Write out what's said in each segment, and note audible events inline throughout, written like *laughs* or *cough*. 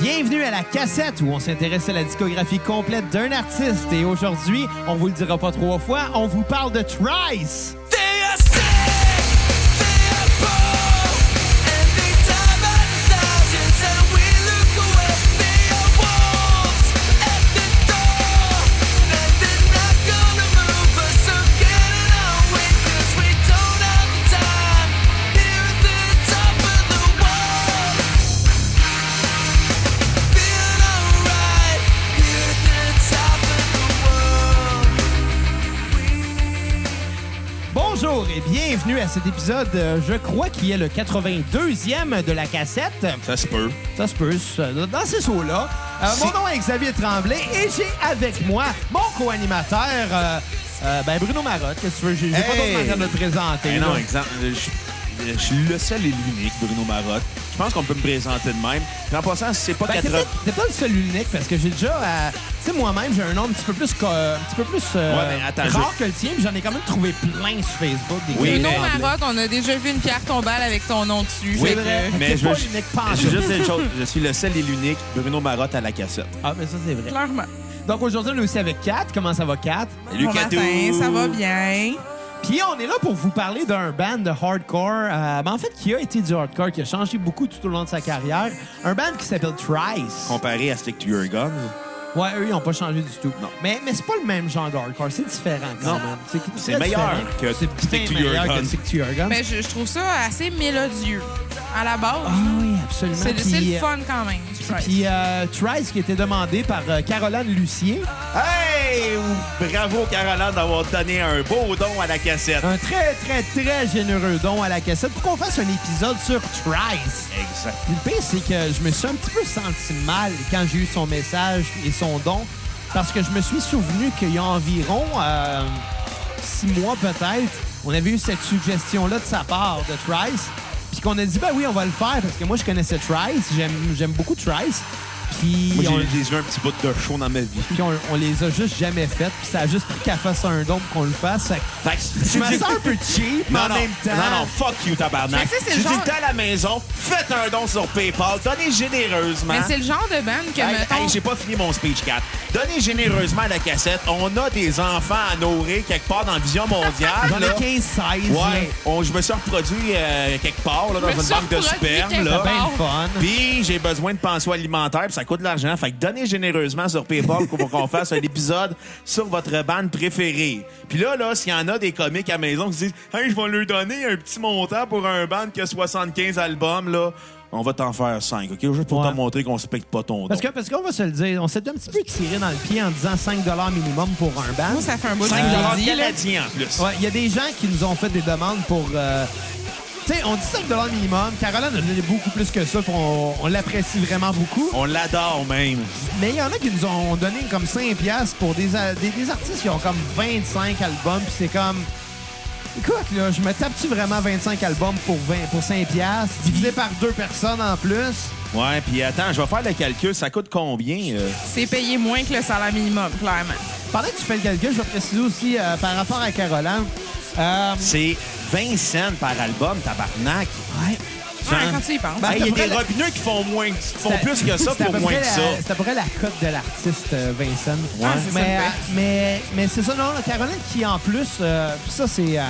Bienvenue à la cassette où on s'intéresse à la discographie complète d'un artiste. Et aujourd'hui, on vous le dira pas trois fois, on vous parle de Trice. They are sick, they are poor, and they die by thousands, and we look away. They are wolves at the door, and they're not gonna move us. So get it on with, 'cause we don't have the time here at the top of the world. Feeling alright here at the top of the world. We Bonjour et bienvenue à cet épisode, euh, je crois qu'il est le 82e de la cassette. Ça se peut. Ça se peut, ça, dans ces sauts-là. Euh, mon nom est Xavier Tremblay et j'ai avec moi mon co-animateur, euh, euh, ben Bruno Marotte. Qu'est-ce que tu veux? J'ai j'ai pas Hey! d'autre manière de le présenter. Eh non, là. exemple, je, je suis le seul et l'unique, Bruno Marotte. Je pense qu'on peut me présenter de même. Puis en passant, si c'est pas Ben, t'es 80... peut-être t'es peut-être le seul unique parce que j'ai déjà. euh, tu sais, moi-même, j'ai un nom un petit peu plus, co- un petit peu plus euh, Ouais, mais attends, rare je- que le tien, puis j'en ai quand même trouvé plein sur Facebook. Des Oui, gars mais- qui Bruno me semblaient. Marotte, on a déjà vu une pierre tombale avec ton nom dessus. C'est Fait que- vrai. mais T'es je pas veux- unique, pas en Je veux juste dire une chose. Je suis le seul et l'unique, Bruno Marotte à la cassette. Ah, mais ça, c'est vrai. Clairement. Donc aujourd'hui, on est aussi avec Kat. Comment ça va, Kat? Salut, bon Catou! matin, ça va bien. Puis on est là pour vous parler d'un band de hardcore, euh, ben, en fait, qui a été du hardcore, qui a changé beaucoup tout au long de sa carrière. Un band qui s'appelle Trice. Comparé à Stick to Your Guns. Ouais, eux, ils n'ont pas changé du tout. Non. Mais, mais c'est pas le même genre de hardcore. C'est différent quand Non. même. C'est très meilleur différent. que C'est bien Stick to Your meilleur Guns. que Stick to Your Guns. Mais Ben, je, je trouve ça assez mélodieux à la base. Ah oui, absolument. c'est le- Puis, c'est le euh, fun quand même. je trouve. Puis euh, Trice qui était demandé par euh, Caroline Lucien. Hey! Bravo, Caroline, d'avoir donné un beau don à la cassette. Un très, très, très généreux don à la cassette pour qu'on fasse un épisode sur Trice. Exact. Puis Le pire, c'est que je me suis un petit peu senti mal quand j'ai eu son message et son don parce que je me suis souvenu qu'il y a environ euh, six mois peut-être, on avait eu cette suggestion-là de sa part de Trice. Puis qu'on a dit, ben oui, on va le faire parce que moi, je connaissais Trice. J'aime j'aime beaucoup Trice. Puis Moi, on- j'ai- j'ai vu un petit bout de show dans ma vie. puis on, on les a juste jamais faites. Puis ça a juste pris qu'à fasse un don pour qu'on le fasse. Fait que Fait que- je me sens un peu cheap, mais Non, en non, même temps. non, non, fuck you, tabarnak. Mais tu sais, c'est Tu le dis genre- t'es à la maison, faites un don sur PayPal, donnez généreusement. Mais c'est le genre de band que, Hey, mettons, hey, j'ai pas fini mon speech, Cat. Donnez généreusement la cassette. On a des enfants à nourrir quelque part dans Vision Mondiale. J'en ai là. 15-16. là. Ouais, on- je me suis reproduit euh, quelque part là, dans Je me une suis banque de reproduit sperme. quelque Là. C'est bien Wow. le fun. Puis j'ai besoin de pension alimentaire, puis ça coûte de l'argent. Fait que donnez généreusement sur PayPal pour qu'on fasse un épisode sur votre bande préférée. Puis là, là, s'il y en a des comiques à la maison qui se disent Hey, je vais leur donner un petit montant pour un band qui a 75 albums, là, on va t'en faire 5, OK? Juste pour Ouais. te montrer qu'on respecte pas ton don. Parce que parce qu'on va se le dire, on s'est un petit peu tiré dans le pied en disant 5 minimum pour un band. ça fait un bout de 5 dollars dit, là. canadiens Euh, en plus. Ouais, il y a des gens qui nous ont fait des demandes pour. euh, tu sais, on dit 5 minimum. Caroline a donné beaucoup plus que ça, puis on, on l'apprécie vraiment beaucoup. On l'adore même. Mais il y en a qui nous ont donné comme 5 piastres pour des, a- des, des artistes qui ont comme 25 albums, puis c'est comme. Écoute, là, je me tape-tu vraiment 25 albums pour, 20, pour 5 piastres, divisé par deux personnes en plus? Ouais, puis attends, je vais faire le calcul. Ça coûte combien? euh? c'est payé moins que le salaire minimum, clairement. Pendant que tu fais le calcul, je vais préciser aussi euh, par rapport à Caroline. Euh, C'est 20 cents par album, tabarnak. ouais, Ouais, quand tu y penses. Ben, Hey, il c'est à peu y a des près la- robineux qui font moins, qui font C'est- plus que ça c'est à pour peu moins près que la- ça. C'est à peu près la cote de l'artiste euh, Vincent. Ouais. Ah, c'est mais, ça, le euh, fait. mais, mais c'est ça, non, la Caroline qui en plus, euh, puis ça c'est. euh,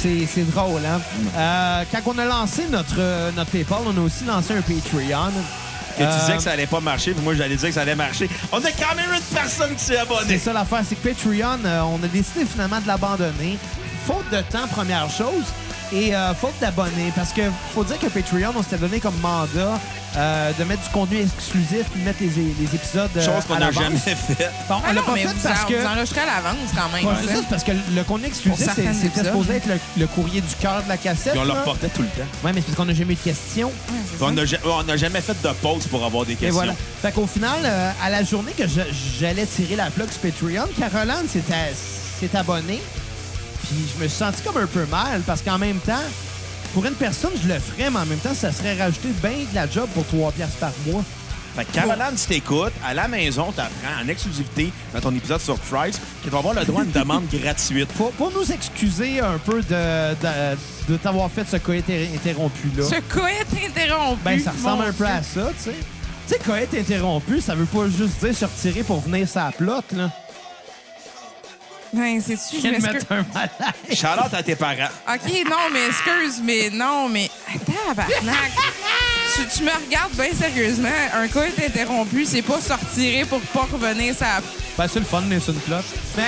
c'est c'est drôle, hein? Mm. Euh, quand on a lancé notre, euh, notre PayPal, on a aussi lancé un Patreon. Que tu disais Euh, que ça allait pas marcher, puis moi j'allais dire que ça allait marcher. On a quand même une personne qui s'est C'est abonnée. ça l'affaire, c'est que Patreon, euh, on a décidé finalement de l'abandonner. Faute de temps, première chose, et euh, faute d'abonnés. Parce que faut dire que Patreon, on s'était donné comme mandat euh, de mettre du contenu exclusif puis de mettre les, les épisodes. euh, Chose qu'on à n'a l'avance. jamais faite. Bon, on l'a Ah non, pas mais fait vous parce en- que. vous enregistrez à l'avance quand même. Pas hein. juste ça, c'est parce que le contenu exclusif, Pour c'est- certaines c'était épisodes. supposé être le, le courrier du cœur de la cassette. Puis on le là. reportait tout le temps. Ouais, mais c'est parce qu'on n'a jamais eu de questions. Ouais, c'est ça. On n'a ja- on n'a jamais fait de pause pour avoir des Et questions. voilà. Fait qu'au final, euh, à la journée que je- j'allais tirer la plug sur Patreon, Caroline s'est a- s'est abonnée. Puis je me suis senti comme un peu mal parce qu'en même temps, pour une personne, je le ferais, mais en même temps, ça serait rajouter bien de la job pour 3 piastres par mois. Fait que Caroline, si t'écoutes, à la maison, t'apprends en exclusivité dans ton épisode sur Price que tu vas avoir le droit à une demande gratuite. Pour, pour nous excuser un peu de, de, de t'avoir fait ce coït interrompu-là. Ce coït interrompu. Ben, ça mon ressemble un Dieu. peu à ça, tu sais. Tu sais, Cohette interrompu, ça veut pas juste dire se retirer pour venir sa plotte, là. Ben, c'est-tu, je Viens de m'excuse. mettre un malaise. Charlotte à tes parents. OK, non, mais excuse, mais non, mais... Attends, barnac. tu, tu me regardes bien sérieusement. Un coup est interrompu, c'est pas sortir pour pas revenir ça. Ben, c'est le fun, mais c'est une plotte. Mais.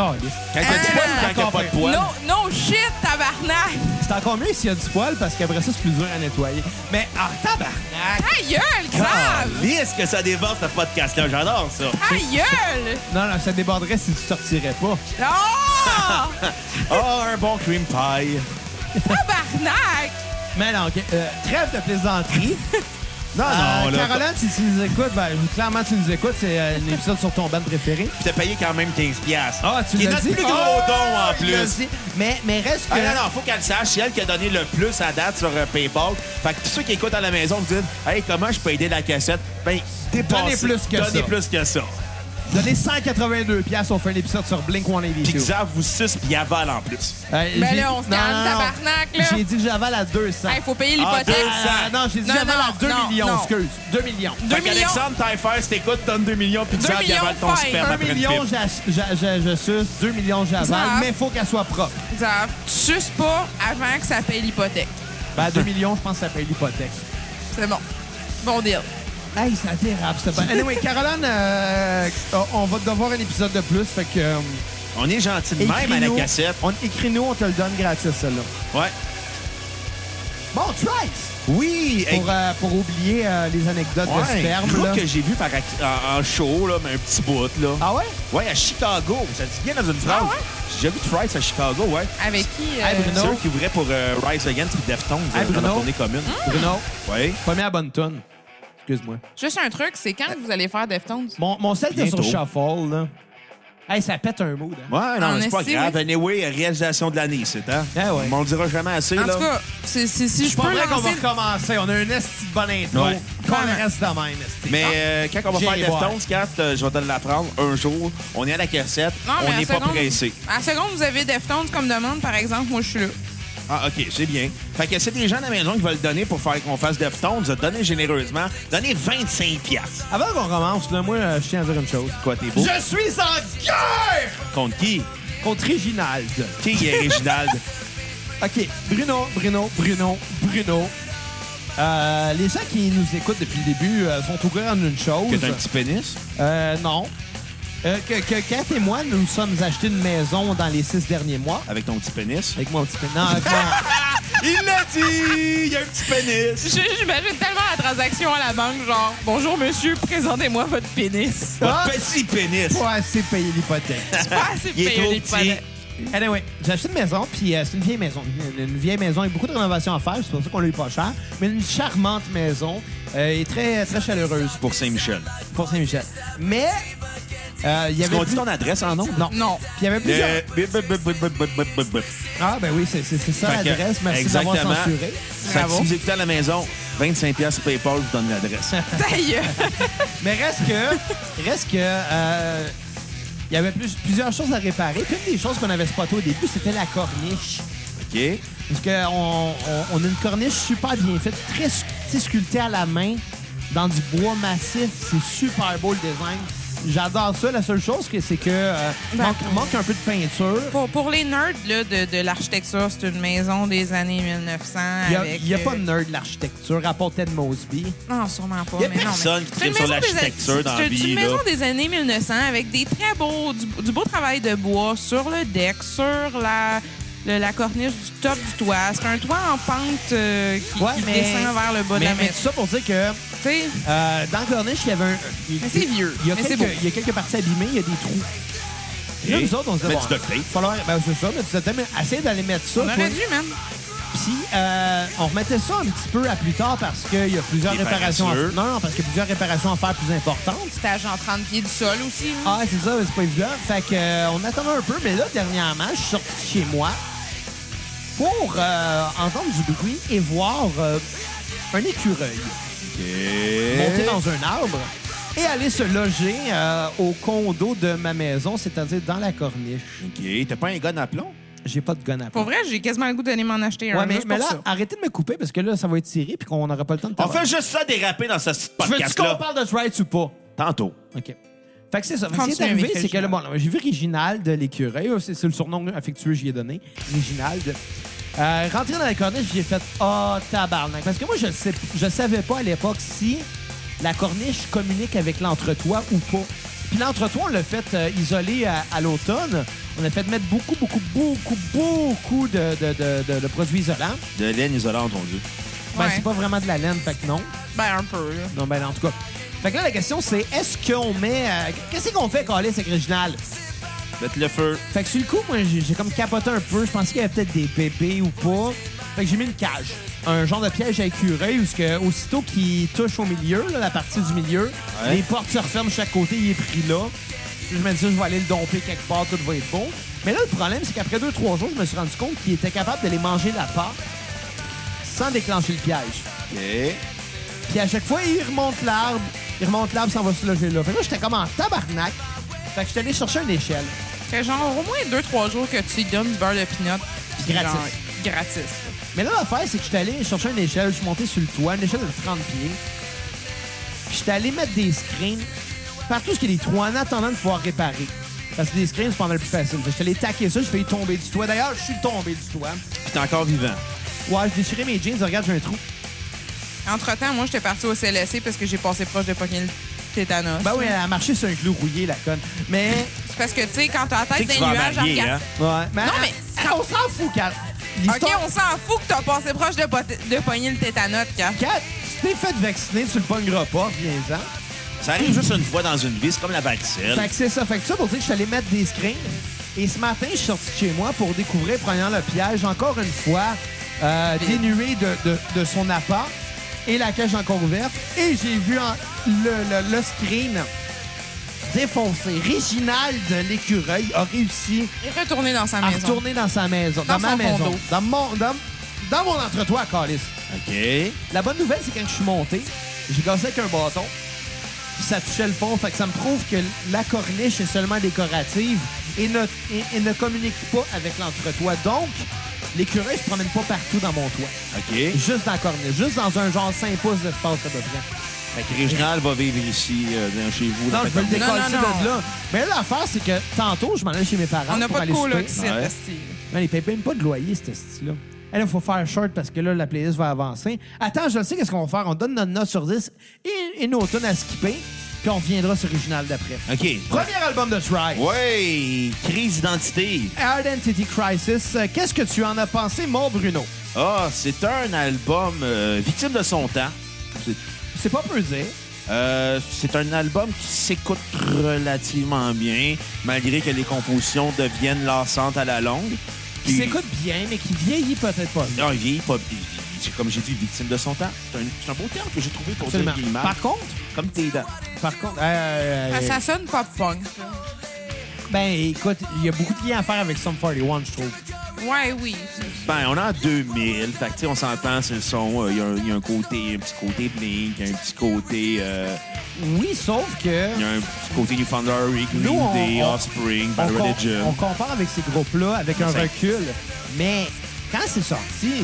Oh, yes. Quand t'as du Ah, poil ou quand t'as pas de poil? No, no shit, tabarnak! C'est encore mieux s'il y a du poil, parce qu'après ça, c'est plus dur à nettoyer. Mais, ah, tabarnak! Ta gueule, grave! est-ce que ça déborde Ah, ce podcast-là? J'adore ça. Ta gueule! Non, non, ça déborderait si tu sortirais pas. *laughs* Non! Oh, un bon cream pie. Tabarnak! Mais non, ok, euh, trêve de *laughs* plaisanterie. Non, Euh, non, là. Caroline, si tu nous écoutes, ben, clairement, tu nous écoutes, c'est euh, un épisode sur ton band préféré. Puis t'as payé quand même 15$. piastres. Ah, tu Qui est l'as notre dit? plus gros Ah, don en il l'a plus. dit. Mais, mais reste que. Ah, non, non, faut qu'elle sache, c'est elle qui a donné le plus à date sur euh, PayPal. Fait que tous ceux qui écoutent à la maison me disent Hey, comment je peux aider la cassette? Ben, dépassez. Donnez plus que ça. Donnez plus que ça. Donnez 182 pièces, on fait un épisode sur Blink Puis 182. Xav vous suce, puis il avale en plus. Ben là, on se calme, tabarnak, là. J'ai dit que j'avale à 200. Hey, faut payer Ah, l'hypothèque. deux cents. Ah, non, j'ai dit Non, j'avale à non, 2 non, millions, non. excuse. 2 millions. 2 Fait millions. qu'Alexandre Taillefer, si t'écoutes, donne 2 millions, puis Deux Xav, il millions, avale ton fine. sperme Un 1 après une million, pipe. j'as- j'a- j'a- je suce. 2 millions, j'avale. Ça. Mais il faut qu'elle soit propre. Xav, tu suces pas avant que ça paye l'hypothèque. Ben, 2 millions, je pense que ça paye l'hypothèque. C'est bon. Bon deal. Hey, ça dérape, ce band. Anyway, Caroline, euh, on va devoir un épisode de plus, fait que... euh, On est gentil de même à la écris-nous. cassette. On, écris-nous, on te le donne gratis, celle-là. Ouais. Bon, Trice! Oui, hey, Pour, euh, pour oublier euh, les anecdotes de ouais, sperme, groupe là. que j'ai vu par, ac- en, en show, là, mais un petit bout, là. Ah ouais? Ouais, à Chicago. Ça dit bien dans une phrase. Ah ouais? J'ai déjà vu Trice à Chicago, ouais. Avec qui? euh, Hey, Bruno. C'est eux qui ouvraient pour euh, Rise Against puis Deftones Hey, Ah, euh, dans la Bruno. tournée commune. Bruno, Hein? Ouais. première bonne tonne. Excuse-moi. Juste un truc, c'est quand que vous allez faire Deftones? Mon, mon sel était sur Bientôt. shuffle, là. Hey, ça pète un mood. hein. Ouais, non, En mais c'est pas esti, grave. Anyway, réalisation de l'année, c'est, hein? Ah ouais. Mais On le dira jamais assez, En là. tout cas, c'est- c'est- si je pas peux vrai qu'on va lancer... recommencer. On a une esti de bonne intro. Ouais. Qu'on reste de même, esti. mais euh, quand on va J'irai faire voir. Deftones, Kat, euh, je vais te l'apprendre un jour. On est à la cassette. Non, mais on à n'est pas seconde- pressé. À la seconde, vous avez Deftones comme demande, par exemple. Moi, je suis là. Ah, OK, c'est bien. Fait que c'est des gens à la maison qui veulent donner pour faire qu'on fasse Deftones. Donnez généreusement. Donnez 25 piastres. Avant qu'on commence, là, moi, euh, je tiens à dire une chose. Quoi, t'es beau? Je suis en guerre Contre qui? contre Reginald. Qui *laughs* est Réginald? OK. Bruno, Bruno, Bruno, Bruno. Euh, les gens qui nous écoutent depuis le début euh, sont au courant d'une chose. que t'as un petit pénis? Euh, non. Euh, que, que Kat et moi, nous nous sommes achetés une maison dans les six derniers mois. Avec ton petit pénis? Avec mon petit peu. Non, avec *laughs* mon- Il l'a dit! Il y a un petit pénis! *laughs* Je- J'imagine tellement la transaction à la banque, genre « Bonjour, monsieur, présentez-moi votre pénis. Ah! Un petit pénis! pas assez payer l'hypothèque. » *laughs* C'est pas assez Il est payé, trop les petit. palettes. Anyway, j'ai acheté une maison, puis euh, c'est une vieille maison. Une, une vieille maison, il y a beaucoup de rénovations à faire, c'est pour ça qu'on l'a eu pas cher. Mais une charmante maison euh, et très, très chaleureuse Pour Saint-Michel. pour Saint-Michel. Mais, euh, il y Est-ce avait. qu'on dit Euh, plus- ton adresse en nom? Non. Non. Puis il y avait plusieurs. Le- bip, bip, bip, bip, bip, bip, bip, bip. Ah, ben oui, c'est c'est- c'est ça Fait que- l'adresse. Merci d'avoir exactement. censuré. Fait que si vous écoutez à la maison, 25 piastres sur PayPal, je vous *laughs* donne l'adresse. *laughs* Ta gueule. Mais reste que, reste que, euh, il y avait plus- plusieurs choses à réparer. Puis une des choses qu'on avait spotées au début, c'était la corniche. OK? Parce qu'on on, on a une corniche super bien faite, très sc- tu sais, sculptée à la main, dans du bois massif. C'est super beau le design. J'adore ça. La seule chose, que c'est que euh, Ben, manque, manque un peu de peinture. Pour, pour les nerds là, de, de l'architecture, c'est une maison des années 1900 avec... Il n'y a, euh, pas de nerd de l'architecture à part Ted Mosby. Non, sûrement pas. Y a mais non, mais- personne qui C'est une tripe sur maison des- l'architecture dans la c'est une- C'est vie, une là. maison des années 1900 avec des très beaux, du, du beau travail de bois sur le deck, sur la, le- la corniche du top du toit. C'est un toit en pente euh, qui, Ouais, qui mais- descend vers le bas Mais, de la mais tout maison. ça pour dire que Tu sais, Euh, dans Corniche, il y avait un. il- Mais c'est vieux. Il y a, Mais c'est quelques, beau. il y a quelques parties abîmées, il y a des trous. Et là, Ok. nous autres, on se dit. Mets bon, du duct tape. il va falloir- ben, c'est ça, mais tu sais, mais essaye d'aller mettre ça. on toi. aurait dû, man. Puis, euh, on remettait ça un petit peu à plus tard parce qu'il y a plusieurs Des réparations à faire. paresseux. Non, non, parce qu'il y a plusieurs réparations à faire plus importantes. C'était à genre 30 pieds du sol aussi. là. Ah, c'est ça, c'est pas évident. Fait que, euh, on attendait un peu, mais là, dernièrement, je suis sorti de chez moi pour euh, entendre du bruit et voir euh, un écureuil. Eh? monter dans un arbre et aller se loger euh, au condo de ma maison, c'est-à-dire dans la corniche. OK. T'as pas un gun à plomb? J'ai pas de gun à Pour vrai, j'ai quasiment le goût d'aller m'en acheter un. Ouais, mais, juste mais pour là, ah. ça. arrêtez de me couper parce que là, ça va être tiré puis qu'on n'aura pas le temps de On parler. fait juste ça déraper dans ce petit Ah. Tu veux-tu qu'on podcast-là. parle de Trites ou pas? Tantôt. OK. Fait que c'est ça. Fait que ce qui est Continue arrivé, avec c'est que le bon, Réginald. j'ai vu Réginald de l'écureuil. Oh, C'est c'est le surnom affectueux que j'y ai donné. Réginald. Euh, rentré dans la corniche, j'ai fait Ah, tabarnak. Parce que moi, je sais, je savais pas à l'époque si la corniche communique avec l'entretoit ou pas. Puis l'entretoit, on l'a fait euh, isoler à, à l'automne. On a fait mettre beaucoup, beaucoup, beaucoup, beaucoup de, de, de, de- de produits isolants. De laine isolante, on dit. Ben, Ouais. c'est pas vraiment de la laine, fait que non. Ben, un peu, là. Non, ben, en tout cas. Fait que là, la question, c'est est-ce qu'on met. euh, Qu'est-ce qu'on fait, Calis, avec Réginald? Mettre le feu. Fait que sur le coup, moi, j'ai j'ai comme capoté un peu. Je pensais qu'il y avait peut-être des bébés ou pas. Fait que j'ai mis une cage. Un genre de piège à écureuil où, ce que, aussitôt qu'il touche au milieu, là, la partie du milieu, Ouais. les portes se referment de chaque côté, il est pris là. Puis je me disais, je vais aller le domper quelque part, tout va être bon. Mais là, le problème, c'est qu'après deux, trois jours, je me suis rendu compte qu'il était capable de les manger la part sans déclencher le piège. OK. Puis à chaque fois, il remonte l'arbre. Il remonte l'arbre, s'en va se loger là. Fait que là, j'étais comme en tabarnak. Fait que j'étais allé chercher une échelle. Fait genre au moins 2-3 jours que tu lui donnes du beurre de pinot. Puis Gratis. genre, gratis. Mais là, l'affaire, c'est que je suis allé chercher une échelle. Je suis monté sur le toit, une échelle de 30 pieds. Puis je suis allé mettre des screens partout ce qu'il y a des trous en attendant de pouvoir réparer. Parce que des screens, c'est pas mal plus facile. Je suis allé taquer ça, je failli tomber du toit. D'ailleurs, je suis tombé du toit. Puis t'es encore vivant. Ouais, je déchirais mes jeans. Regarde, j'ai un trou. Entre-temps, moi, j'étais partie au CLSC parce que j'ai passé proche de pogner le tétanos. Ben oui, elle a marché sur un clou rouillé, la conne. Mais. C'est parce que, tu sais, quand t'as la Tu tête sais que tu dans vas les en nuages, marier, regarde- hein? Ouais. Non, mais- Ah, on s'en fout, Kat. OK, on s'en fout que t'as passé proche de, pot- de pogner le tétanos, Kat. Kat, tu t'es fait vacciner, tu le pogneras pas, viens-en. Ça arrive juste une fois dans une vie. C'est comme la varicelle. Fait que c'est ça. Fait que ça pour dire que je suis allé mettre des screens. Et ce matin, je suis sorti de chez moi pour découvrir, premièrement, le piège, encore une fois, euh, dénué de, de- de son appât. Et la cage encore ouverte. Et j'ai vu en- le, le- le screen défoncé. Réginald de l'écureuil a réussi Et retourner dans sa à maison. retourner dans sa maison, dans, Dans ma son maison, condo. dans mon, dans, dans mon entretoit, Calis. OK. La bonne nouvelle, c'est quand je suis monté, j'ai cassé avec un bâton, puis ça touchait le fond. Fait que ça me prouve que la corniche est seulement décorative et ne, et- et ne communique pas avec l'entretoit. Donc, l'écureuil ne se promène pas partout dans mon toit. OK. Juste dans la corniche, juste dans un genre 5 pouces d'espace à peu près. Fait que Réginald va vivre ici, euh, dans- chez vous. Non, dans je veux le Pétanque. Non, décoller non, non. de là. Mais là, l'affaire, c'est que tantôt, je m'en allais chez mes parents. On n'a pour pas de aller cool, là, souper. qui Ouais. Man, ils payent même pas de loyer, ce style-là. Eh, là, faut faire short parce que là, la playlist va avancer. Attends, je le sais, qu'est-ce qu'on va faire? On donne notre note sur 10 et, et nos tunes à skipper, puis on reviendra sur l'original d'après. OK. Premier album de Thrive. Ouais. Crise d'identité. Identity Crisis. Euh, Qu'est-ce que tu en as pensé, mon Bruno? Ah, c'est un album euh, victime de son temps. C'est C'est pas peu dire. euh, c'est un album qui s'écoute relativement bien, malgré que les compositions deviennent lassantes à la longue. Qui Puis- s'écoute bien, mais qui vieillit peut-être pas. Non, il vieillit pas. il- il- c'est Comme j'ai dit, victime de son temps. C'est un, c'est un beau terme que j'ai trouvé pour Absolument. dire qu'il marche. Par contre, Comme tes dents. par contre, euh, euh, Ah, Ça sonne pop punk. ben écoute, il y a beaucoup de liens à faire avec Sum 41, je trouve. Ouais, oui. Ben, on est en 2000. Fait que, tu sais, on s'entend, c'est le son. euh, Il y a un- il y, a un côté, un petit côté Blink, un petit côté, euh, Oui, sauf que. il y a un petit côté New Foundry, Green Nous, on- Day, on- Offspring, on, Bad com- Religion. on compare avec ces groupes-là avec un Ça- recul, mais quand c'est sorti,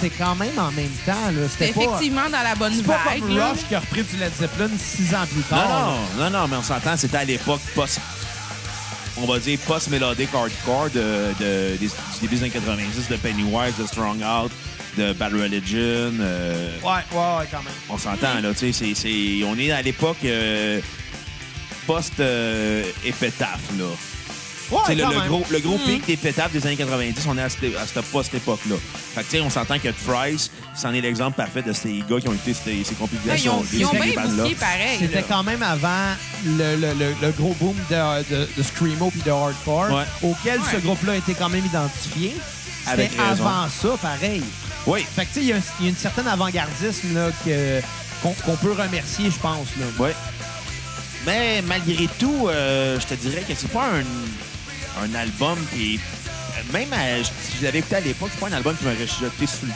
c'est quand même en même temps. là, C'est C'était pas, effectivement dans la bonne c'est pas vague, Bob là. Rush qui a repris du Led Zeppelin six ans plus Non, tard. non, non, non, mais on s'entend, c'était à l'époque post. On va dire post-mélodique hardcore de, de- des- du début des années 90, de Pennywise, de Strong Out, de Bad Religion. euh, Ouais, ouais, ouais, quand même. on s'entend, là, tu sais, c'est- c'est- on est à l'époque euh, post-épétaf, là. Tu sais, Ouais, le, quand le même. gros, le Hmm. gros pic des pétables des années 90, on est à cette, à cette- pas cette époque-là. Fait que, tu sais, on s'entend que Price, c'en est l'exemple parfait de ces gars qui ont été ces, ces Là, Ah, Ils compilations. ont, ils ont ces bien bandes-là. bouqué pareil. C'était là. quand même avant le, le- le- le gros boom de, de- de Screamo puis de Hardcore, Ouais. auquel ce Ouais. groupe-là était quand même identifié. Avec C'était raison. avant ça, pareil. Oui, Fait que, tu sais, il y, a un- il y a une certaine avant-gardisme là, que- qu'on qu'on peut remercier, je pense. Là. Ouais. Mais malgré tout, euh, je te dirais que c'est pas un, un album qui est- Même à- si je l'avais écouté à l'époque, c'est pas un album qui m'aurait jeté sous le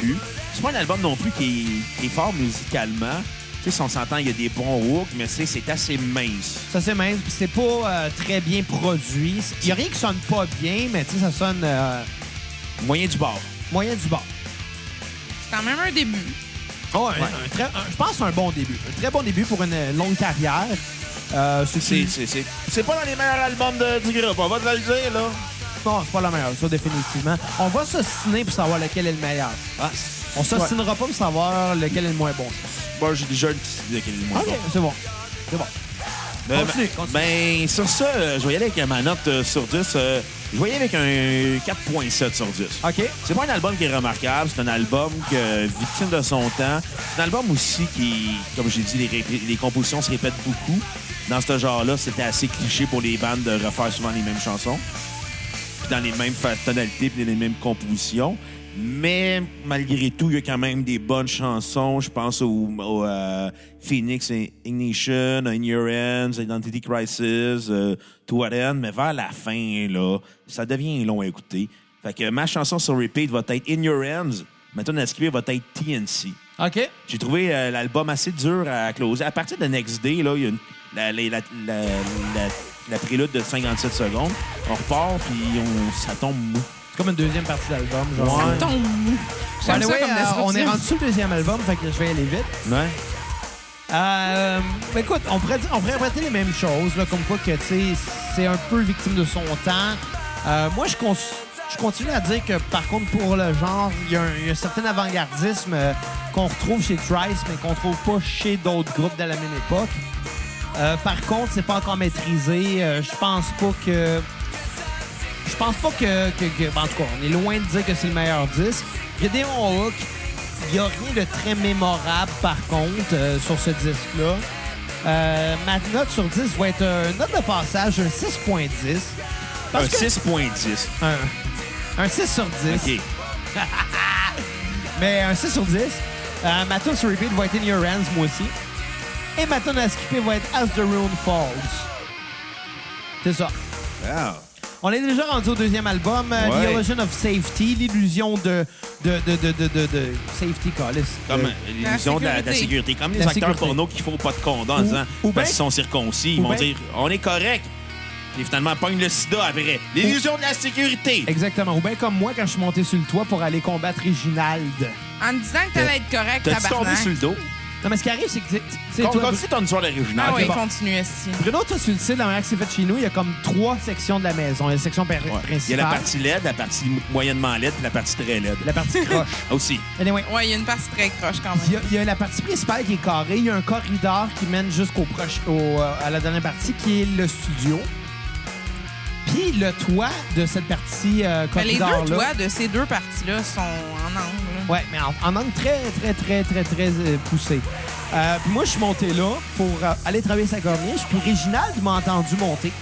cul. C'est pas un album non plus qui est, qui est fort musicalement. Tu sais, si on s'entend, il y a des bons hooks, mais tu sais, c'est assez mince. Ça, c'est mince. Puis c'est pas euh, très bien produit. Il y a rien qui sonne pas bien, mais tu sais, ça sonne euh, Moyen du bord. moyen du bord. C'est quand même un début. Oh, un- un très- un- je pense un bon début. Un très bon début pour une longue carrière. Euh, ce C'est, qui- c'est, c'est, c'est pas dans les meilleurs albums de- du groupe, on va te le dire, là. Non, c'est pas la meilleure, ça, définitivement. On va s'ostiner pour savoir lequel est le meilleur. Ah, On s'ostinera pas pour savoir lequel est le moins bon. Bon, j'ai déjà une petite idée qu'il est le moins OK, bon. c'est bon. C'est bon. Ben, Continue, ben, continue. Ben, sur ça, euh, je vais y aller avec euh, ma note euh, sur 10. euh, je vais y aller avec un 4.7 sur 10. OK. C'est pas un album qui est remarquable, c'est un album que, euh, victime de son temps. C'est un album aussi qui, comme j'ai dit, les, ré- les compositions se répètent beaucoup. Dans ce genre-là, c'était assez cliché pour les bandes de refaire souvent les mêmes chansons, puis dans les mêmes fa- tonalités, puis les mêmes compositions. Mais malgré tout, il y a quand même des bonnes chansons. Je pense au, au, euh, Phoenix Ignition, In Your Hands, Identity Crisis, euh, To What End. Mais vers la fin, là, ça devient long à écouter. Fait que ma chanson sur repeat va être In Your Hands. Ma tune à skipper va être TNC. OK. J'ai trouvé euh, l'album assez dur à closer. À partir de Next Day, là, il y a une- la, la- la- la- la- la prélude de 57 secondes. On repart, puis on, ça tombe mou. C'est comme une deuxième partie d'album. Genre. Ouais. Tombe. By J'aime the ça way, comme euh, on descriptif. est rendu sur le deuxième album, fait que je vais aller vite. Ouais. Euh, ben écoute, on pourrait, dire- on pourrait répéter les mêmes choses, là, comme quoi que tu sais, c'est un peu victime de son temps. Euh, moi, je, cons- je continue à dire que par contre, pour le genre, il y, a un- il y a un certain avant-gardisme euh, qu'on retrouve chez Trice, mais qu'on trouve pas chez d'autres groupes de la même époque. Euh, par contre, c'est pas encore maîtrisé. Euh, je pense pas que. Je pense pas que, que- que- ben, En tout cas, on est loin de dire que c'est le meilleur disque. Il y a des on-hook. Il n'y a rien de très mémorable, par contre, euh, sur ce disque-là. Euh, ma note sur 10 va être euh, une note de passage, un 6.10. Parce Un que- 6.10. Un, un 6 sur 10. OK. Mais un 6 sur 10. Euh, ma tune sur repeat va être In Your Hands, moi aussi. Et ma tune à skipper va être As the Room Falls. C'est ça. On est déjà rendu au deuxième album, euh, Ouais. The Illusion of Safety, l'illusion de, de, de, de, de, de, de- Safety, Callis. Comme De- euh, l'illusion de, la- de la sécurité. Comme les La acteurs sécurité. porno qui font pas de condom en Ou- disant ou ben- parce qu'ils sont circoncis. Ils ou vont ben- dire on est correct. Et finalement, pognent le sida après. L'illusion de la sécurité. Exactement. Ou bien comme moi quand je suis monté sur le toit pour aller combattre Reginald. En te disant que t'allais être correct, T'as-tu tombé tabarnak. sur le dos? Non, mais ce qui arrive, c'est que... tu sais, Con- toi, Continue ton histoire originale. Ah Ok, oui, bon. continue, esti. Bruno, toi, tu le sais, de la manière que c'est fait chez nous, il y a comme trois sections de la maison. Il y a la section per- Ouais. Il y a principale. la partie laide, la partie moyennement laide, puis la partie très laide. la *laughs* partie croche. Aussi. Anyway, Ouais, il y a une partie très croche quand Il y, même. a, il y a la partie principale qui est carrée, il y a un corridor qui mène jusqu'au proche, au, euh, à la dernière partie qui est le studio. Puis le toit de cette partie euh, Mais Ben, les corridor là. deux toits de ces deux parties-là sont en angle. là. Ouais, mais en, en angle très très très très très euh, poussé. Euh, puis moi je suis monté là pour euh, aller travailler sa corniche. Puis Réginald m'a entendu monter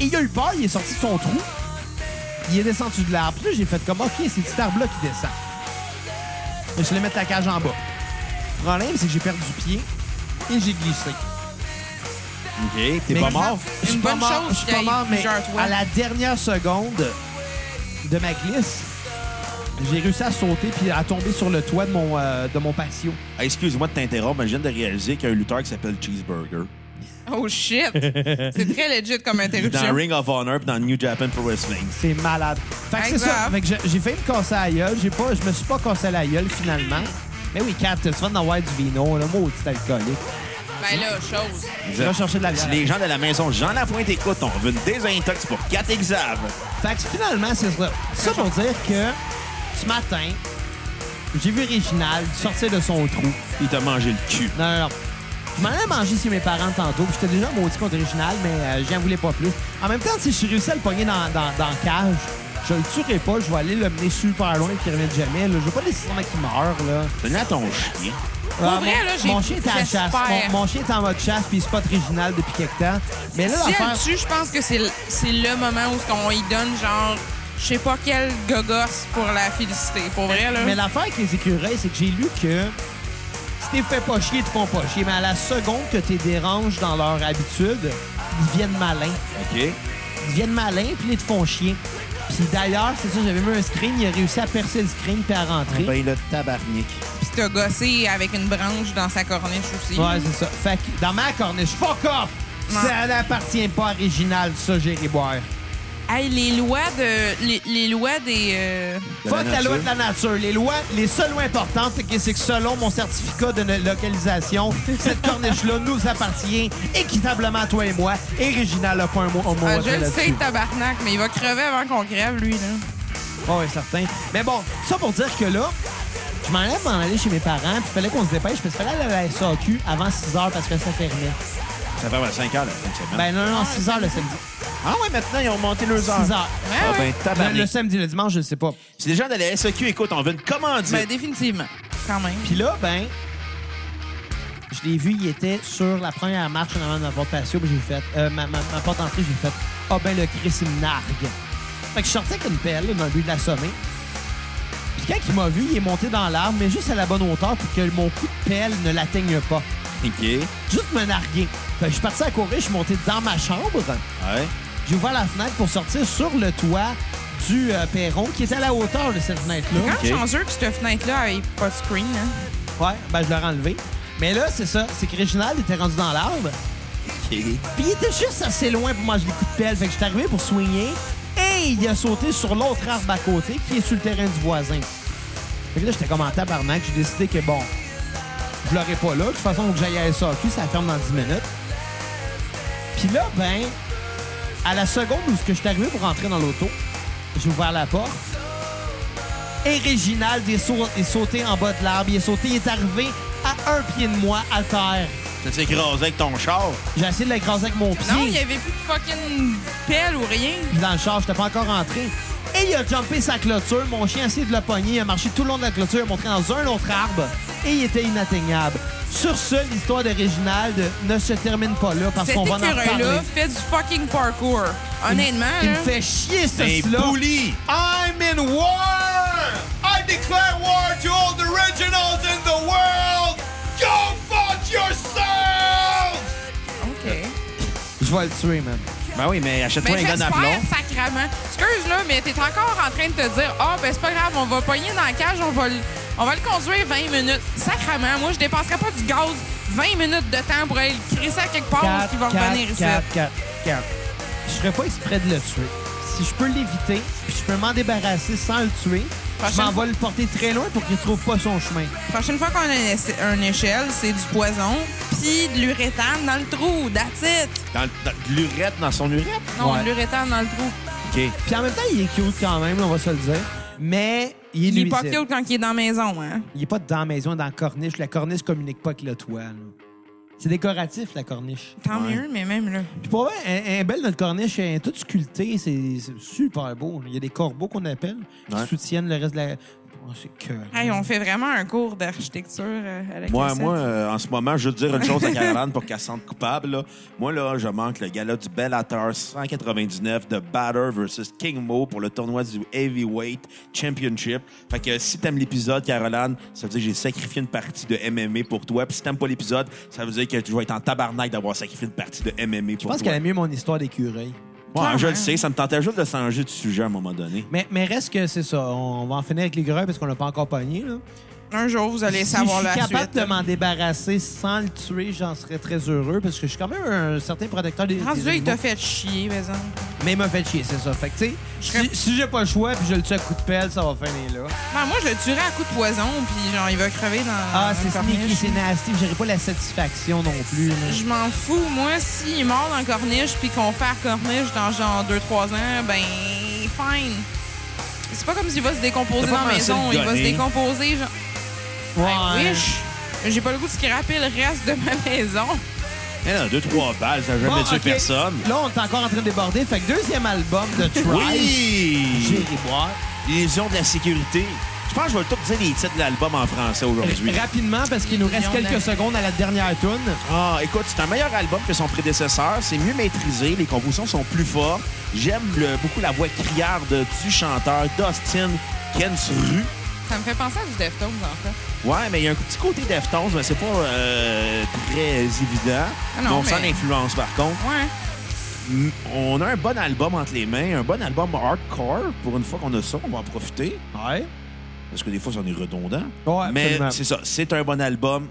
et il a eu peur, il est sorti de son trou. Il est descendu de l'arbre. Puis là, j'ai fait comme, OK, c'est cet arbre-là qui descend. Je suis allé mettre la cage en bas. Le problème, c'est que j'ai perdu pied et j'ai glissé. OK. T'es Mais- pas mort? Je suis Une pas bonne mort, chose je suis qu'il y pas ait mort, mais plusieurs toits. à la dernière seconde de ma glisse, j'ai réussi à sauter puis à tomber sur le toit de mon, euh, de mon patio. Ah, Excuse-moi de t'interrompre, mais je viens de réaliser qu'il y a un lutteur qui s'appelle Cheeseburger. *laughs* Oh shit! C'est très legit comme Dans interruption. Ring of Honor puis dans New Japan Pro Wrestling. C'est malade. Fait que c'est Exact. ça. Fait que je- j'ai failli me casser la gueule. J'ai pas, je me suis pas cassé la gueule finalement. Mais oui, Kat, tu vas en avoir du vino, là, maudit alcoolique. Ben là, chose. Je vais chercher de la bière. Si les gens de la maison Jean Lapointe écoutent, on veut une désintox pour 4 exaves. Fait que finalement, c'est ça. Ça pour dire que ce matin, j'ai vu Réginald sortir de son trou. Il t'a mangé le cul. Non, non, non. Je m'en allais manger chez mes parents tantôt. puis J'étais déjà maudit contre Réginald, mais euh, j'en voulais pas plus. En même temps, si je réussis à le pogner dans, dans, dans la cage, je le tuerai pas. Je vais aller le mener super loin et qu'il revienne jamais. là. Je veux pas nécessairement qu'il meure, là. Donne-le à ton chien. Ah, vrai, mon- là, j'ai- mon chien est à la j'espère. chasse. Mon, mon chien est en mode chasse, puis il spot original depuis quelque temps. Mais là, Si elle l'affaire. tue, je pense que c'est le- c'est le moment où on y donne genre, je sais pas quel gogosse pour la féliciter. Pour vrai, là. Mais l'affaire avec les écureuils, c'est que j'ai lu que si t'es fait pas chier, ils te font pas chier. Mais à la seconde que t'es déranges dans leur habitude, ils viennent malins. OK? Ils viennent malins, puis ils te font chier. Ah, Puis d'ailleurs, c'est ça, j'avais mis un screen, il a réussi à percer le screen puis à rentrer. Ben, le tabarnak. Puis t'a gossé avec une branche dans sa corniche aussi. ben. Ouais, c'est ça. Fait que dans ma corniche, fuck off! Ouais. Ça n'appartient pas à original, ça, j'ai boire. Hey, les lois de. Les, les lois des. euh, De la Fuck la loi nature. de la nature. Les lois, les seules lois importantes, c'est que, c'est que selon mon certificat de no- *laughs* localisation, cette corniche-là nous appartient équitablement à toi et moi. Et Réginal n'a pas un mot, un mot Ah, à je dire le sais, là-dessus. tabarnak, mais il va crever avant qu'on crève, lui, là. Ah oui, certain. Mais bon, ça pour dire que là, je m'enlève m'en aller chez mes parents, puis fallait qu'on se dépêche, parce qu'il fallait aller à la SAQ avant 6 h parce que ça fermait. Ça fait 5 heures, la fin de semaine. Ben non, non, 6 h le samedi. ah ouais, maintenant, ils ont monté leurs 6 heures. h. Ah Ouais, ouais. ben, Le, le tabarnak. samedi, le dimanche, je sais pas. Si les gens de la SEQ écoutent, on veut une commandite. Ben, définitivement. Quand même. Puis là, ben, je l'ai vu, il était sur la première marche en avant de ma porte patio, puis j'ai fait, euh, ma, ma- ma porte d'entrée, j'ai fait, ah ben le Chris, il me nargue. Fait que je sortais avec une pelle, là, dans le but de l'assommer. Puis quand il m'a vu, il est monté dans l'arbre, mais juste à la bonne hauteur pour que mon coup de pelle ne l'atteigne pas. OK. Ouais. Juste me narguer. Fait que je suis parti à courir, je suis monté dans ma chambre. J'ai ouvert la fenêtre pour sortir sur le toit du euh, perron qui était à la hauteur de cette fenêtre-là. Quand Ok. chanceux que cette fenêtre-là avait pas de screen, hein. Ouais, ben je l'aurais enlevé. Mais là, c'est ça, c'est que Réginald était rendu dans l'arbre, OK. puis il était juste assez loin pour manger des coups de pelle, fait que j'étais arrivé pour soigner, et il a sauté sur l'autre arbre à côté, qui est sur le terrain du voisin. Fait que là, j'étais comme en tabarnak, j'ai décidé que bon, je l'aurais pas là, de toute façon, faut que j'aille à SAQ, ça ferme dans 10 minutes. Puis là, ben, à la seconde où je suis arrivé pour rentrer dans l'auto, j'ai ouvert la porte. Et Réginald est, sau- est sauté en bas de l'arbre. Il est sauté, il est arrivé à un pied de moi, à terre. Tu t'es écrasé avec ton char. J'ai essayé de l'écraser avec mon pied. Non, il y avait plus de fucking pelle ou rien. Puis dans le char, j'étais pas encore entré. Et il a jumpé sa clôture. Mon chien a essayé de le pogner. Il a marché tout le long de la clôture. Il a montré dans un autre arbre. Et il était inatteignable. Sur ce, l'histoire de Réginald ne se termine pas là parce Cet qu'on va en écureuil-là reparler. fait du fucking parkour. Honnêtement, Il là. me fait chier, ce Un cela. bully. I'm in war! I declare war to all the originals in the world! Go fuck yourselves! euh, OK. Je vais le tuer, man. Oh, Ben oui, mais achète-toi Ben, un gun j'espère, d'aplomb. sacrament. Excuse, là, mais t'es encore en train de te dire, ah, ben, c'est pas grave, on va pogner dans la cage, on va le, on va le conduire 20 minutes. Sacrament, moi, je dépenserai pas du gaz 20 minutes de temps pour aller le crisser à quelque part parce qu'il va revenir ici. 4, 4, 4. Je serais pas exprès de le tuer. Si je peux l'éviter, puis je peux m'en débarrasser sans le tuer, je Prochaine m'en fois. vais le porter très loin pour qu'il trouve pas son chemin. Prochaine fois qu'on a une, éche- une échelle, c'est du poison, puis de l'urétane dans le trou, that's it. Dans, le- dans de l'urette, dans son urette. Non, Ouais. de l'urétane dans le trou. OK. Puis en même temps, il est cute quand même, on va se le dire. Mais il est Il est pas nuisible. cute quand il est dans la maison, hein. Il est pas dans la maison, dans la corniche. La corniche communique pas avec le toit. là. C'est décoratif, la corniche. Tant Ouais. mieux, mais même là. Puis pour vrai, elle, elle est belle, notre corniche. Elle est toute sculptée. C'est c'est super beau. Il y a des corbeaux qu'on appelle qui Ouais. soutiennent le reste de la... Oh, c'est que... Hey, on fait vraiment un cours d'architecture euh, avec Moi, la moi euh, en ce moment, je veux te dire une chose à Caroline pour qu'elle se sente coupable. là. Moi, là, je manque le gala du Bellator 199 de Batter versus King Mo pour le tournoi du Heavyweight Championship. Fait que si t'aimes l'épisode, Caroline, ça veut dire que j'ai sacrifié une partie de MMA pour toi. Puis si t'aimes pas l'épisode, ça veut dire que tu vas être en tabarnak d'avoir sacrifié une partie de MMA Je pour pense toi. qu'elle a mieux mon histoire d'écureuil. Ouais, je le sais, ça me tentait juste de changer du sujet à un moment donné. Mais, mais reste que c'est ça. On va en finir avec l'écureuil parce qu'on l'a pas encore pogné. Là. Un jour, vous allez si savoir je la suis capable suite. de m'en débarrasser sans le tuer, j'en serais très heureux parce que je suis quand même un certain protecteur des, des Rendu là, il animaux. t'a fait chier, par exemple. Mais il m'a fait chier, c'est ça. Fait que, tu sais, serais- si, si j'ai pas le choix puis je le tue à coup de pelle, ça va finir là. Non, Ben, moi, je le tuerais à coup de poison, puis genre, il va crever dans Ah, dans c'est le sneaky, corniche. c'est nasty, puis j'aurais pas la satisfaction non plus. là. Je m'en fous. Moi, s'il est mort dans le corniche, puis qu'on fait à corniche dans genre 2-3 ans, ben, fine. C'est pas comme s'il va se décomposer T'as dans pas la pensé maison. le Il va se donner. décomposer, genre. Ouais. Hey, wish. J'ai pas le goût de scraper le reste de ma *laughs* maison. Mais non, deux, trois balles, ça n'a Bon, jamais tué ok. personne. Là, on est encore en train de déborder. Fait que deuxième album de Trice, J'ai Oui! ri boire. L'illusion de la sécurité. Je pense que je vais tout dire les titres de l'album en français *laughs* aujourd'hui. Rapidement, parce qu'il nous reste Million quelques de- secondes à la dernière tune. Ah, écoute, c'est un meilleur album que son prédécesseur. C'est mieux maîtrisé. Les compositions sont plus fortes. J'aime le- beaucoup la voix criarde du chanteur Dustin Kensru. Ça me fait penser à du Deftones, en fait. Ouais, mais il y a un petit côté Deftones, mais c'est pas euh, très évident. Ah non, Donc, ça mais- influence, par contre. Ouais. Mm, On a un bon album entre les mains, un bon album hardcore. Pour une fois qu'on a ça, on va en profiter. Ouais. parce que des fois, c'en est redondant. Ouais, mais absolument. c'est ça. C'est un bon album,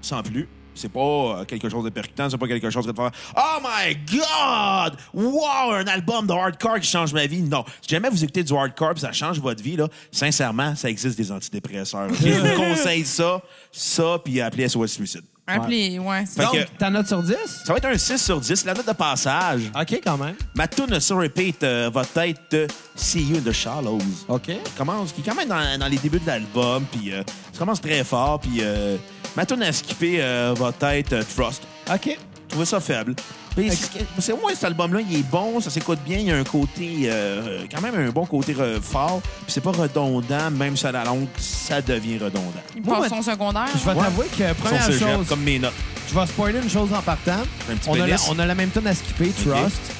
sans plus. C'est pas euh, quelque chose de percutant, c'est pas quelque chose que de faire Oh my God! Wow! Un album de hardcore qui change ma vie. Non. Si jamais vous écoutez du hardcore puis ça change votre vie, là, sincèrement, ça existe des antidépresseurs. ok? Je vous conseille ça, ça, puis appelez SOS Suicide. Appelez, ouais. c'est- Fait Donc, que- ta note sur 10? Ça va être un 6 sur 10, la note de passage. OK, quand même. Ma tune sur repeat euh, va être euh, See You de Shallows. OK. Qui commence, qui est quand même dans, dans les débuts de l'album, puis euh, ça commence très fort, puis euh, ma tune à skipper euh, va être euh, Trust. OK. Je trouvais ça faible. Mais c'est- c'est au moins cet album-là, il est bon, ça s'écoute bien, il y a un côté, euh, quand même un bon côté euh, fort, puis c'est pas redondant, même si à la longue, ça devient redondant. Il Moi, passe son secondaire. Je vais Ouais. t'avouer que première Son cégep, chose, comme mes notes. je vais spoiler une chose en partant. Un petit On a, la, pénis. on a la même tonne à skipper, Trust.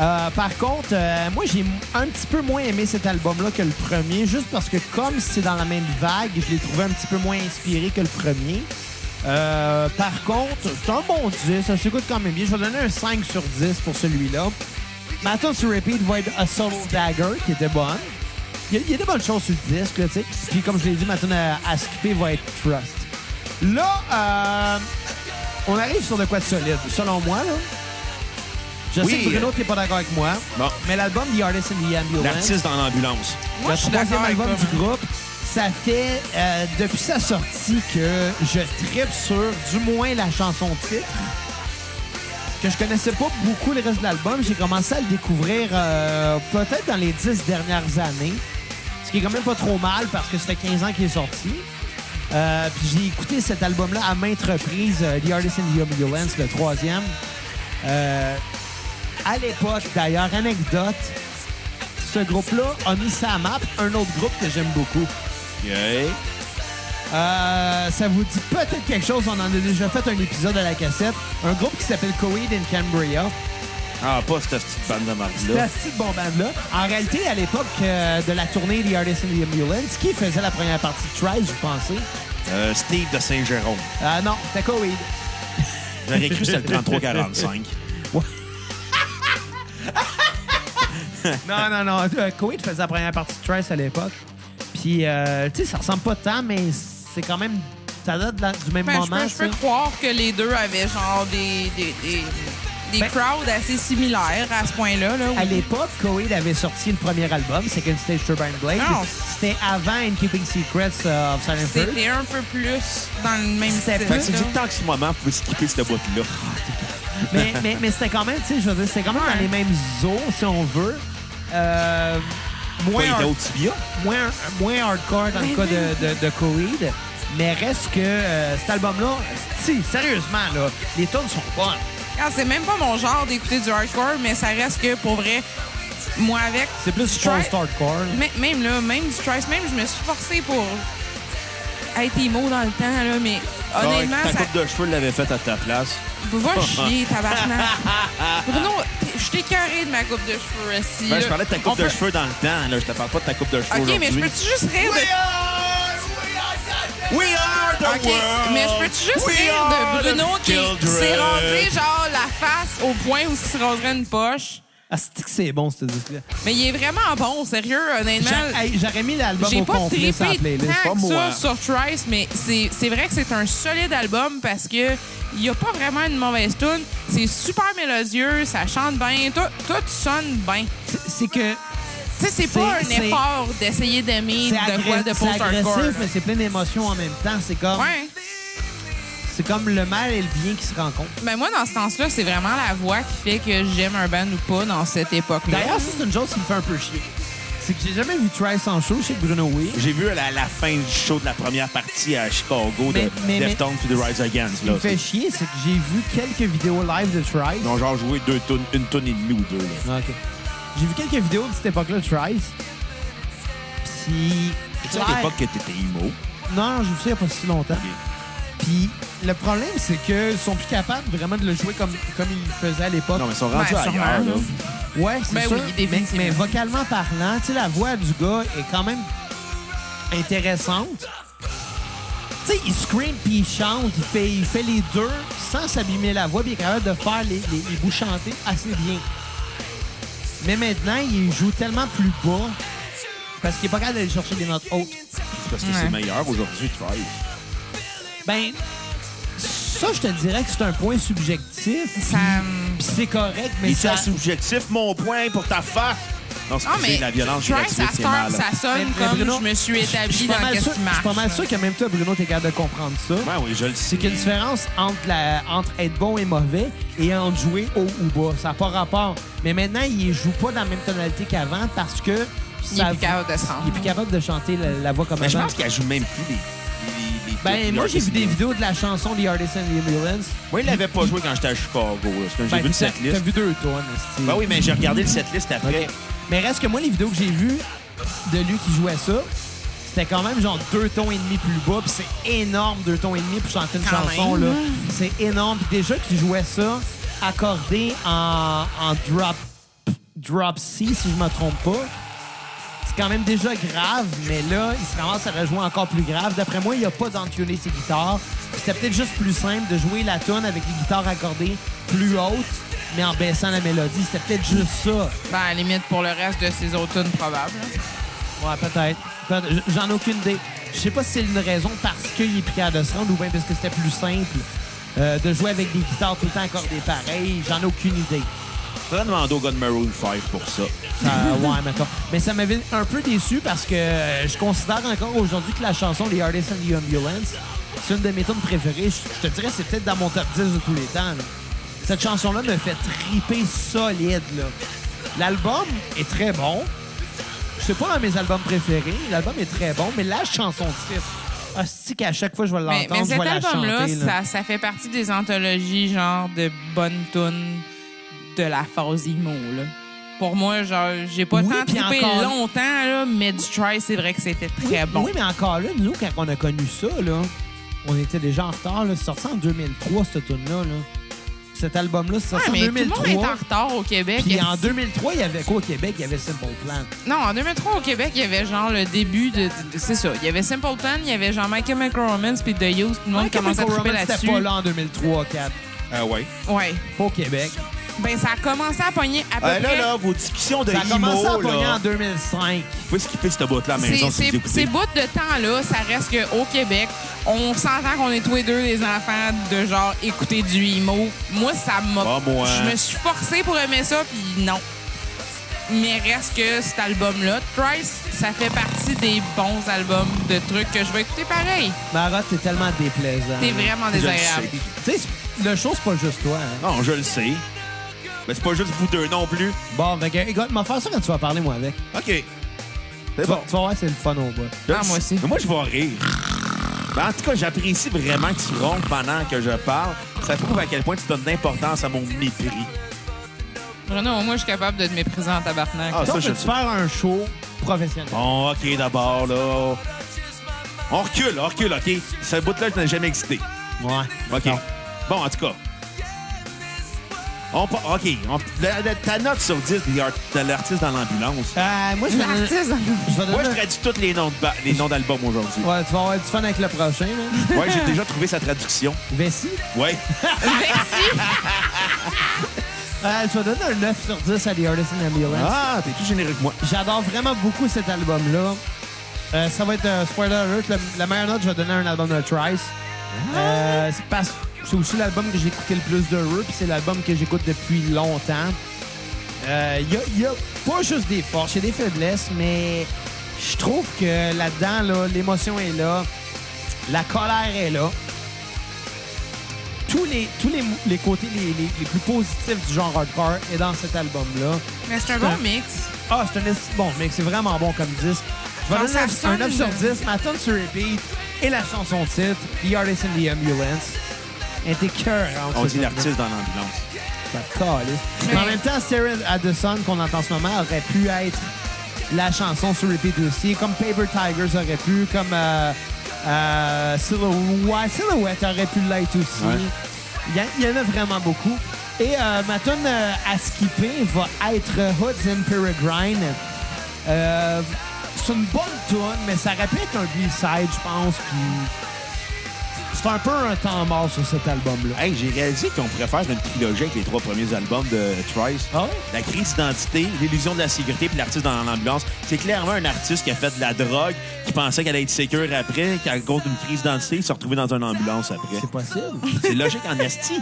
Euh, par contre, euh, moi, j'ai un petit peu moins aimé cet album-là que le premier, juste parce que comme c'est dans la même vague, je l'ai trouvé un petit peu moins inspiré que le premier. Euh, par contre, c'est un bon 10, ça s'écoute quand même bien. Je vais donner un 5 sur 10 pour celui-là. Ma tune sur repeat va être A Subtle Dagger, qui était bonne. Il y, a- il y a des bonnes choses sur le disque, là, tu sais. Puis comme je l'ai dit, ma tune à, à skipper va être Trust. Là, euh, on arrive sur de quoi de solide, selon moi. Là. Je Oui. sais que Bruno, t'es pas d'accord avec moi, Non. mais l'album The Artist in the Ambulance, L'artiste dans l'ambulance. Moi, le je suis troisième d'accord avec album toi, du groupe, ça fait euh, depuis sa sortie que je tripe sur du moins la chanson titre, que je connaissais pas beaucoup le reste de l'album. J'ai commencé à le découvrir euh, peut-être dans les dix dernières années, ce qui est quand même pas trop mal parce que ça fait 15 ans qu'il est sorti. Euh, puis j'ai écouté cet album-là à maintes reprises, euh, The Artist in the Ambulance, le troisième. Euh, à l'époque, d'ailleurs, anecdote, ce groupe-là a mis sa map un autre groupe que j'aime beaucoup. Yeah. Euh, ça vous dit peut-être quelque chose, on en a déjà fait un épisode à la cassette. Un groupe qui s'appelle Coheed in Cambria. Ah, pas cette petite bande de *laughs* marde-là. La petite bombade là. En réalité, à l'époque euh, de la tournée The Artist in the Ambulance, qui faisait la première partie de Trials, vous pensez? Euh, Steve de Saint-Jérôme. Euh, non, c'était Coheed. J'aurais cru que c'était le 33-45. Non, non, non. Euh, Coheed faisait la première partie de Trice à l'époque. Puis, euh, tu sais, ça ressemble pas tant, mais c'est quand même. Ça date de la- du même Ben, je, moment. peux, je peux ça. croire que les deux avaient genre des, des, des, des Ben- crowds assez similaires à ce point-là. Là, où- À l'époque, Coheed avait sorti le premier album, Second Stage Turbine Blade. Non. C'était avant In Keeping Secrets euh, of Silent First. C'était un peu plus dans le même C'était style. Fait que si là. vous êtes tant que ce moment, vous pouvez skipper cette boîte-là. mais, mais, mais c'était quand même, tu sais, je veux dire, c'était quand même Ouais. dans les mêmes eaux, si on veut. Euh, moins, Point hard- d'autre tibia. moins, moins hardcore dans le cas de, de, de Coheed. Mais reste que euh, cet album-là, si, sérieusement, là, les tunes sont bonnes. Ah, c'est même pas mon genre d'écouter du hardcore, mais ça reste que pour vrai, moi avec. C'est plus Stri- post-hardcore. là. Mais- Même là, même du Trice, même je me suis forcée pour être émo dans le temps, là, mais Ah honnêtement, Ah, ta ça. coupe de cheveux l'avait faite à ta place. Va *laughs* chier, tabarnak. Bruno, t'es- je t'ai carré de ma coupe de cheveux aussi. Ben, là. je parlais de ta coupe On de peut- cheveux dans le temps. Là. Je te parle pas de ta coupe de cheveux OK, mais je aujourd'hui. peux-tu juste rire de. We are the OK, mais je peux-tu juste We rire are de the Bruno qui children. s'est rasé genre la face au point où il se raserait une poche? Ah, c'est que c'est bon, ce disque-là. Mais il est vraiment bon, sérieux, honnêtement. J'a- hey, J'aurais mis l'album J'ai au pas complet sur la trippé Hein? playlist. pas tant que moi. ça sur Trice, mais c'est c'est vrai que c'est un solide album parce que il y a pas vraiment une mauvaise tune. C'est super mélodieux, ça chante bien, tout, tout sonne bien. C'est- C'est que Tu sais, c'est pas C'est- un c'est- effort d'essayer d'aimer c'est de quoi agré- de c'est post-hardcore. agressif, mais c'est plein d'émotions en même temps. C'est comme, Ouais. c'est comme le mal et le bien qui se rencontrent. Ben moi, dans ce sens-là, c'est vraiment la voix qui fait que j'aime un band ou pas dans cette époque-là. D'ailleurs, ça, c'est une chose qui me fait un peu chier. C'est que j'ai jamais vu Trice en show chez Bruno oui. J'ai vu à la, la fin du show de la première partie à Chicago Mais- mais- de mais- Deftones puis The Rise Against. Ce qui Là. me fait chier, c'est que j'ai vu quelques vidéos live de Trice. Ils ont genre joué deux tonnes, une tonne et demie ou deux. Là. Ah, OK. J'ai vu quelques vidéos de cette époque-là de Trice. Puis... Tu sais, à Claire- l'époque que t'étais emo. Non, j'ai vu ça il n'y a pas si longtemps. Puis le problème, c'est qu'ils sont plus capables vraiment de le jouer comme, comme ils le faisaient à l'époque. Non, mais ils sont Ben, rendus sûrement, ailleurs. là. Là. Ouais, c'est Ben sûr. oui, mais, définitivement. mais vocalement parlant, tu sais, la voix du gars est quand même intéressante. Tu sais, il scream puis il chante, il fait, il fait les deux sans s'abîmer la voix, puis il est capable de faire les, les- les bouts chantés assez bien. Mais maintenant, il joue tellement plus bas Parce qu'il est pas capable d'aller chercher des notes hautes. C'est parce que Ouais. c'est meilleur aujourd'hui, tu vois. Ben, ça, je te dirais que c'est un point subjectif. Ça. Puis c'est correct, mais Et ça, ça... c'est subjectif, mon point pour ta face. Non, c'est Non, plus Ah, mais la violence Drive gratuite, c'est After, mal. ça Mais- sonne mais comme Bruno, je me suis je suis établi pas dans mal qu'est-ce sûr- qui Je marche. suis pas mal sûr que même toi, Bruno, t'es capable de comprendre ça. Ouais, oui, je le sais. C'est qu'il y a une différence entre, la, entre être bon et mauvais et entre jouer haut ou bas. Ça n'a pas rapport. Mais maintenant, il joue pas dans la même tonalité qu'avant parce que... Il est ça- plus capable de se rendre. Il est plus capable de chanter la, la voix comme Mais je avant. pense qu'elle joue même plus les. les- les- les- Ben, moi, j'ai vu des les- vidéos de la chanson The Artists and the Ambulance. Moi, il l'avait pas joué quand j'étais à Chicago. là. C'est quand J'ai Ben, vu le t'as- T'as setlist. vu deux, toi, Nasty. Ben oui, mais j'ai regardé le setlist après. OK. Mais reste que moi, les vidéos que j'ai vues de lui qui jouait ça, c'était quand même genre deux tons et demi plus bas, puis c'est énorme, deux tons et demi pour chanter une Quand chanson, même. là. C'est énorme. Puis déjà qu'il jouait ça accordé en, en drop, drop C, si je me trompe pas. C'est quand même déjà grave, mais là, il se ramasse à la jouer encore plus grave. D'après moi, il n'y a pas d'entuner ses guitares. C'était peut-être juste plus simple de jouer la tonne avec les guitares accordées plus hautes, mais en baissant la mélodie. C'était peut-être juste ça. Ben, à la limite, pour le reste de ses automnes, probable. Ouais, peut-être. Peut- j- J'en ai aucune idée. Je sais pas si c'est une raison parce qu'il est plus capable de se rendre ou bien parce que c'était plus simple euh, de jouer avec des guitares tout le temps accordées pareil. J'en ai aucune idée. Faudrait demander au gars de Maroon 5 pour ça. Ça- ouais, mettons. Mais ça m'avait un peu déçu parce que euh, je considère encore aujourd'hui que la chanson Les Artists and the Ambulance, c'est une de mes tunes préférées. Je je te dirais c'est peut-être dans mon top 10 de tous les temps. là. Cette chanson-là me fait triper solide. là. L'album est très bon. C'est pas dans mes albums préférés. L'album est très bon, mais la chanson titre. Hostie qu'à chaque fois je vais Mais, l'entendre, mais je cet vais la album-là, chanter. là. ça, ça fait partie des anthologies, genre, de bonnes tunes de la phase IMO, là. Pour moi, genre, j'ai pas Oui, tant puis trippé encore- longtemps, là, mais du try, c'est vrai que c'était très bon. Oui, mais encore là, nous, quand on a connu ça, là, on était déjà en retard. Là. C'est sorti en 2003, cette tune-là. Là. Cet album-là, c'est sorti Ouais, Ah, mais en tout le monde est en 2003. retard au Québec. Puis en Est-ce- 2003, il y avait quoi au Québec? Il y avait Simple Plan. Non, en 2003, au Québec, il y avait genre le début de. de- de- c'est ça. Il y avait Simple Plan, il y avait genre Michael McRomans puis The Youth. Tout le monde commençait Chemical à triper Romance, là-dessus. c'était pas là en 2003, 4. Ah ouais. Ouais. Pas au Québec. Ben, ça a commencé à pogner à peu Euh, là, près. là, vos discussions de Ça a commencé à IMO, pogner en là. 2005. Vous pouvez skipper cette boîte-là à la maison Ah, C'est- si c'est- vous écoutez. Ces bouts de temps-là, ça reste qu'au Québec, on s'entend qu'on est tous les deux des enfants de genre écouter du emo. Moi, ça m'a. Pas moi. Je me suis forcée pour aimer ça, puis non. Mais reste que cet album-là, Thrice, ça fait partie des bons albums de trucs que je vais écouter pareil. Marotte, t'es tellement déplaisant. T'es vraiment Mmh. Je le désagréable. sais. Tu sais, c'est- le show, c'est pas juste toi. hein. Non, je le sais. Mais c'est pas juste vous deux non plus. Bon, ben, écoute, m'en faire ça quand tu vas parler, moi, avec. OK. C'est Tu vas, bon. tu vas voir, c'est le fun au bout. Je le Ah, moi sais. aussi. Mais moi, je vais rire. Ben, en tout cas, j'apprécie vraiment que tu ronfles pendant que je parle. Ça prouve à quel point tu donnes d'importance à mon mépris. Bruno, moi, je suis capable de te mépriser en tabarnak. Ah, ça, Donc, je peux-tu le sais. faire un show professionnel? Bon, OK, d'abord, là. On recule, on recule, OK? Ce bout-là, je n'ai jamais existé. Ouais. OK. Bon, en tout cas. On pa- OK. on- la- la- ta note sur 10 de l'art- de l'artiste dans l'ambulance. Euh, moi, je vais donner- L'artiste. je vais Moi, je euh, donner- traduis tous les noms de ba- les noms d'albums aujourd'hui. Ouais, tu vas avoir du fun avec le prochain, *laughs* là. Ouais, j'ai déjà trouvé sa traduction. Vessi. *laughs* Ouais. Euh, je vais donner un 9 sur 10 à The Artisan Ambulance. Ah, t'es plus généreux que moi. J'adore vraiment beaucoup cet album-là. Euh, ça va être, euh, spoiler alert, le- la meilleure note, je vais donner à un album de Trice. Euh, c'est parce- c'est aussi l'album que j'ai écouté le plus de eux, puis c'est l'album que j'écoute depuis longtemps. Euh, Il n'y a, pas juste des forces, il y a des faiblesses, mais je trouve que là-dedans, là, l'émotion est là, la colère est là. Tous les, tous les, les côtés les, les- les plus positifs du genre hardcore est dans cet album-là. Mais c'est un bon mix. Ah, c'est un esti de bon, mec, c'est vraiment bon comme disque. Je vais Quand donner Ah, ça un- sonne, un 9 sur là. 10, ma tonne sur repeat et la chanson titre, The Artist in the Ambulance. Elle était cœur hein, On dit l'artiste dans l'ambulance. Bah, Mais en même temps, Staring at the Sun qu'on entend en ce moment aurait pu être la chanson sur repeat aussi, comme Paper Tigers aurait pu, comme euh, euh, Silhou- ouais, Silhouette aurait pu l'être aussi. Ouais. Il y a- il y, en a vraiment beaucoup. Et euh, ma tune euh, à skipper va être euh, Hoods and Peregrine. Euh, c'est une bonne tune, mais ça aurait pu être un B-side, je pense. Puis C'est un peu un temps mort sur cet album-là. Hey, j'ai réalisé qu'on pourrait faire une trilogie avec les trois premiers albums de Trice. Ah ouais? La crise d'identité, l'illusion de la sécurité puis l'artiste dans l'ambulance. C'est clairement un artiste qui a fait de la drogue, qui pensait qu'elle allait être sécure après, qu'à cause d'une crise d'identité, il s'est retrouvé dans une ambulance après. C'est possible. C'est logique en esti.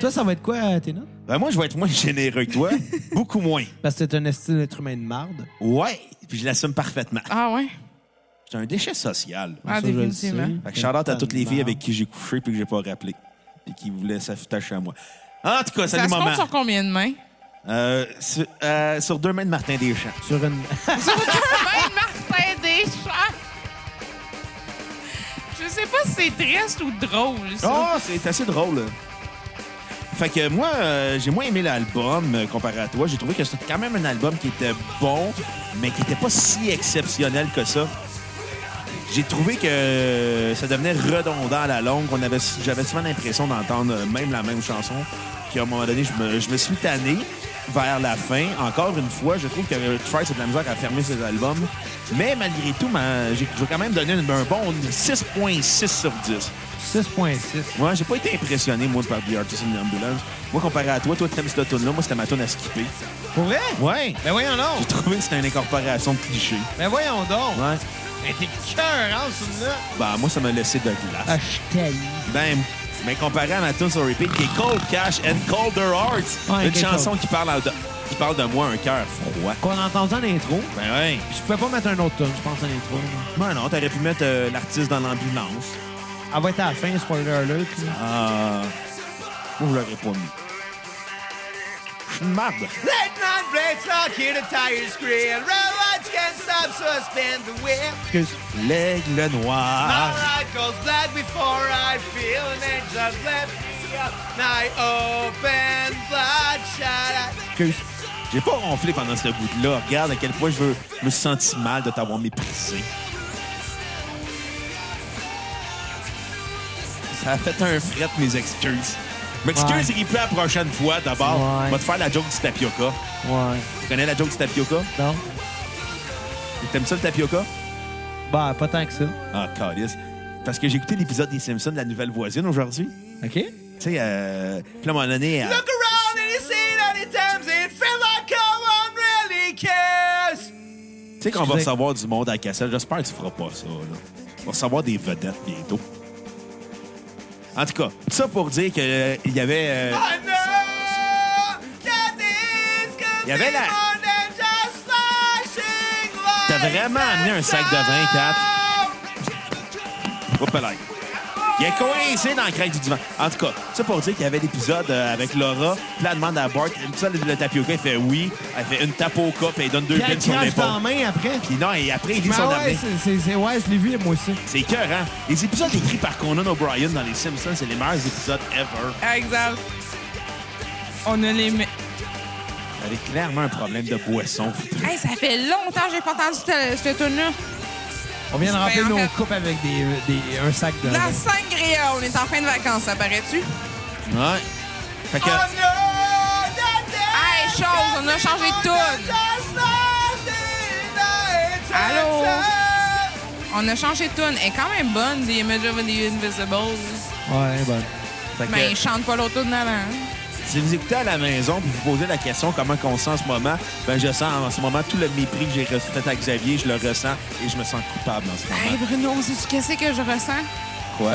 Toi, ça va être quoi, euh, tes notes? Ben moi, je vais être moins généreux que toi. Beaucoup moins. Parce que t'es un estime d'être humain de marde. Ouais, puis je l'assume parfaitement. Ah ouais? C'est un déchet social. Ah, Ça, je le définitivement. sais. Fait que shout-out à toutes les filles avec qui j'ai couché puis que j'ai pas rappelé. Et qui voulaient s'attacher à moi. En tout cas, Ça salut, se maman. compte sur combien de *laughs* mains? Euh, sur, euh, sur deux mains de Martin Deschamps. Sur une... *laughs* Sur aucun main de Martin Deschamps! Je sais pas si c'est triste ou drôle, ça. Ah, c'est assez drôle. là. Fait que moi, euh, j'ai moins aimé l'album euh, comparé à toi. J'ai trouvé que c'était quand même un album qui était bon, mais qui était pas si exceptionnel que ça. J'ai trouvé que euh, ça devenait redondant à la longue. On avait, j'avais souvent l'impression d'entendre euh, même la même chanson. Puis à un moment donné, je me, je me suis tanné vers la fin. Encore une fois, je trouve que euh, Trice a de la misère à fermer ses albums. Mais malgré tout, ma- j'ai- je vais quand même donner une- un bon 6.6 sur 10. 6.6. Ouais, j'ai pas été impressionné, moi, par The Artist in the Ambulance. Moi, comparé à toi, toi, t'aimes cette tune-là. Moi, c'était ma tune à skipper. Pour vrai? Ouais. Ben voyons J'ai donc. trouvé que c'était une incorporation de clichés. Ben voyons donc. Ouais. Ben t'es cœur, hein, celui-là. Ben, moi, ça m'a laissé de Ah, glace. je t'haïs. Ben, mais comparé à ma tune sur repeat, qui est Cold Cash and Colder Hearts, Ouais, une quelque chanson chose. qui parle, à- de, qui parle de moi, un cœur froid. Qu'on a entendu en intro. Ben, ouais. Je pouvais pas mettre un autre tune, je pense, en intro. Ben non, t'aurais pu mettre euh, l'artiste dans l'ambulance. Elle va être à la fin, spoiler alert. là. Ah. Moi, je l'aurais pas mis. Je suis une marde. Late night breaks lock here the tires scream. Red lights can't stop, so I spin the wheel. Excuse. L'aigle My noir. light goes black before I feel an angel's left. Now I open bloodshot eyes. Excuse. J'ai pas ronflé pendant ce bout-là. Regarde à quel point je veux- je me suis senti mal de t'avoir méprisé. Ça a fait un fret, mes excuses. M'excuse, Ouais. il peut la prochaine fois, d'abord. Ouais. On va te faire la joke du tapioca. Ouais. Tu connais la joke du tapioca? Non? T'aimes ça, le tapioca? Bah, pas tant que ça. Ah, calice. Parce que j'ai écouté l'épisode des Simpsons de La Nouvelle Voisine aujourd'hui. OK? Tu sais, euh... Puis là, à un moment donné... elle- Look around and you see that it times it feel like no one really cares. Tu sais qu'on va Excusez. recevoir du monde à la cassette. J'espère que tu feras pas ça. Là. On va recevoir des vedettes bientôt. En tout cas, tout ça pour dire qu'il il y avait... euh, I know that this could Y avait be la- more than just flashing lights. T'as vraiment amené un sac de vin, Kat. Hop là. Il est coincé dans le craque du divan. En tout cas, ça pour dire qu'il y avait l'épisode euh, avec Laura. Puis là, elle demande à Bart, ça, le, le tapioca, il fait oui. Elle fait une tape au cup et elle donne deux Puis elle pins sur crache dans la l'épaule. main après. Puis non, et après, il dit Mais son ouais, avenir. c'est- c'est- c'est- ouais, je l'ai vu, moi aussi. C'est cœur, hein? Les épisodes écrits par Conan O'Brien dans Les Simpsons, c'est les meilleurs épisodes ever. Exemple. Ah, On a les... me- Elle avait clairement un problème de boisson. Hey, ça fait longtemps que j'ai pas entendu ce- cette tune-là. On vient de Ben, remplir en nos fait- coupes avec des, des- un sac de La vin. sangria, on est en fin de vacances, ça paraît-tu? Ouais. Fait que... I know that Hey, this chose, on a changé de tune. just flashing lights. Allô? On a changé de tune. Elle est quand même bonne, The Image of the Invisible. Ouais, ben. Fait que, Mais je chante pas l'autre tune avant. si vous écoutez à la maison puis vous posez la question comment qu'on se sent en ce moment, ben je sens en ce moment tout le mépris que j'ai re- fait à Xavier, je le ressens et je me sens coupable en ce Hey, moment. Bruno, sais-tu qu'est-ce que je ressens? Quoi?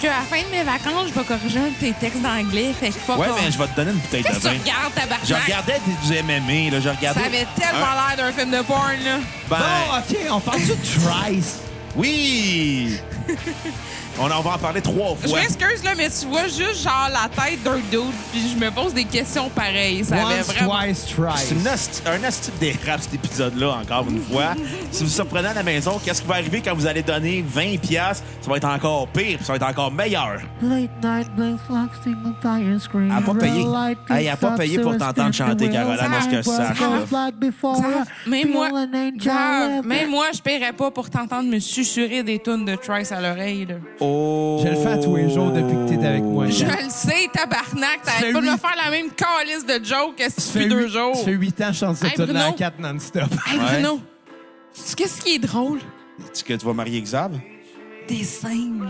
Que à la fin de mes vacances, je vais corriger un de tes textes d'anglais. Fait que fuck ouais, off. mais je vais te donner une bouteille de Qu'est-ce que tu vin. regardes, tabarnak? Je regardais des- du MMA, là, je regardais. Ça avait tellement hein? Hein? l'air d'un film de porn, là. Ben, Bon, OK, on parle du Trice. *laughs* oui! On en va en parler trois Je fois. m'excuse, là, mais tu vois juste, genre, la tête d'un dude, puis je me pose des questions pareilles. Ça avait Once, vraiment... twice, Trice. C'est une asti- un asti des rap, cet épisode-là, encore une *laughs* fois. si vous surprenez à la maison, qu'est-ce qui va arriver quand vous allez donner 20$? piastres? Ça va être encore pire, puis ça va être encore meilleur. Late night blinks lock single tire scream. Elle a pas payé. Red light Elle a pas kicks payé up pour to a t'entendre spinning chanter, wheel. Caroline, à ce que je Time sache, was là. black before Ça, I Même moi, feel an angel Grave. left. même moi, je paierais pas pour t'entendre me susurrer des tunes de Trice à l'oreille. là. Oh. Je le fais à tous les jours depuis que t'es avec moi. Je le sais, tabarnak. T'arrêtes Celui- pas de me faire la même calice de joke que si Ça depuis fait deux huit- jours. Ça fait 8 ans que je chante cette Hey, tune là en Bruno. 4 non-stop. Hey, Ouais. Bruno, sais-tu qu'est-ce qui est drôle? Est-ce que tu vas marier Xav? Des singes.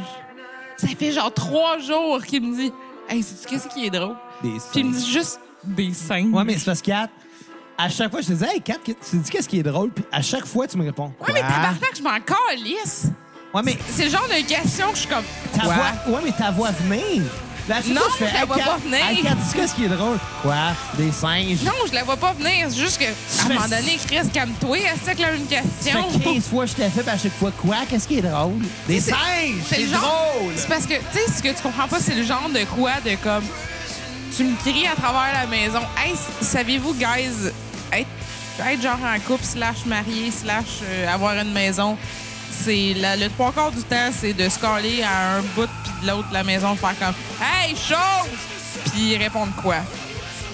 Ça fait genre trois jours qu'il me dit Hey, sais-tu qu'est-ce qui est drôle? Des Puis il me dit juste des singes. Ouais, mais c'est parce que Kat, à chaque fois, je te disais, hey, Kat, tu te dis qu'est-ce qui est drôle, puis à chaque fois, tu me réponds. Ouais, mais Quoi? tabarnak, je m'en calisse. Ouais, mais C'est le genre de question que je suis comme. ta Quoi? voix, ouais, mais ta voix venir. Là, à chaque Non, fois, je la Hey, vois Kat, pas venir. Hey, Kat, dis qu'est-ce qui est drôle. Quoi? Des singes. Non, je la vois pas venir. C'est juste que, à un fais- moment donné, Chris, calme-toi. C'est avec la même Ça question. fait 15 fois que je t'ai fait, puis à chaque fois, quoi? Qu'est-ce qui est drôle? Des C'est- singes! le C'est genre- drôle! C'est parce que, tu sais, ce que tu comprends pas, c'est le genre de quoi de comme. Tu me cries à travers la maison. Hey, s- saviez-vous, guys, être, être genre en couple, slash marié, slash euh, avoir une maison, c'est la- le trois quarts du temps, c'est de se coller à un bout puis de l'autre de la maison, faire comme Hey, chose! Puis répondre quoi?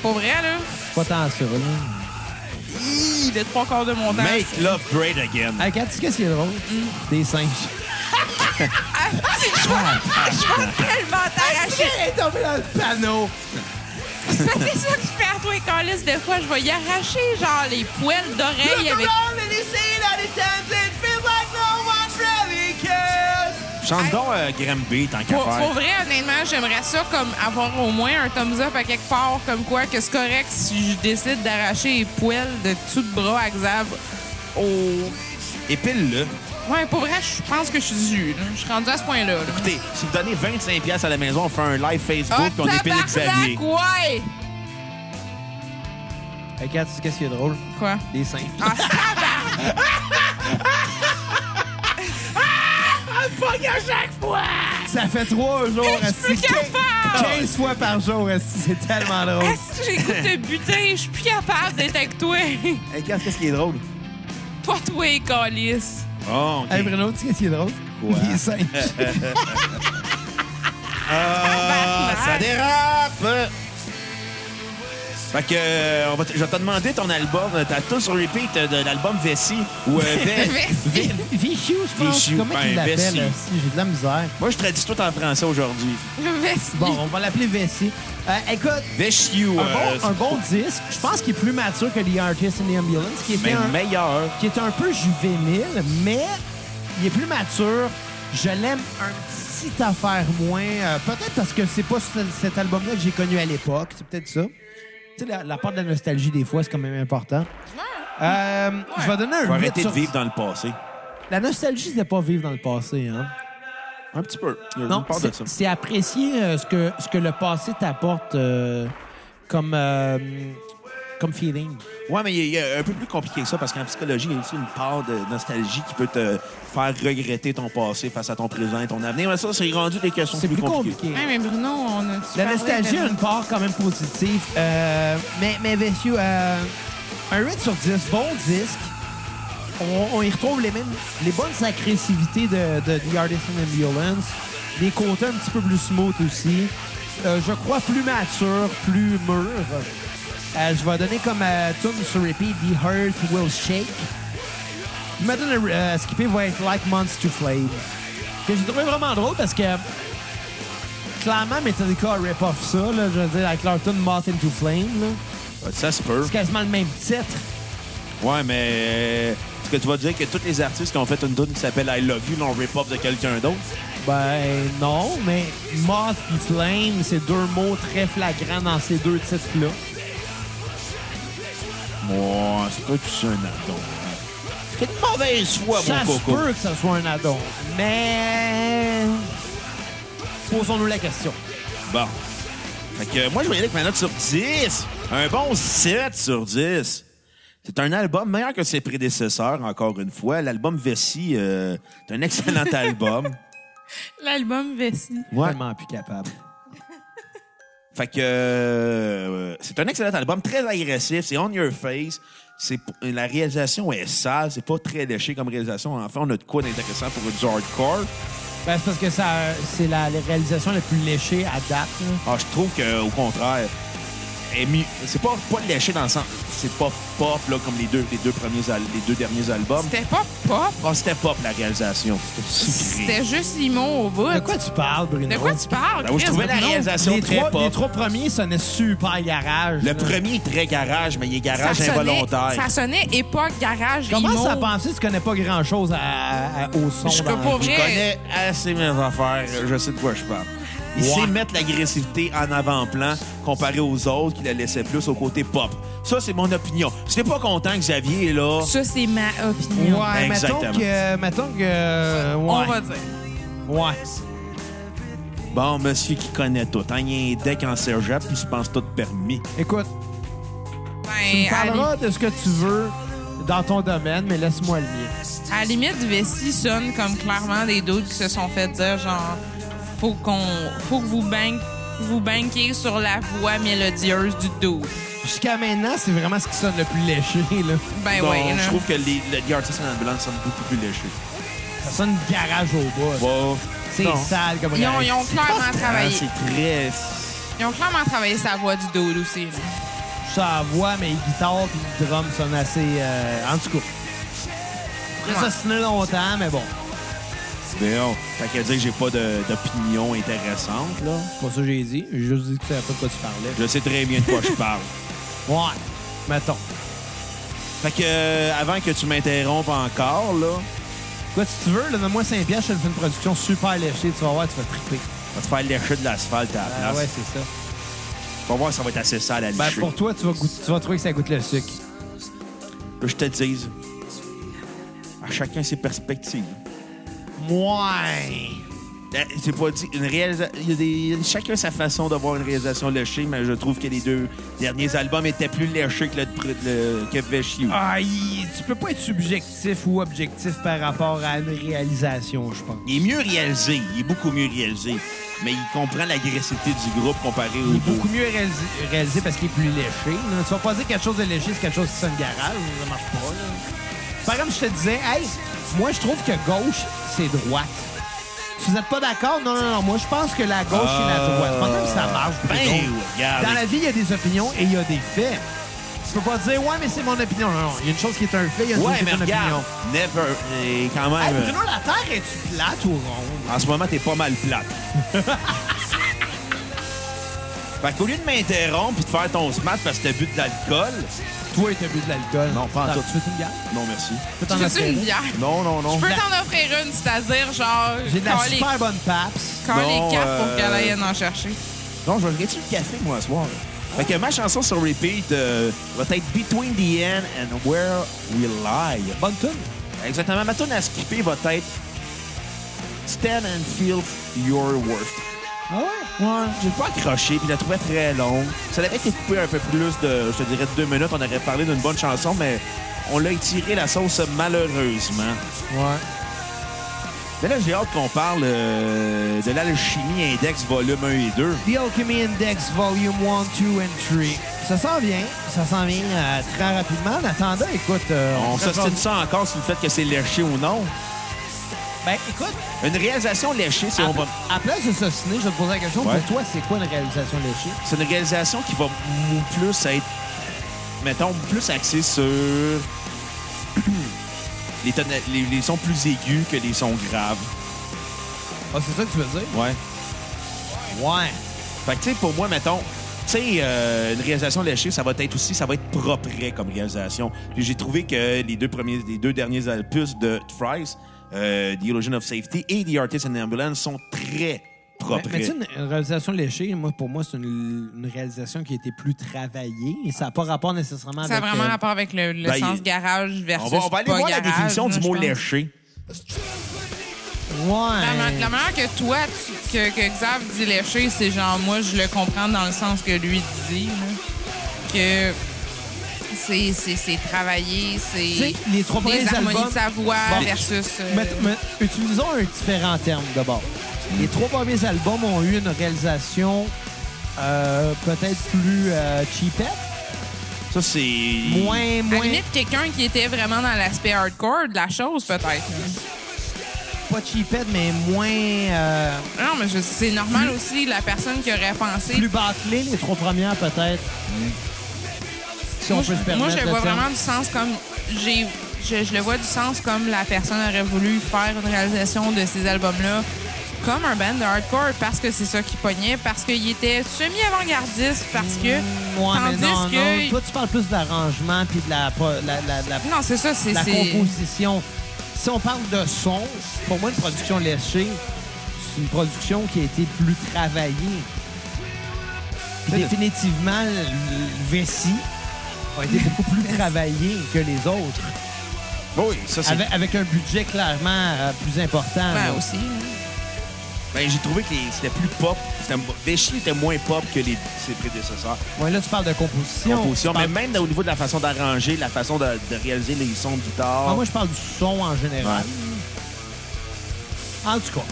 Pour vrai, là, Pas tant ça, là. hi, le trois quarts de mon temps. Make c'est- *laughs* love great again. Hey, Kat, dis qu'est-ce qui est drôle? Des singes. Ah, c'est- je vois- je vois tellement t'arracher. Elle est tombée dans le panneau! Parce que c'est ça que je fais à toi, câlisse, des fois, je vais y arracher, genre, les poils d'oreilles avec... Chante donc euh, Gramby, tant qu'à Pour, pour faire. vrai, honnêtement, j'aimerais ça comme avoir au moins un thumbs up à quelque part, comme quoi que c'est correct si je décide d'arracher les poils de tout de bras à Xav au... Épile-le. Ouais, pour vrai, je pense que je suis due. là. Je suis rendue à ce point-là. là. Oh, Écoutez, si vous donnez 25$ piastres à la maison, on fait un live Facebook puis on épile tabarnak, Xavier. ouais! Hey, Kat, dis qu'est-ce qui est drôle? Quoi? Des singes. Ah, tabarnak! Ça fait trois jours, Je esti, suis quin- capable! 15 fois par jour, esti, c'est tellement drôle. Est-ce que j'ai le goût de te buter? Je suis plus capable d'être avec toi. *laughs* Hey, Kat, qu'est-ce qui est drôle? Pas toi, câlisse. Oh, OK. Hey Bruno, tu sais qu'est-ce qui est drôle? Quoi? Des singes. *laughs* Ah, ça dérape! Fait que, euh, on va te- je vais te demander ton album, euh, ta tune sur repeat euh, de l'album Vessie ou euh, Ve- V- Vichu, je pense. Vichu, Comment ben, il l'appelle? Vessi. esti? J'ai de la misère. Moi, je traduis tout en français aujourd'hui. Bon, on va l'appeler Vessi. Euh, écoute, Vessiou. un bon, un bon disque. Je pense qu'il est plus mature que The Artist in the Ambulance, qui était mais un, meilleur. qui était un peu juvénile, mais il est plus mature. Je l'aime un petit affaire moins. Euh, peut-être parce que c'est pas ce- cet album-là que j'ai connu à l'époque. C'est peut-être ça. Tu sais, la, la part de la nostalgie, des fois, c'est quand même important. Euh, Je vais donner Faut un 8 arrêter de sur vivre dans le passé. La nostalgie, c'est de pas vivre dans le passé. Hein? Un petit peu. Il y a Non, une part de ça. c'est- c'est apprécier euh, ce, que, ce que le passé t'apporte euh, comme, euh, comme feeling. Ouais, mais il y a un peu plus compliqué que ça parce qu'en psychologie, il y a aussi une part de nostalgie qui peut te faire regretter ton passé face à ton présent et ton avenir. Mais ça, c'est rendu des questions C'est plus, plus compliquées. compliqué. Hey, mais Bruno, on a. La nostalgie a une part quand même positive. Euh, mais, mais messieurs, euh, un 8 sur 10, bon disque. On, on y retrouve les mêmes, les bonnes agressivités de, de The Artisan Ambulance. Des côtés un petit peu plus smooth aussi. Euh, je crois plus mature, plus mûr. Euh, je vais donner comme euh, tune sur repeat The Earth Will Shake. Je me donne un- euh, skipper va être Like Months to Flame. Que j'ai trouvé vraiment drôle parce que clairement Metallica rip off ça, là, je veux dire, avec leur tune Moth into Flame. là. Ouais, Ça se peut. C'est quasiment le même titre. Ouais, mais. euh, Est-ce que tu vas dire que tous les artistes qui ont fait une tune qui s'appelle I Love You l'ont rip-off de quelqu'un d'autre? Ben non, mais Moth et Flame, c'est deux mots très flagrants dans ces deux titres-là. Ouais, c'est pas tout ça un addon. C'est une mauvaise foi, ça mon se coco. peut que ça soit un addon, mais... Posons-nous la question. Bon. Fait que euh, moi, je vais y aller avec ma note sur 10. Un bon 7 sur 10. C'est un album meilleur que ses prédécesseurs, encore une fois. L'album Vessi, euh, c'est un excellent album. L'album Vessi. Ouais. Tellement plus capable. Fait que euh, c'est un excellent album, très agressif, c'est on your face. C'est p- la réalisation est sale, c'est pas très léché comme réalisation. Enfin, on a de quoi d'intéressant pour du hardcore. Ben, c'est parce que ça, c'est la, la réalisation la plus léchée à date. là. Ah, je trouve que au contraire, est mi- c'est pas pas léché dans le sens, c'est pas pop là comme les deux les deux premiers al- les deux derniers albums. C'était pas pop, Ah, c'était pop la réalisation. C'était sucré. c'était juste l'humour au bout. De quoi tu parles, Bruno? De quoi tu parles, Ben, moi, je Chris? trouvais la Non. réalisation les très trois, pop. les trois premiers sonnaient super garage. Le là. premier est très garage, mais il est ça garage sonnait, involontaire. ça sonnait époque garage Comment emo. ça penser que tu connais pas grand-chose à- à- au son? hein? Je dans peux la pas vie? Je vrai. connais assez mes affaires, je sais de quoi je parle. Il Ouais. sait mettre l'agressivité en avant-plan comparé aux autres qui la laissaient plus au côté pop. Ça, c'est mon opinion. C'est pas content que Xavier est là. Ça, c'est ma Ouais, opinion. mettons Exactement. que... Mettons que euh, ouais. On va dire. Ouais. Bon, monsieur qui connaît tout. Hein, il est deck en cégep, puis il se pense tout permis. Écoute, tu Ben, me à, la- parleras de ce que tu veux dans ton domaine, mais laisse-moi le mien. à la limite, Vessi sonne comme clairement des dos qui se sont fait dire genre, faut qu'on, faut que vous banquiez vous banquiez sur la voix mélodieuse du dos. Jusqu'à maintenant, c'est vraiment ce qui sonne le plus léché, là. Ben Donc, ouais, là. je trouve que les, les, les artistes en ambulance sont beaucoup plus léchés. Ça sonne garage au bas. Wow. C'est Non. sale comme Ils ont, réaction. ils ont clairement Ah, travaillé. c'est très... Ils ont clairement travaillé sa voix du dos aussi. là. sa voix, mais les guitares et le drum sonnent assez. euh, en tout cas. J'ai Ouais. assassiné longtemps, mais bon. Bon. Fait qu'à dire que j'ai pas de- d'opinion intéressante, là. C'est pas ça que j'ai dit. J'ai juste dit que tu savais pas de quoi tu parlais. Je sais très bien de quoi je *laughs* parle. Ouais. Mettons. Fait que, euh, avant que tu m'interrompes encore, là, Quoi, si tu veux, là, donne-moi 5 pièces, je te fais une production super léchée. Tu vas voir, tu vas triper. on va te faire lécher de l'asphalte à la Ah place. ouais, c'est ça. On va voir si ça va être assez sale à Ben, lécher. pour toi, tu vas, goûter- tu vas trouver que ça goûte le sucre. Que je te dise, à chacun ses perspectives. Ouais. Euh, C'est pas dit, une réalisa- il y a des- il y a chacun sa façon d'avoir une réalisation léchée, mais je trouve que les deux derniers albums étaient plus léchés que le, pr- le- que Vichy. Aïe, tu peux pas être subjectif ou objectif par rapport à une réalisation, je pense. Il est mieux réalisé, il est beaucoup mieux réalisé, mais il comprend l'agressivité du groupe comparé au Il est deux. beaucoup mieux réalisé, réalisé parce qu'il est plus léché. là. Tu vas pas dire quelque chose de léché, c'est quelque chose qui sonne garage. Ça marche pas. là. Par exemple, je te disais, hey, moi, je trouve que gauche, c'est droite. Si vous n'êtes pas d'accord, non, non, non. Moi, je pense que la gauche et la droite. Euh, Pendant que ça marche, ben, plutôt. regarde. Dans la vie, il y a des opinions et il y a des faits. Tu peux pas dire, ouais, mais c'est mon opinion. Non, non. Il y a une chose qui est un fait, il y a une Ouais, chose qui mais est une regarde, opinion. never, et quand Hey, même, euh, Bruno, la Terre, est-tu plate ou ronde? en ce moment, t'es pas mal plate. fait qu'au lieu de m'interrompre et de faire ton smat parce que t'as bu de l'alcool, Toi, t'as bu de l'alcool. Non, pas en Attends, tout. Tu veux une bière? non merci. Tu veux Tu t'en veux-tu offrir une une? bière? Non, non, non. Je peux la- t'en offrir une, c'est-à-dire genre. J'ai de la quand les- super bonne PAPS. quand Bon, les cartes euh, pour qu'elle aille en chercher. Non, je vais regretter le café, moi, ce soir. Fait que ma chanson sur repeat euh, va être Between the End and Where We Lie. Bonne tune. Exactement. Ma tune à skipper va être Stand and Feel Your Worth. Ah ouais? Ouais, j'ai pas accroché, puis je la trouvais très longue. Ça avait été coupé un peu plus de, je te dirais, deux minutes. On aurait parlé d'une bonne chanson, mais on l'a étiré la sauce malheureusement. Ouais. Mais là, j'ai hâte qu'on parle euh, de l'alchimie index volume 1 et 2. The Alchemy Index Volume 1, 2 and 3. Ça s'en vient. Ça s'en vient euh, très rapidement. En attendant, écoute... euh, On se s'ostine ça encore sur le fait que c'est léché ou non. Ben, écoute, Une réalisation léchée, c'est à, on va- à place de s'ostiner, je vais te poser la question. Ouais. Pour toi, c'est quoi une réalisation léchée? c'est une réalisation qui va m- plus être, mettons, plus axée sur *clears throat* les, tona- les- les sons plus aigus que les sons graves. Ah, c'est ça que tu veux dire? Ouais. Ouais. Fait que, tu sais, pour moi, mettons, tu sais, euh, une réalisation léchée, ça va être aussi, ça va être propre comme réalisation. Puis j'ai trouvé que les deux premiers, les deux derniers opus de Fries, euh, The Illusion of Safety et The Artist and the Ambulance sont très Mais, propres. mais tu sais, une, une réalisation léchée, moi, pour moi, c'est une, une réalisation qui a été plus travaillée. Et ça n'a pas rapport nécessairement Ça a avec... vraiment euh, rapport avec le, le ben, sens il- garage versus. on va, on va aller pas voir la garage, définition là, du je mot pense. léché. Ouais. La, ma- la manière que toi, tu- que, que Xav dit lécher, c'est genre, moi, je le comprends dans le sens que lui dit, là. que c'est- c'est c'est travaillé, Tu sais, c'est les trois premiers les harmonies albums- de sa voix Bon. versus... euh, Mais- mais utilisons un différent terme d'abord. Les trois premiers albums ont eu une réalisation euh, peut-être plus euh, cheapette, Ça, c'est. moins, à la moins. limite, quelqu'un qui était vraiment dans l'aspect hardcore de la chose, peut-être. là. pas cheapette, mais moins euh, Non, mais je- c'est normal aussi, la personne qui aurait pensé. plus bâclée, les trois premières peut-être. Si on moi, peut se je- permettre. moi, je le vois terme. vraiment du sens comme. j'ai je, je le vois du sens comme la personne aurait voulu faire une réalisation de ces albums-là comme un band de hardcore parce que c'est ça qui pognait, parce qu'il était semi-avant-gardiste, parce que. Ouais, mais tandis non, que. non. Toi, tu parles plus de l'arrangement puis de la, pro- la, la, la- Non, c'est ça, c'est. la c'est- composition. Si on parle de son, pour moi, une production léchée, c'est une production qui a été plus travaillée. Puis Définitivement, le le Vessi a été beaucoup *laughs* plus travaillé que les autres, Oui, ça c'est. avec, avec un budget clairement euh, plus important. là. Ben, aussi. hein. Ben, j'ai trouvé que les- c'était plus pop. C'était- Vichy était moins pop que les- ses prédécesseurs. Ouais, là, tu parles de composition. Composition, Tu mais parles- même au niveau de la façon d'arranger, la façon de, de réaliser les sons de guitare. Ah, moi, je parle du son en général. En tout cas,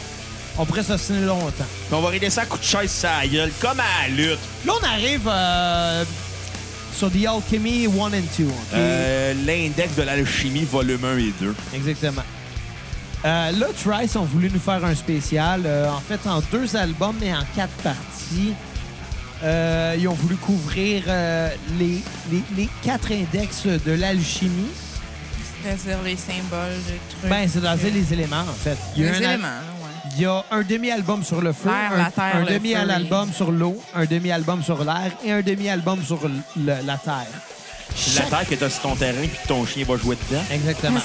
on pourrait s'assiner longtemps. Puis on va raider ça à coup de chaise sa gueule, comme à la lutte. Là, on arrive euh, sur The Alchemy 1 and 2. OK? Euh, L'index de l'alchimie, volume 1 et 2. Exactement. Euh, là, Trice ont voulu nous faire un spécial. euh, en fait, en deux albums et en quatre parties. Euh, ils ont voulu couvrir euh, les, les- les quatre index de l'alchimie. C'est-à-dire les symboles, les trucs. Ben, c'est-à-dire euh, les hein, éléments, en fait. Il y les a un al- éléments, ouais. Il y a un demi-album sur le feu, L'air, un, la terre, un le demi-album feu, sur l'eau, un demi-album sur l'air et un demi-album sur l- le- la terre. La Chaque- terre que t'as sur ton terrain puis que ton chien va jouer dedans. Exactement.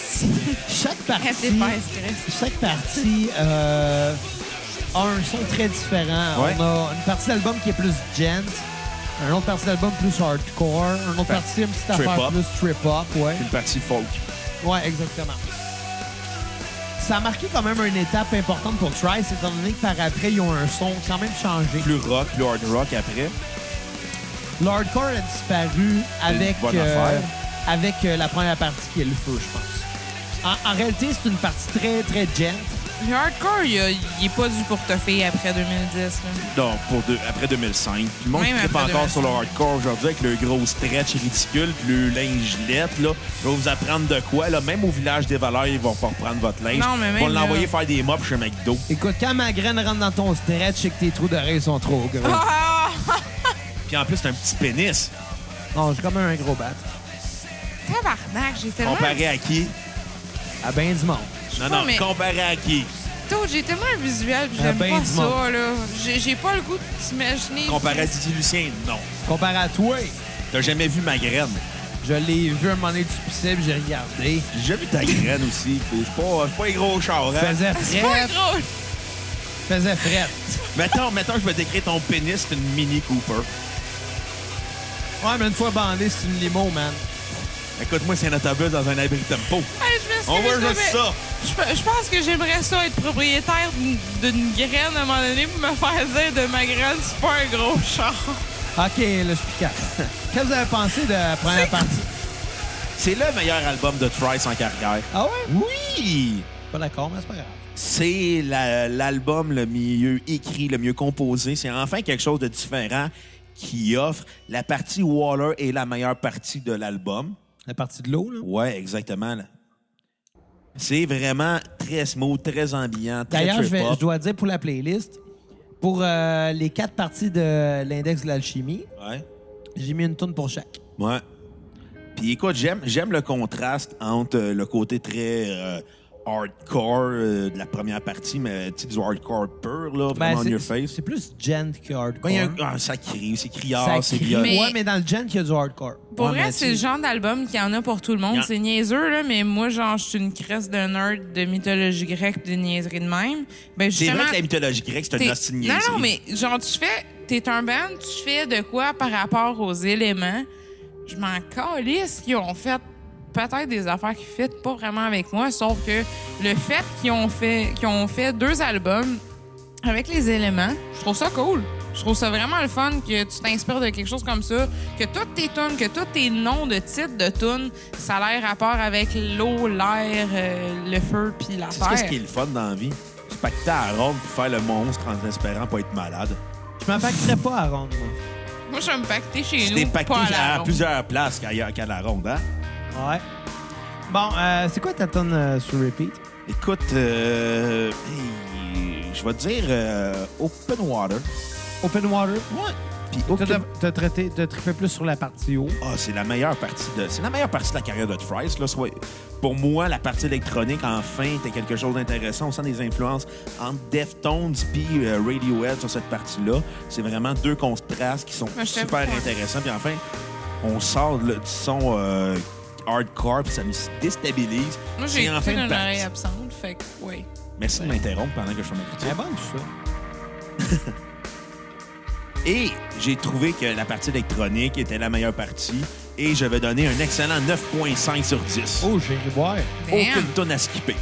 Chaque Reste partie, épaisse, Chris. chaque partie euh, a un son très différent. Ouais. On a une partie d'album qui est plus gent, un autre partie d'album plus hardcore, un autre Fait- partie une petite Ben, trip affaire hop. plus trip-hop. Ouais. Une partie folk. Ouais, exactement. Ça a marqué quand même une étape importante pour Trice, étant donné que par après, ils ont un son quand même changé. Plus rock, plus hard rock après. Le hardcore a disparu avec, bonne euh, affaire. avec euh, la première partie qui est le feu, je pense. En, en réalité, c'est une partie très, très gent. *laughs* Le hardcore, il a- il est pas du portefeuille après 2010. là. Non, pour deux- après 2005. Tout le monde Même trippe après encore 2005. sur le hardcore aujourd'hui avec le gros stretch ridicule puis le lingelette. Là. Je vais vous apprendre de quoi. Là. Même au village des valeurs, ils vont pas reprendre votre linge. Non, mais ils même vont l'envoyer là- faire des mops chez McDo. Écoute, quand ma graine rentre dans ton stretch, c'est que tes trous d'oreilles sont trop gros. Ah! Puis en plus, c'est un petit pénis. Non, j'ai comme un gros bat. Tabarnak, j'ai tellement. Comparé à qui? À ben du monde. Non, pas, non, mais- comparé à qui? Tôt, J'ai tellement un visuel, puis Ah, j'aime ben pas du ça, monde. là. J'ai j'ai pas le goût de t'imaginer. Comparé à Didier Lucien? Non. Comparé à toi, T'as jamais vu ma graine. je l'ai vu un moment donné, tu pissais, puis j'ai regardé. J'ai jamais vu ta graine aussi. puis C'est pas, c'est pas un gros char. hein? Faisait Ah, C'est pas fret, drôle. faisait fret. Mettons, mettons, je vais décrire ton pénis, c'est une Mini Cooper. Ouais, mais une fois bandé, c'est une limo, man. Écoute-moi, c'est un autobus dans un abri tempo. Hey, je m'excuse, On va là, jouer mais ça. Je, pe- je pense que j'aimerais ça être propriétaire d'une- d'une graine à un moment donné pour me faire dire de ma graine, c'est pas un gros char. OK, là, je suis *laughs* piquant. Qu'est-ce que vous avez pensé de la première partie? C'est le meilleur album de Trice en carrière. Ah ouais? Oui! Pas d'accord, mais c'est pas grave. C'est la- l'album le mieux écrit, le mieux composé. C'est enfin quelque chose de différent qui offre. La partie Waller est la meilleure partie de l'album. La partie de l'eau, là. Ouais, exactement. là. C'est vraiment très smooth, très ambiant, très D'ailleurs, je, vais- trip-hop. je dois dire pour la playlist, pour euh, les quatre parties de l'index de l'alchimie, Ouais. j'ai mis une tourne pour chaque. Ouais. Puis écoute, j'aime, j'aime le contraste entre euh, le côté très euh, hardcore euh, de la première partie, mais tu sais, du hardcore pur, Ben, là, vraiment on c'est- your face. c'est plus gent que hardcore. Ouais, il y a un- ah, ça crie, c'est Ça criard, c'est crie. violent. Mais- Ouais, mais dans le gent, il y a du hardcore. Pour Ouais, mais vrai, c'est tu- le genre d'album qu'il y en a pour tout le monde. Yeah. C'est niaiseux, là, mais moi, genre, je suis une cresse d'un nerd de mythologie grecque, de niaiserie de même. Ben, C'est justement, vrai que la mythologie grecque, c'est T'es- une hostie de Non, niaiserie. non, mais genre, tu fais. T'es un band, tu fais de quoi par rapport aux éléments? Je m'en calisse qu'ils ont fait peut-être des affaires qui ne pas vraiment avec moi, sauf que le fait qu'ils ont fait, qu'ils ont fait deux albums avec les éléments, je trouve ça cool. Je trouve ça vraiment le fun que tu t'inspires de quelque chose comme ça, que toutes tes tunes, que tous tes noms de titres de tunes, ça a l'air rapport avec l'eau, l'air, euh, le feu puis la Tu sais ce terre. qui est le fun dans la vie? C'est pas que t'es à Rome pour faire le monstre en espérant pas être malade. Je m'affecterais pas à rendre, moi. Moi, je vais me pacter chez Tu nous. t'es pas pacté à la à, ronde. plusieurs places qu'ailleurs qu'à la ronde, hein? Ouais. Bon, euh, c'est quoi ta tonne sur repeat? Écoute, euh, hey, je vais te dire euh, Open Water. Open Water. Ouais. Puis T'as- Open... T'as t'as traité, t'as trippé plus sur la partie haut. Ah, c'est la meilleure partie de c'est la meilleure partie de la carrière de Thrice là. Soit- pour moi la partie électronique enfin était quelque chose d'intéressant. On sent des influences entre Deftones puis euh, Radiohead sur cette partie là. C'est vraiment deux contrastes qui sont Mais je super t'avoue, ouais. intéressants. Puis enfin on sort là, du son euh, hardcore puis ça nous déstabilise. Moi, C'est j'ai enfin écouté une d'une partie- oreille absente, fait que, oui. Merci de m'interrompre pendant que je fais mon écriture. C'est bon, tout ça. Et j'ai trouvé que la partie électronique était la meilleure partie. Et je vais donner un excellent 9.5 sur 10. Oh, j'ai ri boire. Aucune tonne à skipper.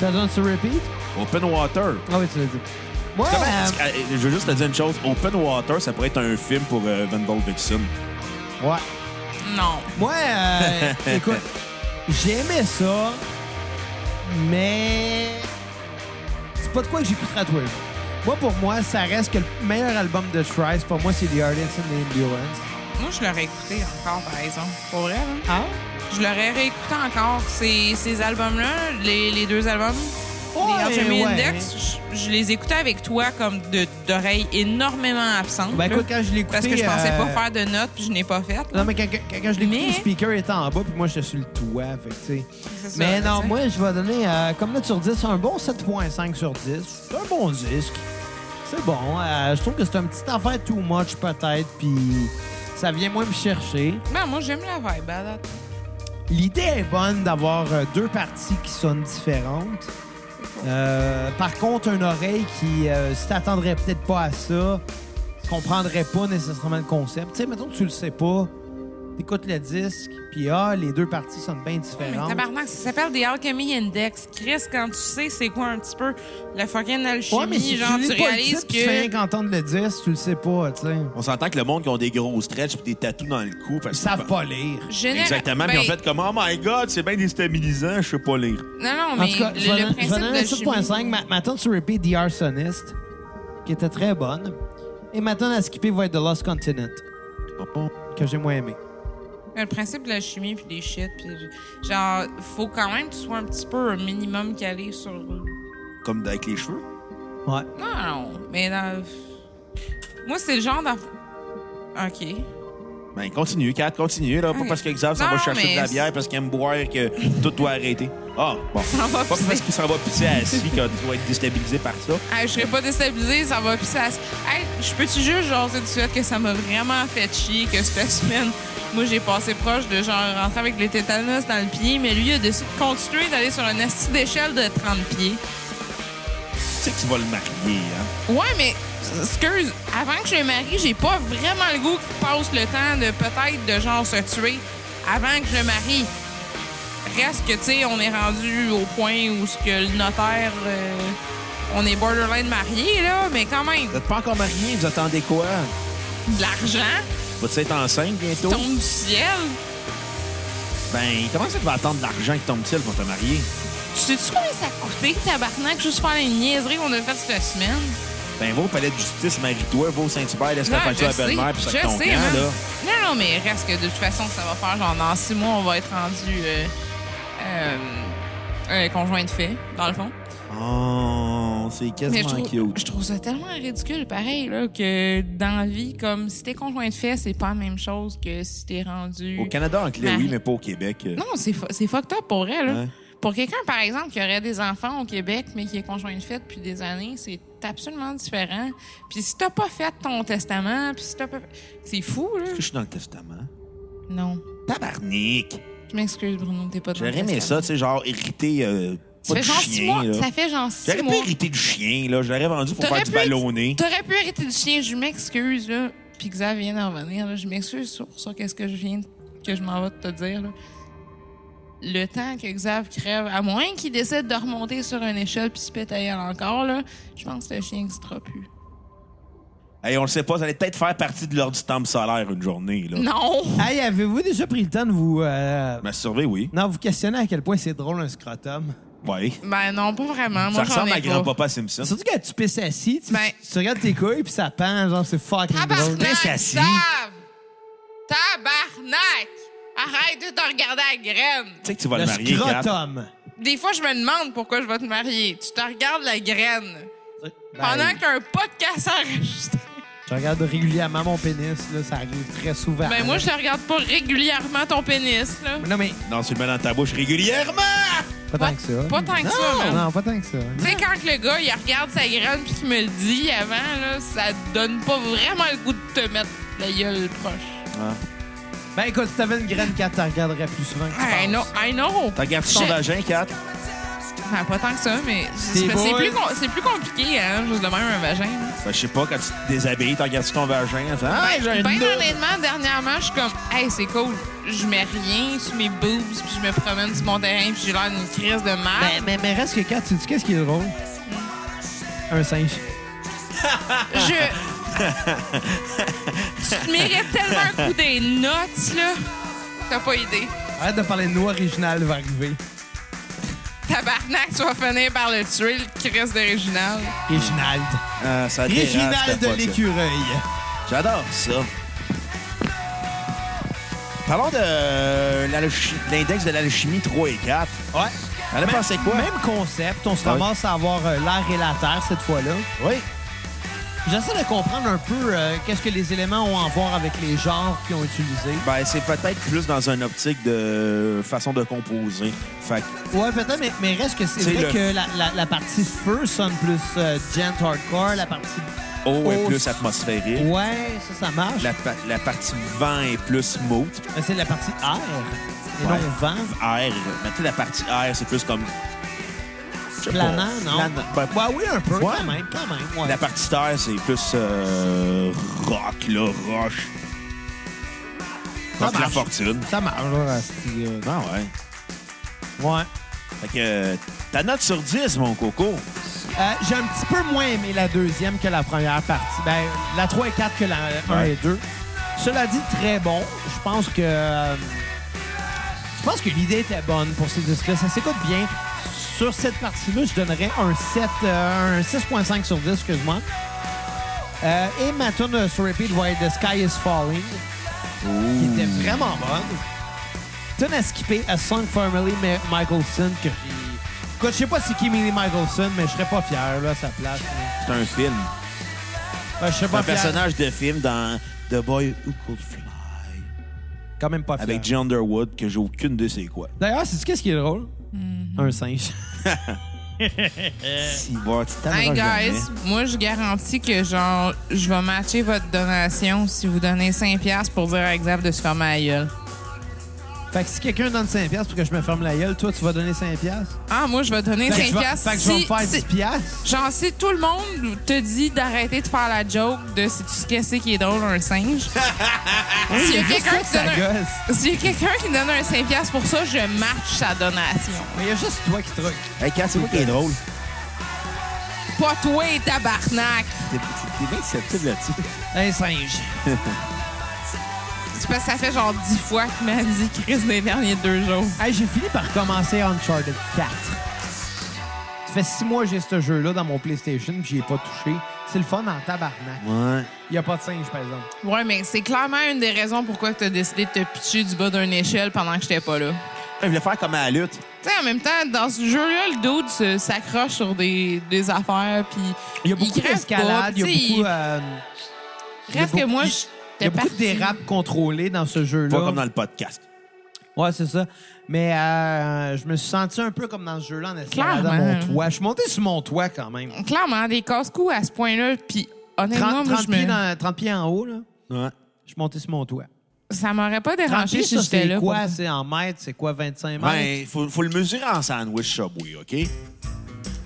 Ta tonne sur repeat? Open Water. Ah oui, tu l'as dit. Moi, Comment- Ah. euh, Euh, Je veux juste te dire une chose. Open Water, ça pourrait être un film pour euh, Vandal Vixen. ouais. Non. Moi, *laughs* euh, écoute, j'aimais ça, mais c'est pas de quoi que j'écouterais à tous les jours. Moi, pour moi, ça reste que le meilleur album de Thrice, pour moi, c'est The Artists and the Endurance. Moi, je l'aurais écouté encore, par exemple. Pour vrai, hein? Ah? Je l'aurais réécouté encore. Ces, ces albums-là, les, les deux albums, les Alchemy ouais. Index, je, je les écoutais avec toi comme de- d'oreilles énormément absentes. Ben là, écoute, quand je l'ai écouté... parce que je pensais euh, pas faire de notes, puis je n'ai pas fait. là. Non, mais quand, quand- quand je l'ai écouté, Mais- le speaker était en bas, puis moi, j'étais sur le toit, fait que, tu sais. C'est ça, Mais tu non, sais. moi, je vais donner, euh, comme note sur 10, un bon 7.5 sur 10. C'est un bon disque. C'est bon. Euh, je trouve que c'est une petite affaire too much, peut-être, puis ça vient moins me chercher. Ben, moi, j'aime la vibe. à date. L'idée est bonne d'avoir euh, deux parties qui sonnent différentes. Euh, par contre, une oreille qui, euh, si t'attendrais peut-être pas à ça, tu comprendrais pas nécessairement le concept. Tu sais, mettons que tu le sais pas, t'écoutes le disque, puis ah, les deux parties sonnent bien Mais différentes. tabarnak, ça s'appelle des Alchemy Index. Chris, quand tu sais c'est quoi un petit peu la fucking alchimie, Ouais, mais si genre, tu, tu lis pas le réalises titre, puis tu fais rien que... qu'entendre le disque, tu le sais pas, tu sais. On s'entend que le monde qui ont des gros stretches et des tatous dans le cou. Parce Ils que- savent pas lire. Général- Exactement. Puis ben, en fait, comme, oh my god, c'est bien déstabilisant, je sais pas lire. Non, non, En mais tout cas, le, je vais le donner- je vais donner principe de 7.5. Ma, ma tune sur repeat, The Arsonist, qui était très bonne. Et ma tune à skipper va être The Lost Continent, que j'ai moins aimé. Le principe de la chimie puis des shit puis genre faut quand même que tu sois un petit peu un minimum calé sur non Comme avec les cheveux. Ouais. non mais dans... moi c'est le genre d'aff- ok Ben, continue, Kat, continue. Là, Pas Ok. parce que Xav s'en Non, va chercher de la mais bière parce qu'il aime boire que tout doit arrêter. Ah, bon. s'en va Pas pisser. parce qu'il s'en va pisser assis qu'il doit être déstabilisé par ça. Hey, Ah, je serais pas déstabilisée ça va puis ça se- hey, je peux tu juste jaser du fait que ça m'a vraiment fait chier que cette semaine moi j'ai passé proche de genre rentrer avec le tétanos dans le pied mais lui il a décidé de continuer d'aller sur un asti d'échelle de 30 pieds Tu sais que tu vas le marier, hein? Ouais, mais excuse, avant que je me marie, j'ai pas vraiment le goût qu'il passe le temps de peut-être de genre se tuer avant que je me marie. Reste que, tu sais, on est rendu au point où ce que le notaire, euh, on est borderline marié, là, mais quand même, Vous n'êtes pas encore marié, vous attendez quoi? de l'argent Vas-tu être enceinte bientôt? tombe du ciel. Ben, comment ça tu vas attendre de l'argent qui tombe-t-il pour te marier? Tu sais-tu combien ça a coûté, tabarnak, juste faire les niaiseries qu'on a faites cette semaine? Ben, va au palais de justice, marie-toi, va au Saint-Hubert, laisse Non, ta facture à je sais, belle-mère, puis ça je que ton sais, camp, hein. là. Non, non, mais reste que de toute façon, ça va faire genre dans six mois, on va être rendu euh, euh, euh, conjoint de fait, dans le fond. Oh, c'est Mais je quasiment trouve, cute. je trouve ça tellement ridicule, pareil, là, que dans la vie, comme si t'es conjoint de fait, c'est pas la même chose que si t'es rendu. Au Canada anglais, oui, Marie. mais pas au Québec. Ah. euh, Non, c'est fu- c'est fucked up pour vrai, là. Ouais. Pour quelqu'un, par exemple, qui aurait des enfants au Québec, mais qui est conjoint de fait depuis des années, c'est absolument différent. Puis si t'as pas fait ton testament, puis si t'as pas. C'est fou, là. Est-ce que je suis dans le testament? Non. Tabarnak! Je m'excuse, Bruno, t'es pas dans J'aurais le aimé testament. ça, tu sais, genre, hériter euh, Ça pas fait du genre six mois. chien, là. Ça fait genre six J'aurais pas mois. hérité du chien, là. Je l'aurais vendu pour T'aurais faire du pu être- ballonné. T'aurais pu arrêter du chien, je m'excuse, là. Puis Xav vient d'en venir, là. Je m'excuse sur, sur qu'est-ce que je viens, de- que je m'en vais de te dire, là. Le temps que Xav crève, à moins qu'il décide de remonter sur une échelle puis se pète à elle encore, là, je pense que le chien n'existera plus. Hey, on le sait pas, ça allait peut-être faire partie de l'heure du temple solaire une journée, là. Non! Hey, avez-vous déjà pris le temps de vous... euh, Masturber, oui. Non, vous questionnez à quel point c'est drôle un scrotum. Ouais. Ben non, pas vraiment. Ça Moi, j'en ressemble ai à pas. grand-papa Simpson. Surtout quand tu pisses assis, tu, Ben- tu regardes tes couilles puis ça pend, genre c'est fucking drôle. Tabarnak! assis. Xav! Tabarnak! Arrête de te regarder à la graine. Tu sais que tu vas Le le marier, Kat. scrotum. Des fois, je me demande pourquoi je vais te marier. Tu te regardes la graine. Pendant Ben, qu'un podcast s'enregistre. Je regarde régulièrement mon pénis, là, ça arrive très souvent. Ben, moi, je te regarde pas régulièrement ton pénis, là. Non, mais Non, tu le mets dans ta bouche régulièrement! pas Pas- tant que ça. pas tant que non, ça, man. Non, pas tant que ça. Tu sais, quand le gars, il regarde sa graine puis qu'il me le dit avant, là, ça donne pas vraiment le goût de te mettre la gueule proche. Ben écoute, si t'avais une graine Kat, t'en regarderais plus souvent que tu I know, penses. I know. T'as gardé ton Shit. vagin, Kat? Enfin, pas tant que ça, mais Des c'est parce que boules. c'est hein? plus, com- c'est plus compliqué, hein, juste de même un vagin. là. Ben, je sais pas, quand tu te déshabilles, t'as gardé ton vagin. en faisant, Ah, j'ai un ben nœud. honnêtement, dernièrement, je suis comme, hey, c'est cool. Je mets rien sur mes boobs puis je me promène sur mon terrain puis j'ai l'air d'une crise de Mais, mal. mais, mais reste que Kat, tu dis qu'est-ce qui est drôle? Un singe. ben. Je. *laughs* tu te mérites tellement un coup des notes, là. T'as pas idée. Arrête de parler de nous original, va arriver. Tabarnak, tu vas finir par le tuer, le Christ d'original. Réginald. Ah, ça dérape, Réginald c'était de pas ça. l'écureuil. J'adore ça. Parlons de euh, l'alchi- l'index de l'alchimie 3 et 4. Ouais. T'en as pensé quoi? Ah Même concept, on se Ouais. ramasse à avoir euh, l'air et la terre cette fois-là. Oui. J'essaie de comprendre un peu euh, qu'est-ce que les éléments ont à voir avec les genres qu'ils ont utilisés. Ben, c'est peut-être plus dans une optique de façon de composer. Fait que, Ouais, peut-être, mais, mais reste que c'est C'est vrai le- que la, la- la partie feu sonne plus euh, gent hardcore, la partie. eau est Oh, plus c'est- atmosphérique. Ouais, ça, ça marche. La, pa- la partie vent est plus smooth. Mais c'est la partie air et Ouais. non vent. Air. Mais tu sais, la partie air, c'est plus comme. je sais Planant, pas, non? planant. Ben, Ouais, oui, un peu, Ouais. quand même, quand même. ouais. La partie terre, c'est plus euh, rock, là, roche. Ça Rock la marche. fortune. Ça marche, là, c'est, euh, Ah ouais. Ouais. Fait que euh, ta note sur 10, mon coco. Euh, J'ai un petit peu moins aimé la deuxième que la première partie. Ben, la 3 et 4 que la 1 Ouais. et 2. Cela dit, très bon. Je pense que. euh, Je pense que l'idée était bonne pour ces disques-là. Ça s'écoute bien. Sur cette partie-là, je donnerais un 7, euh, un 6.5 sur 10, excuse-moi. Euh, et ma tune sur repeat va être The Sky is Falling, qui était vraiment bonne. Tune à skipper, A Song for Emily Ma- Michelson, que j'ai- Écoute, je sais pas c'est qui Emily Michelson, mais je serais pas fier, là, à sa place. là. C'est un film. Ben, je serais C'est pas un fier. personnage de film dans The Boy Who Could Fly. Quand même pas fier. Avec John Underwood, que j'ai aucune idée c'est quoi. D'ailleurs, c'est qu'est-ce qui est drôle? Un singe. *laughs* Si, bon, tu Hey t'aimeras guys, jamais. moi je garantis que genre je vais matcher votre donation si vous donnez 5 pièces pour dire à Xav de se fermer la gueule. Fait que si quelqu'un donne 5$ piastres pour que je me ferme la gueule, toi, tu vas donner 5$? piastres? Ah moi je vais donner Fait que 5 je vais- pièces. Fait que je vais me faire 10$? piastres. genre si tout le monde te dit d'arrêter de faire la joke de si tu sais qu'est-ce qui est drôle un singe. S'il y a quelqu'un qui Ça donne un- gosse. s'il y a quelqu'un qui donne un 5 pièces pour ça, je match sa donation. Mais il y a juste toi qui truc. Hey, Kat, c'est quoi qui est drôle? Pas toi tabarnak. T'es t'es bien susceptible là-dessus. Un singe. C'est parce que ça fait genre 10 fois qu'il m'a dit Chris des derniers deux jours. Hey, j'ai fini par commencer Uncharted 4. Ça fait six mois que j'ai ce jeu-là dans mon PlayStation, puis j'y ai pas touché. C'est le fun en tabarnak. Ouais. Il y a pas de singe, par exemple. Ouais, mais c'est clairement une des raisons pourquoi tu as décidé de te pitcher du bas d'une échelle pendant que j'étais pas là. Je voulais faire comme à la lutte. Tu sais, en même temps, dans ce jeu-là, le dude se- s'accroche sur des, des affaires, puis Il y a beaucoup crève pas, d'escalade, il puis tu sais, y a beaucoup... euh, il y a Reste que beaucoup- moi, il- j'étais Il y a beaucoup de partie. dérapes contrôlés dans ce Pas jeu-là. comme dans le podcast. Ouais, c'est ça. Mais euh, je me suis senti un peu comme dans ce jeu-là en escaladant Clairement. mon toit. Je suis monté sur mon toit quand même. Clairement, des casse-coups à ce point-là, puis honnêtement, 30, moi, 30 je me- pieds dans- 30 pieds en haut, là. Ouais. Je suis monté sur mon toit. ça m'aurait pas 30 dérangé pieds, si ça, j'étais c'est là. quoi? C'est en mètres? C'est quoi, 25 mètres? Ben, faut, faut le mesurer en sandwich Subway, OK?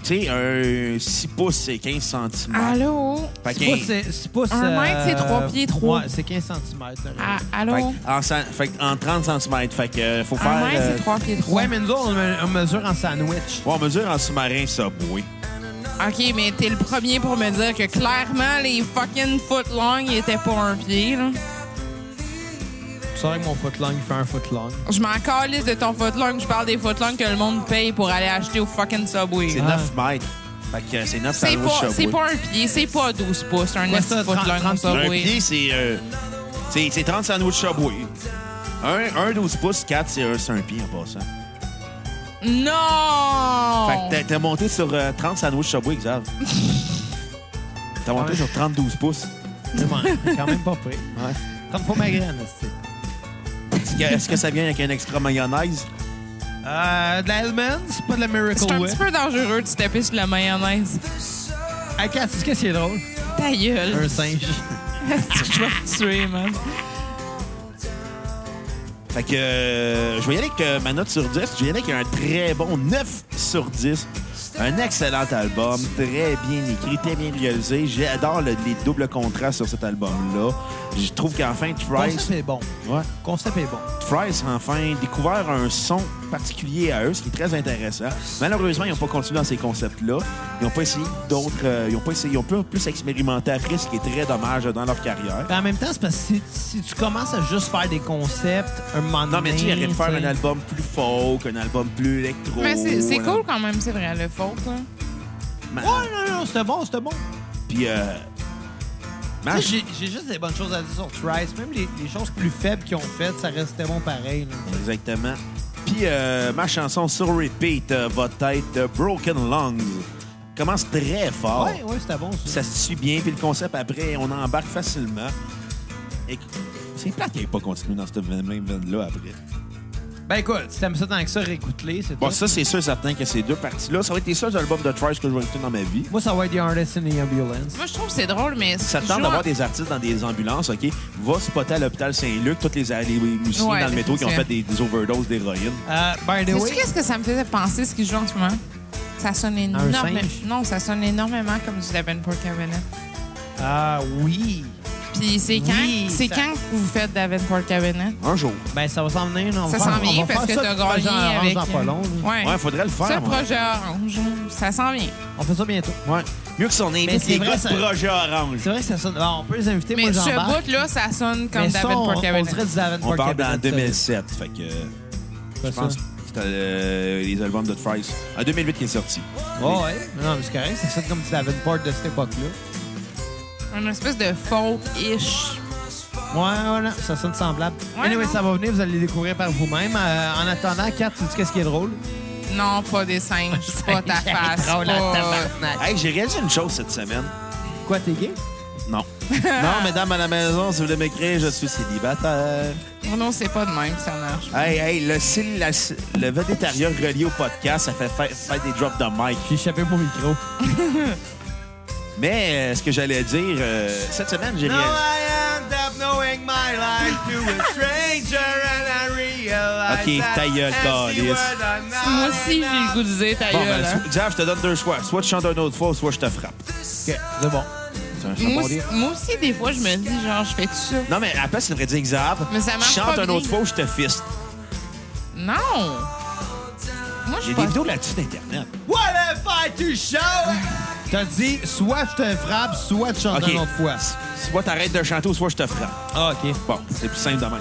Tu sais, un 6 pouces, c'est 15 cm. Ah, Allô? Fait C'est pas- qu'un- c'est- c'est pas... Un euh, mètre, c'est trois pieds, trois. Ouais, c'est 15 cm. Ah, Fait allô? que en, cent- fait que en 30 cm. Fait que euh, faut faire. Un euh, mètre, Ah, c'est trois pieds trois. Ouais, mais nous autres, on, me- on mesure en sandwich. ouais, on mesure en sous-marin Subway. OK, mais t'es le premier pour me dire que clairement, les fucking foot long, ils étaient pas un pied, là. C'est vrai que mon footlong, il fait un footlong. Je m'en calisse de ton footlong. Je parle des footlongs que le monde paye pour aller acheter au fucking Subway. C'est Ah. 9 mètres. Fait que euh, c'est 9 C'est sandwich pas, Subway. c'est pas un pied, c'est pas 12 pouces, un Ouais, esti ça, de footlong 30, au Un Subway. pied, c'est. euh, c'est c'est 30 sandwichs Subway. Un, un 12 pouces, 4, c'est un, c'est un pied en passant. Non! Oh. Fait que t'as- t'as monté sur euh, 30 sandwichs Subway, *laughs* Xav. t'as monté sur 30 12 pouces. C'est quand même pas pire. Ouais. Comme pour ma graine, c'est. Est-ce que, est-ce que ça vient avec un extra mayonnaise? Euh, de l'Hellman, c'est pas de la C'est Miracle un Whip. petit peu dangereux de se taper sur la mayonnaise. Ah, Kat, tu sais ce qui est drôle? Ta gueule. Un singe. *laughs* Je vais te tuer, man. Fait que euh, je vais y aller avec euh, ma note sur 10. Je vais y aller avec un très bon 9 sur 10. Un excellent album, très bien écrit, très bien réalisé. J'adore le- les doubles contrastes sur cet album-là. Je trouve qu'enfin, Concept Thrice, est bon. ouais, Concept est bon. Thrice a enfin découvert un son particulier à eux, ce qui est très intéressant. Malheureusement, ils n'ont pas continué dans ces concepts-là. Ils n'ont pas essayé d'autres. euh, ils n'ont pas essayé. Ils ont plus, plus expérimenté après, ce qui est très dommage dans leur carrière. Mais en même temps, c'est parce que si, si tu commences à juste faire des concepts, un moment Non, mais tu sais, il donné, aurait pu faire tu sais. un album plus folk, un album plus électro. Mais Ben, c'est c'est un cool quand même, c'est vrai, le faute. hein. Ma- Ouais, non, non, c'était bon, c'était bon. Puis, euh, Tu sais, Mash, J'ai j'ai juste des bonnes choses à dire sur Trice. Même les, les choses plus faibles qu'ils ont faites, ça restait bon pareil. là. exactement. Puis, euh, ma chanson sur repeat euh, va être euh, Broken Lungs. Commence très fort. Ouais, ouais, c'était bon. Puis Ça. Ça se suit bien. Puis le concept, après, on embarque facilement. Et c'est plate qu'il n'ait pas continué dans cette même veine-là après. Ben écoute, si t'aimes ça tant que ça, réécoute-les, c'est Bon, tout. ça, c'est sûr et certain que ces deux parties-là, ça va être les seuls albums de Trice que je vais écouter dans ma vie. Moi, ça va être The Artist in the Ambulance. Moi, je trouve que c'est drôle, mais. Ça tente joue d'avoir en- des artistes dans des ambulances, OK? Va spotter à l'hôpital Saint-Luc, tous les, les musiciens Ouais, dans le métro qui ont définitivement. fait des, des overdoses d'héroïne. Euh, by the Sais-tu way, qu'est-ce que ça me faisait penser, ce qu'ils jouent en ce moment? Ça sonne énormément. singe? Non, ça sonne énormément comme du Davenport Cabinet. ah oui, Puis c'est quand, Oui, c'est ça- quand que vous faites Davenport Cabinet? Un jour. ben ça va s'en venir. non, on Ça va- s'en on va vient faire parce que ça, t'as puis faire gagné genre orange avec. euh, dans pas long, là. ouais. Ouais, faudrait le Ça, faire. moi. projet orange, ça s'en vient. On fait ça bientôt. Ouais. Mieux que son invité, Mais c'est les vrai, gars ça- de projet orange. C'est vrai que ça sonne. Alors, on peut les inviter, moi Mais ce j'embarque. bout-là, ça sonne comme Mais ça, on, Davenport on Cabinet. dirait du Davenport On parle Cabinet, dans ça. 2007, fait que euh, je Pas pense ça. que c'était euh, les albums de Ah, Thrice. En 2008 qui est sorti. Oh, Ouais, ouais. Non, mais c'est correct, ça sonne comme du Davenport de cette époque-là. Une espèce de folk-ish. Ouais, ouais, non, ça sonne semblable. Ouais, anyway, non. ça va venir, vous allez le découvrir par vous-même. Euh, en attendant, Kat, tu dis qu'est-ce qui est drôle? Non, pas *laughs* des singes, pas ta face. Drôle, la pas- tabarnak. Hey, j'ai réalisé une chose cette semaine. Quoi, t'es gay? *laughs* Non. non, mesdames à la maison, si vous voulez m'écrire, je suis célibataire. euh, Non, c'est pas de même que ça marche. Hey, hey, le, cil- la- le végétariat relié au podcast, ça fait faire, faire des drops de mic. J'ai échappé mon micro. Mais euh, ce que j'allais dire, euh, cette semaine, j'ai réalisé. end up knowing my life to a stranger and I realize Ok, that ta gueule, every câlisse. word I'm not Moi aussi, j'ai le goût de dire ta Bon, gueule, ben, hein. so- Jeff, je te donne deux choix. Soit tu chantes une autre fois, soit je te frappe. Ok, c'est bon. C'est un Moi bon aussi, deal. moi aussi, des fois, je me dis, genre, je fais-tu ça? Non, mais après, ça devrait dire Xav. Mais ça marche Chante pas une bien. autre fois ou je te fiste. Non! Moi, je J'ai suis des pas... vidéos là-dessus d'Internet. What if I too show? T'as dit soit je te frappe, soit tu chantes Ok. une autre fois. Soit t'arrêtes de chanter ou soit je te frappe. Ah, ok. Bon, c'est plus simple de même.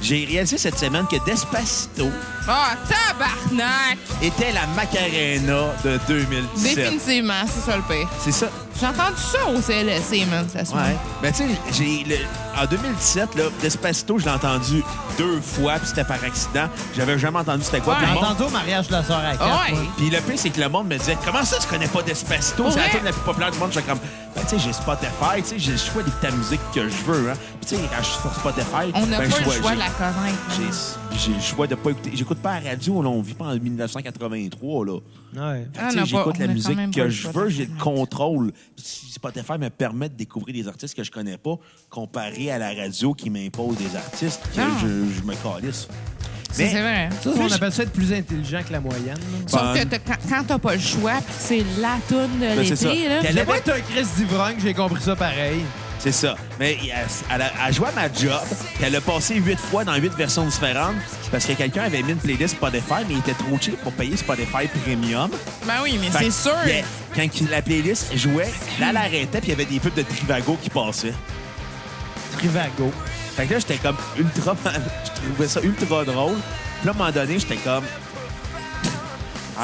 J'ai réalisé cette semaine que Despacito Ah, tabarnak! était la Macarena de 2017. Définitivement, c'est ça le pire. C'est ça. J'ai entendu ça au CLSC, man, ça se Ouais. Ben, tu sais, j'ai. le- En 2017, là, Despacito, je l'ai entendu deux fois, puis c'était par accident. J'avais jamais entendu c'était quoi. Ouais. puis le J'ai monde- entendu au mariage de la soeur à Kat. Ah Ouais. moi. Puis le pire, c'est que le monde me disait Comment ça, tu connais pas Despacito C'est la Ouais. tune la plus populaire du monde. J'étais comme Ben, tu sais, j'ai Spotify, tu sais, j'ai le choix d'écouter la musique que je veux. Hein. Puis, tu sais, quand je suis sur Spotify, On n'a ben, pas je le vois- choix j'ai- de la connaître. man. j'ai- J'ai le choix de pas écouter. J'écoute pas la radio, là. On vit pas en 1983, là. Ouais. Fait que, Ah, tu sais, non, pas- J'écoute on a la quand musique même pas que le je choix veux, de j'ai le contrôle. Puis Spotify me permet de découvrir des artistes que je connais pas, comparé à la radio qui m'impose des artistes que Ah. je, je me calisse. Ça, C'est vrai. Ça, on appelle ça être plus intelligent que la moyenne. là. Sauf que t'as- quand- quand t'as pas le choix, pis c'est la toune de Ben, c'est ça. l'été, là. Qu'elle J'avais été un Chris d'ivrogne, j'ai compris ça pareil. C'est ça. Mais elle, elle a- elle jouait à ma job, puis elle l'a passé huit fois dans huit versions différentes parce que quelqu'un avait mis une playlist Spotify, mais il était trop cheap pour payer Spotify Premium. Ben oui, mais Fait c'est que, sûr. yeah, quand il- la playlist jouait, là, elle arrêtait, puis il y avait des pubs de Trivago qui passaient. Trivago. Fait que là, j'étais comme *laughs* ultra... mal- Je trouvais ça ultra drôle. Puis là, à un moment donné, j'étais comme...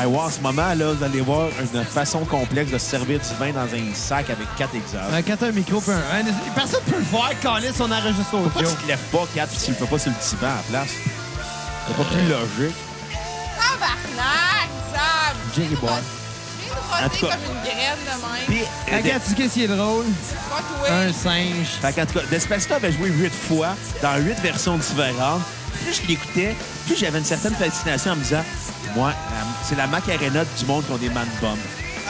Ah ouais, en ce moment, là, vous allez voir une façon complexe de se servir du vin dans un sac avec quatre exhausts. Euh, Quand t'as un micro, puis un- un- personne peut le voir, Calis, on enregistre Pourquoi audio. tu te lèves pas, 4 puis tu le fais pas sur le petit banc à la place? C'est pas plus logique. Tabarnak, Sam! Jerry Boy. J'ai En tout roté cas. comme une graine de même. Puis, euh, de- Regarde, tu sais qu'est-ce qui est drôle? Pas toi. Un singe. Fait qu'en tout cas, Despacito avait joué huit fois dans huit versions différentes. Plus je l'écoutais, plus j'avais une certaine fascination en me disant Moi, la- c'est la Macarena du monde qui ont des man bombs.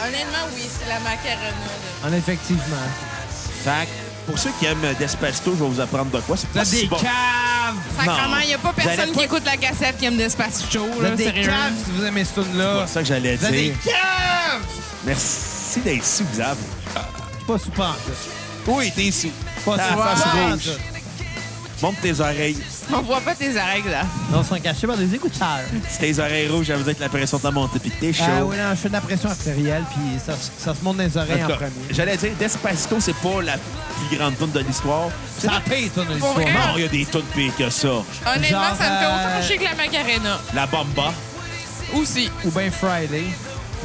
Honnêtement, oui, c'est la macarena. là. En effectivement. Fait que, pour ceux qui aiment Despacito, je vais vous apprendre de quoi. C'est Vous pas êtes si des bon. caves! Sacrement, il n'y a pas Vous allez personne pas- qui écoute la cassette qui aime Despacito, Vous là, êtes des sérieux. caves si vous aimez ce C'est tune-là. pour ça que j'allais Vous êtes des dire. caves! Merci d'être sous, Xav. Pas sous pente. Oui, t'es sous. Pas T'as sous la face pente. rouge. Monte tes oreilles. *laughs* On voit pas tes oreilles, là. Non, ils sont cachés par des écouteurs. Si tes oreilles rouges, ça veut dire que la pression t'a monté puis que t'es chaud. Ah oui, non, je fais de la pression artérielle, puis ça, se- ça se monte dans les En oreilles tout en cas, premier. J'allais dire, Despacito, c'est pas la plus grande tune de l'histoire. C'est Ça paye, toi, dans Pour vrai? l'histoire. Non, il y a des tunes pires que ça. Honnêtement, Genre, ça me fait euh, autant chier que la macarena. La Bomba. Aussi. Ou bien Friday,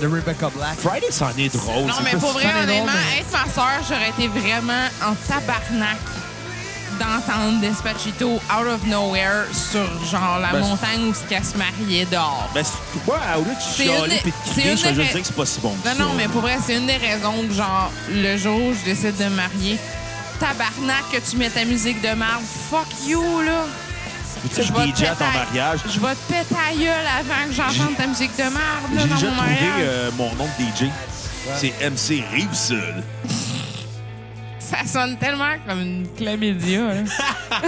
de Rebecca Black. Friday, c'en est drôle. Non, c'est mais pas- pour vrai, ça, les honnêtement, drôles, mais- être ma soeur, j'aurais été vraiment en tabarnak d'entendre Despacito out of nowhere sur genre la Ben, c'est- montagne où ce qu'elle se mariait dehors. Ben, c'est- pourquoi, au lieu de C'est une chialer des- puis de c'est crier, une je vais des juste ra- dire que c'est pas si bon que Non, ça. non, mais pour vrai, c'est une des raisons que, genre, le jour où je décide de me marier, tabarnak que tu mets ta musique de merde, fuck you, là. Tu sais, Je vais je DJ à ton péter- mariage. Je vais te péter la gueule avant que j'entende ta musique de merde, là, J'ai dans déjà mon trouvé mariage. euh, mon nom de DJ. C'est MC Riveseul. euh, Ça sonne tellement comme une chlamydia, *laughs* là.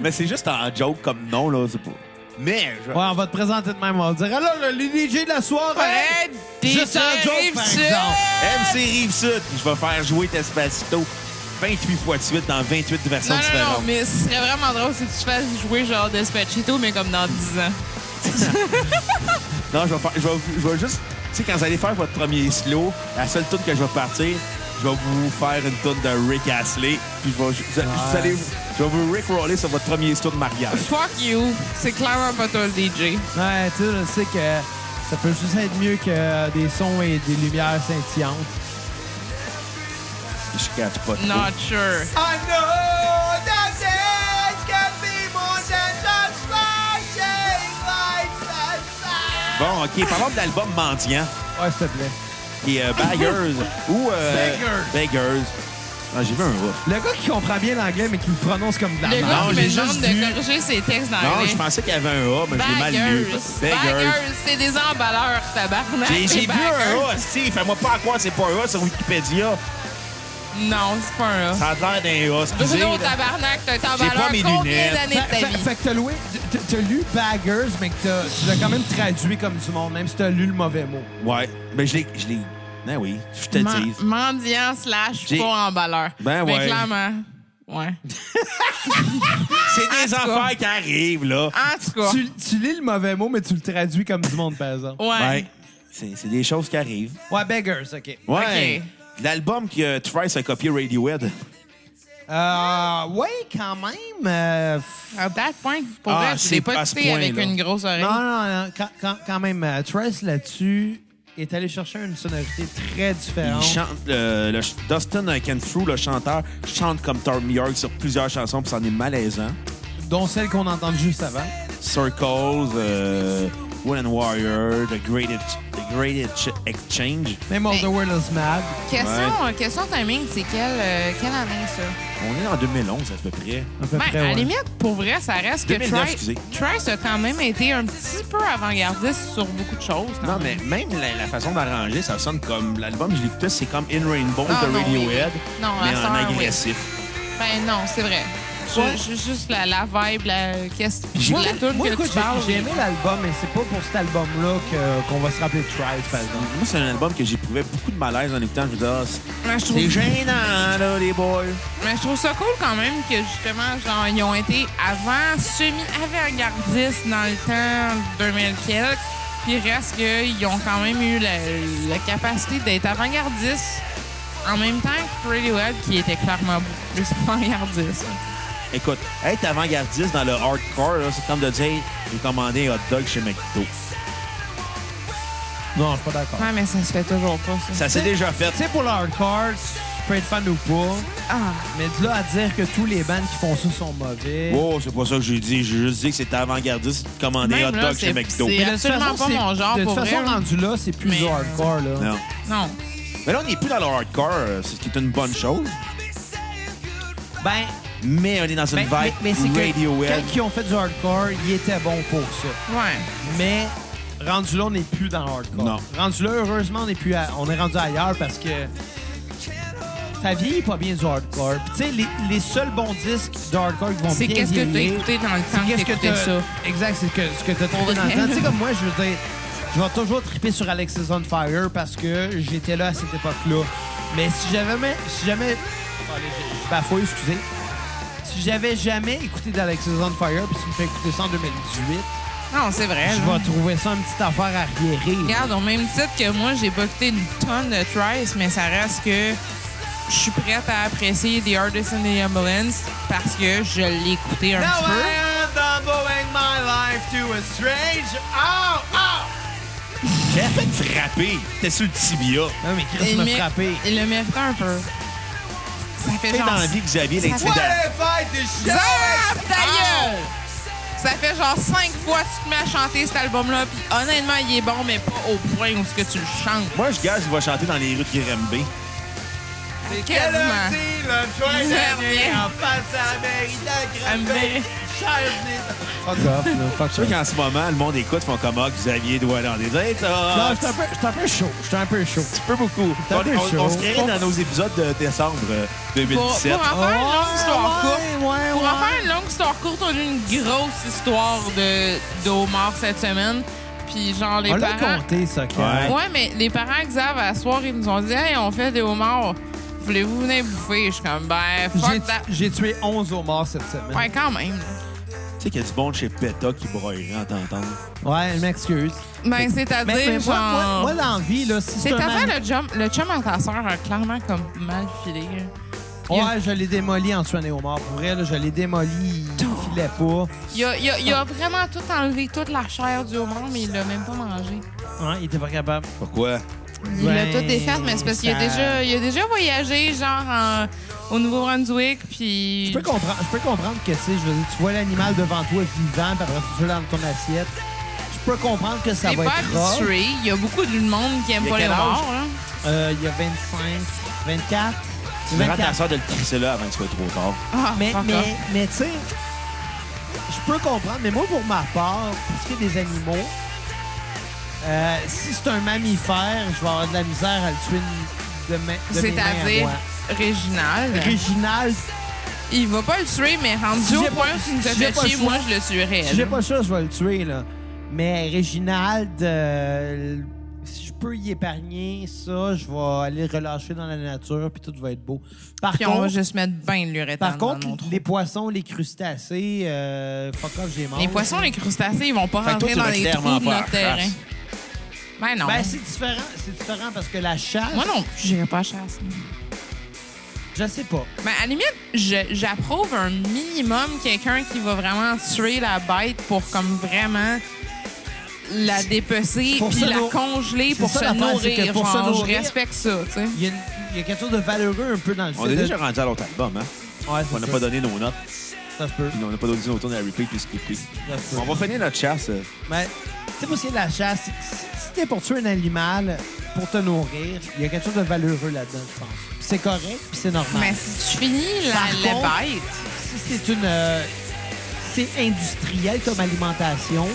Mais c'est juste un joke comme nom, là. c'est pas- Mais, je- Ouais, on va te présenter de même. On va te dire, Ah alors, le DJ de la soirée! Ouais, Juste DJ un joke, par Riveseul. exemple. MC Riveseul. Je vais faire jouer Despacito 28 fois de suite dans 28 versions Non, non, différentes. non, mais ce serait vraiment drôle si tu fasses jouer genre Despacito, mais comme dans 10 ans. Non, je vais, faire- je vais, je vais juste. Tu sais, quand vous allez faire votre premier slow, la seule tune que je vais partir, je vais vous faire une tune de Rick Astley. Puis je vais, ju- vous, vous allez, je vais vous Rick Roller sur votre premier slow de mariage. Fuck you. C'est clairement pas toi le DJ. Ouais, tu sais, je sais que ça peut juste être mieux que euh, des sons et des lumières scintillantes. Je catch pas. trop. Not sure. I know that this can be more than just flashing lights outside. Bon, OK. Parlons de l'album Mendiant, Ouais, s'il te plaît. qui est euh, Baggers ou. euh, Beggars. Ah, J'ai vu un rap. Le gars qui comprend bien l'anglais, mais qui le prononce comme de la Le gars merde. qui Ah, j'ai me demande juste de vu- corriger ses textes dans Non, l'anglais. je pensais qu'il y avait un A, mais je l'ai mal lu. Baggers. Baggers, c'est des emballeurs, tabarnak. J'ai j'ai les vu baggers. un A, Steve. Fais-moi pas à croire que c'est pas un A sur Wikipédia. Non, c'est pas un A. Ça a l'air d'un A. excusez, Bruno, là. tabarnak, t'es un pas emballeur mes combien lunettes. d'années Fait, de ta fait- vie? fait que t'as loué- t'as- t'as lu Baggers, mais que t'as- tu l'as quand même traduit comme du monde, même si t'as lu le mauvais mot. Ouais. Mais je l'ai. Je l'ai. Ben oui, je te Man- dis. Mendiant slash J'ai- pas emballeur. Ben ouais. Mais clairement, ouais. C'est des tout cas. affaires qui arrivent, là. En tout cas, Tu, tu lis le mauvais mot, mais tu le traduis comme du monde, par exemple. ouais. C'est c'est des choses qui arrivent. Ouais, Beggars, OK. Ouais. L'album que Trice a copié Radiohead. Euh, ouais, quand même. euh, f- À that point, pour Ah, vrai, je c'est l'ai à pas ce écouté avec point-là. une grosse oreille. non, non, non, euh, quand, quand- quand même. euh, Trace, là-dessus, est allé chercher une sonorité très Il différente. chante, euh, le ch- Dustin Kenfrew, le chanteur, chante comme Tom York sur plusieurs chansons, puis c'en est malaisant. Dont celle qu'on a entendue juste avant. Circles, euh, Wood and Warrior, The Great, Ex- The Great Ex- Exchange. Même All the World is Mad. Question, question timing, c'est quelle, euh, quelle année ça? On est en 2011 à peu près. À peu Ben, près, à ouais. la limite, pour vrai, ça reste que 2009, Trice, excusez. Trice a quand même été un petit peu avant-gardiste sur beaucoup de choses. quand Non, mais même. même la, la façon d'arranger, ça sonne comme. L'album, je l'écoutais, c'est comme In Rainbow Ah, de non, oui, Radiohead, oui. Non, mais à en ça, oui. agressif. Ben non, c'est vrai. Je- Ouais. je- juste la, la vibe, la question. Moi, la tune moi, que écoute, tu j'ai- parles. j'ai aimé l'album, mais c'est pas pour cet album-là que- qu'on va se rappeler de Trice, par exemple. Moi, c'est un album que j'éprouvais beaucoup de malaise en écoutant. Je me disais, Ah, c'est- Mais je, c'est trouve, gênant, là, les boys. mais je trouve ça cool quand même que justement, genre, ils ont été avant, semi-avant-gardistes dans le temps 2000 quelques. Puis reste qu'ils ont quand même eu la, la capacité d'être avant-gardistes en même temps que Radiohead qui était clairement beaucoup plus *laughs* avant-gardiste. Écoute, être avant-gardiste dans le hardcore, là, c'est comme de dire, j'ai commandé un hot dog chez McDo. Non, je suis pas d'accord. Ouais, mais ça se fait toujours pas, ça. Ça s'est déjà fait. Tu sais, pour le hardcore, tu peux être fan ou pas, Ah, mais de là à dire que tous les bands qui font ça sont mauvais. Oh, c'est pas ça que j'ai dit. J'ai juste dit que c'était avant-gardiste de commander Même hot là, dog chez c'est- McDo. Mais c'est- de toute absolument façon, pas c'est- mon genre, De toute pour façon, vrai. rendu là, c'est plus Mais- du hardcore. Là. Non. non. Mais là, on n'est plus dans le hardcore, euh, ce qui est une bonne chose. Ben, Mais on est dans ben, une vibe mais, mais c'est que Radiohead. quand ils ont fait du hardcore, ils étaient bons pour ça. Ouais. Mais rendu là, on n'est plus dans le hardcore. Non. Rendu là, heureusement, on est, plus à- on est rendu ailleurs parce que ta vie est pas bien du hardcore. Puis tu sais, les, les seuls bons disques de hardcore qui vont C'est bien qu'est-ce que t'as vieillir, écouté dans le temps C'est que qu'est-ce que t'écoutais t'as... ça. Exact, c'est que, ce que t'as Pour trippé dans le vrai. temps. Tu sais, comme moi, je veux dire, je vais toujours triper sur Alexis on Fire parce que j'étais là à cette époque-là. Mais si j'avais... jamais- Si jamais... Oh, allez, je- je bafouille, excusez. Si j'avais jamais écouté d'Alexis on Fire puis tu me fais écouter ça en 2018, Non, c'est vrai. je là. vais trouver ça une petite affaire arriérée. Regarde, au même titre que moi, j'ai pas écouté une tonne de Trice, mais ça reste que je suis prête à apprécier The Artist in the Ambulance parce que je l'ai écouté un petit peu. am dumbling my life to a strange... Oh! Oh! J'ai fait frapper. T'es sur le tibia. Non, mais Chris m'a mé- frappé. il le méritait un peu. Ça fait T'es genre... dans la vie que Xavier Ça l'intimidation. Zap, Ah! ta gueule! Ça fait genre cinq fois que tu te mets à chanter cet album-là, puis honnêtement, il est bon, mais pas au point où ce que tu le chantes. Moi, je gage, je vais chanter dans les rues de Guérembé. Quasiment. Ah, Fuck off, là. Fuck Tu sais qu'en ce moment, le monde écoute, ils font comme Ah, Xavier doit dans des aides. Non, j'étais un, peu- j'étais un peu chaud. J'étais un peu chaud. peu beaucoup. C'est On, un peu on- on chaud. se crée dans nos épisodes de décembre euh, Pour, 2017. pour en faire une longue histoire courte, Ah, ouais, ouais, Pour en ouais. faire une longue histoire courte, on a eu une grosse histoire de d'Omar cette semaine. Puis genre les On l'a parents. compté, ça, quand Ouais. Ouais, mais les parents Xav à la soirée ils nous ont dit Hey, on fait des homards. Voulez-vous venir bouffer? Je suis comme ben J'ai- fuck that. J'ai tué 11 homards cette semaine. Ouais, quand même. Tu sais qu'il y a du monde chez PETA qui broyerait en t'entendre. Ouais, je m'excuse. Ben, c'est-à-dire, Mais, mais moi, genre- moi, moi, dans la vie, là, si c'est un C'est-à-dire, man- le, chum- le chum à ta sœur a clairement comme mal filé. là. il- Ouais, je l'ai démoli, Antoine et Omar. Pour vrai, là, je l'ai démoli. Il filait pas. Il a, il a- il a vraiment tout enlevé, toute la chair du homard, mais il l'a même pas mangé. Hein, il était pas capable. Pourquoi? Il l'a Ben, tout défait, mais c'est parce qu'il a, ça- déjà- il a déjà voyagé, genre, en- au Nouveau-Brunswick, Je puis... peux, comprendre, je peux comprendre que, tu sais, je veux dire, tu vois l'animal devant toi vivant, puis après, tu le dans ton assiette. Je peux comprendre que ça Il est va pas être rare. habitué. Il y a beaucoup de monde qui aime Il a pas les hein. quel âge? homards, là. Euh, il y a 25, 24. Tu verras ta soeur de le crisser là avant que ce soit trop tard. Ah, Mais, fuck mais, off. mais tu sais, je peux comprendre, mais moi, pour ma part, pour ce qui est des animaux, euh, si c'est un mammifère, je vais avoir de la misère à le tuer de, ma- de mes mains à C'est-à-dire, moi. Réginald, Original, il va pas le tuer, mais rendu Si au j'ai point pas- où tu nous as si j'ai fait pas le chier, choix- moi, je le tuerais. si j'ai pas ça, je vais le tuer, là. Mais Réginald, euh, si je peux y épargner ça, je vais aller le relâcher dans la nature, puis tout va être beau. Par Puis on va contre, juste mettre ben de l'urétane par dans contre mon trou. les poissons, les crustacés, euh, fuck off, j'ai mangé. Les poissons, les crustacés, ils vont pas Fait que toi, rentrer tu dans vas les clairement trous de pas à notre la chasse. terrain. Ben non. Ben, c'est différent, c'est différent parce que la chasse. Moi non plus, j'irai pas à chasse. Je sais pas. Ben, à la limite, je- j'approuve un minimum quelqu'un qui va vraiment tuer la bête pour comme vraiment la dépecer Pour puis se la nour- congeler C'est pour ça se l'affaire, c'est que nourrir. pour se Genre, Je nourrir- respecte ça, tu sais. Il y, a une- il y a quelque chose de valeureux un peu dans le On fait est de- déjà rendu à l'autre album, hein? Ouais, On n'a pas donné nos notes. Ça se peut. puis On n'a pas donné nos tours à repeat puis skipper. Ça se peut. On va finir notre chasse. euh. Mais, tu sais, pour ce qui est de la chasse, si- si t'es pour tuer un animal, pour te nourrir, il y a quelque chose de valeureux là-dedans, je pense. Puis C'est correct, puis c'est normal. Mais si tu finis la, Par la contre- bête, si c'est une. euh, c'est industriel comme alimentation,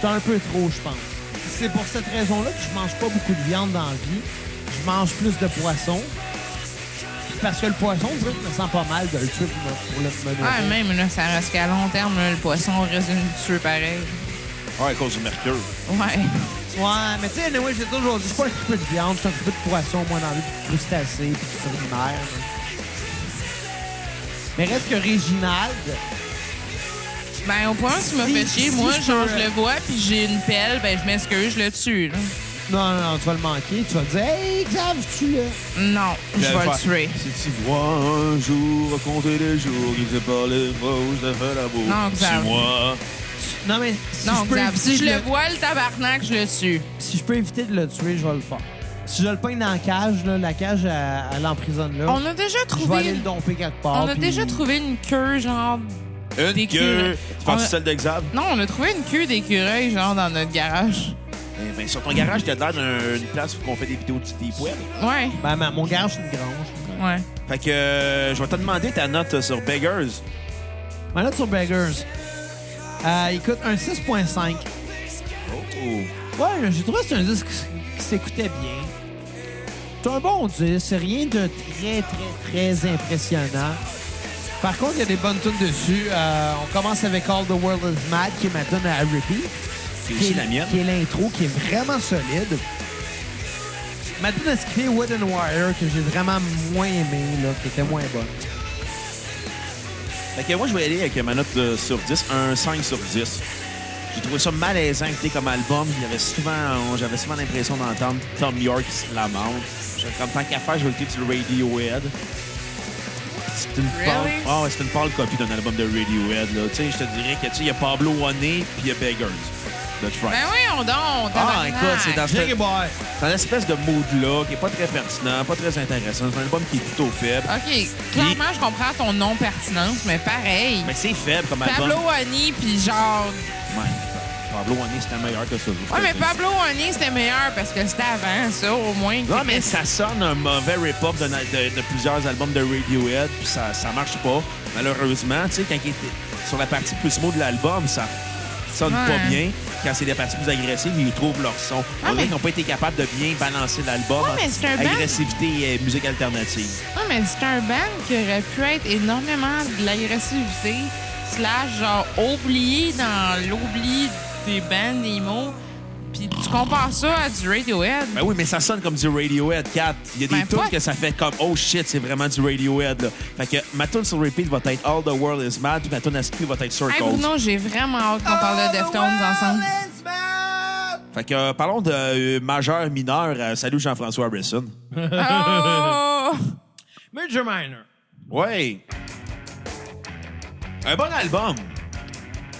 c'est un peu trop, je pense. C'est pour cette raison-là que je mange pas beaucoup de viande dans la vie. Je mange plus de poisson. Puis Parce que le poisson, je me sens pas mal de le tuer pour me, pour le- me nourrir. ah, même là, ça reste qu'à long terme, là, le poisson reste une tuer pareil. Ah, à cause du mercure. Ouais. Ouais, mais tu sais, anyway, j'ai toujours dit, je suis pas un petit peu de viande, je suis un petit peu de poisson, moi, dans la vie, puis de crustacés, puis de fruits de mer. Mais reste que Réginald, Ben, au point où tu m'as Si- fait chier, si moi, je genre, peux- je le vois, puis j'ai une pelle, ben, je m'excuse, je le tue. là. non, non, non, tu vas le manquer, tu vas dire, hey, Xav, tu le. Non, je vais le faire. tuer. Si tu vois un jour compter les jours, il te parle les mots, je te fais la boue. Non, Xav. moi. Non, mais si non, je peux Xav, éviter si je de le vois, le tabarnak, je le suis. si je peux éviter de le tuer, je vais le faire. Si je le peigne dans la cage, là, la cage, elle, elle l'emprisonne là. On a déjà je vais trouvé. aller le une- domper quelque part. On a puis- déjà trouvé une queue, genre. Une Des queue. queues. Tu penses On- que c'est celle de Xav? Non, on a trouvé une queue d'écureuil, genre, dans notre garage. Eh ben, sur ton garage, t'as l'air d'un- d'une place où on fait des vidéos de deep web. Ouais, Ben, ma- mon garage, c'est une grange. ouais. Fait que euh, je vais te demander ta note euh, sur Beggars. Ma note sur Beggars. Euh, il coûte un 6.5. Oh. Ouais, j'ai trouvé que c'est un disque qui s'écoutait bien. C'est un bon disque, c'est rien de très, très, très impressionnant. Par contre, il y a des bonnes tunes dessus. Euh, on commence avec All the World is Mad, qui est ma tune à repeat. C'est qui aussi est, la mienne. qui est l'intro, qui est vraiment solide. Ma tune à skipper, Wood and Wire, que j'ai vraiment moins aimé, là, qui était moins bonne. Fait que moi, je vais aller avec ma note euh, sur 10, un 5 sur 10. J'ai trouvé ça malaisant écouté comme album. Il y avait souvent, on- J'avais souvent l'impression d'entendre Tom York qui se lamente. J'avais comme tant qu'à faire, je vais écouter du Radiohead. C'est une pâle- Really? Ah ouais, c'est une pâle copie d'un album de Radiohead. Là. Tu sais, Je te dirais que tu sais, il y a Pablo One puis il y a Beggars. That's right. Ben oui, on donne. Ah, écoute, c'est dans, cette- boy! dans une espèce de mood-là qui est pas très pertinent, pas très intéressant. C'est un album qui est plutôt faible. OK, clairement, je comprends ton non-pertinence, mais pareil. Mais Ben, c'est faible comme album. Pablo Honey, puis genre... Ouais, Pablo One c'était meilleur que ça. je vous Ouais, mais le dis. Pablo Honey, c'était meilleur parce que c'était avant, ça, au moins. Non, mais ça sonne un mauvais rip-off de, de- de plusieurs albums de Radiohead, puis ça, ça marche pas, malheureusement. Tu sais, quand il était sur la partie plus mot de l'album, ça sonne Ouais. pas bien. Quand c'est des parties plus agressives, ils trouvent leur son. Ah, On dirait mais- qu'ils n'ont pas été capables de bien balancer l'album. Ouais, mais c'est un band. Agressivité et musique alternative. Non, mais c'est un band qui aurait pu être énormément de l'agressivité, slash, genre, oublié dans l'oubli des bands, des mots. Puis tu compares ça à du Radiohead. Ben oui, mais ça sonne comme du Radiohead 4. Il y a des Ben, tunes pas- que ça fait comme Oh shit, c'est vraiment du Radiohead. Là. Fait que ma tune sur repeat va être All the World is Mad, puis ma tune à skip va être Circles. Hey Bruno, j'ai vraiment hâte qu'on parle de Deftones Oh, ensemble. Fait que euh, parlons de euh, majeur, mineur. Euh, salut Jean-François Bresson. *laughs* Oh! Major Minor. Ouais. Un bon album.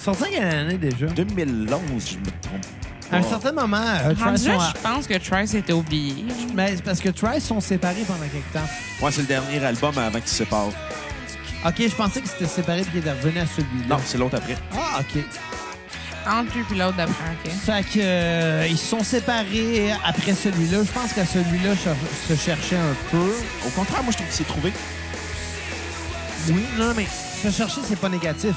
Sorti quelle année déjà? 2011, je me trompe. À un pas. certain moment, euh, Trice Rendu sont... là, je pense que Trice était oublié. Mais c'est parce que Trice sont séparés pendant quelque temps. Ouais, c'est le dernier album avant qu'il se sépare. OK, je pensais que c'était séparé puis qu'il est revenu à celui-là. Non, c'est l'autre après. Ah, OK. Entre lui et l'autre d'après, OK? Fait que euh, ils se sont séparés après celui-là. Je pense qu'à celui-là, cher- se cherchait un peu. Au contraire, moi, je trouve qu'il s'est trouvé. Oui, non, mais se chercher, c'est pas négatif.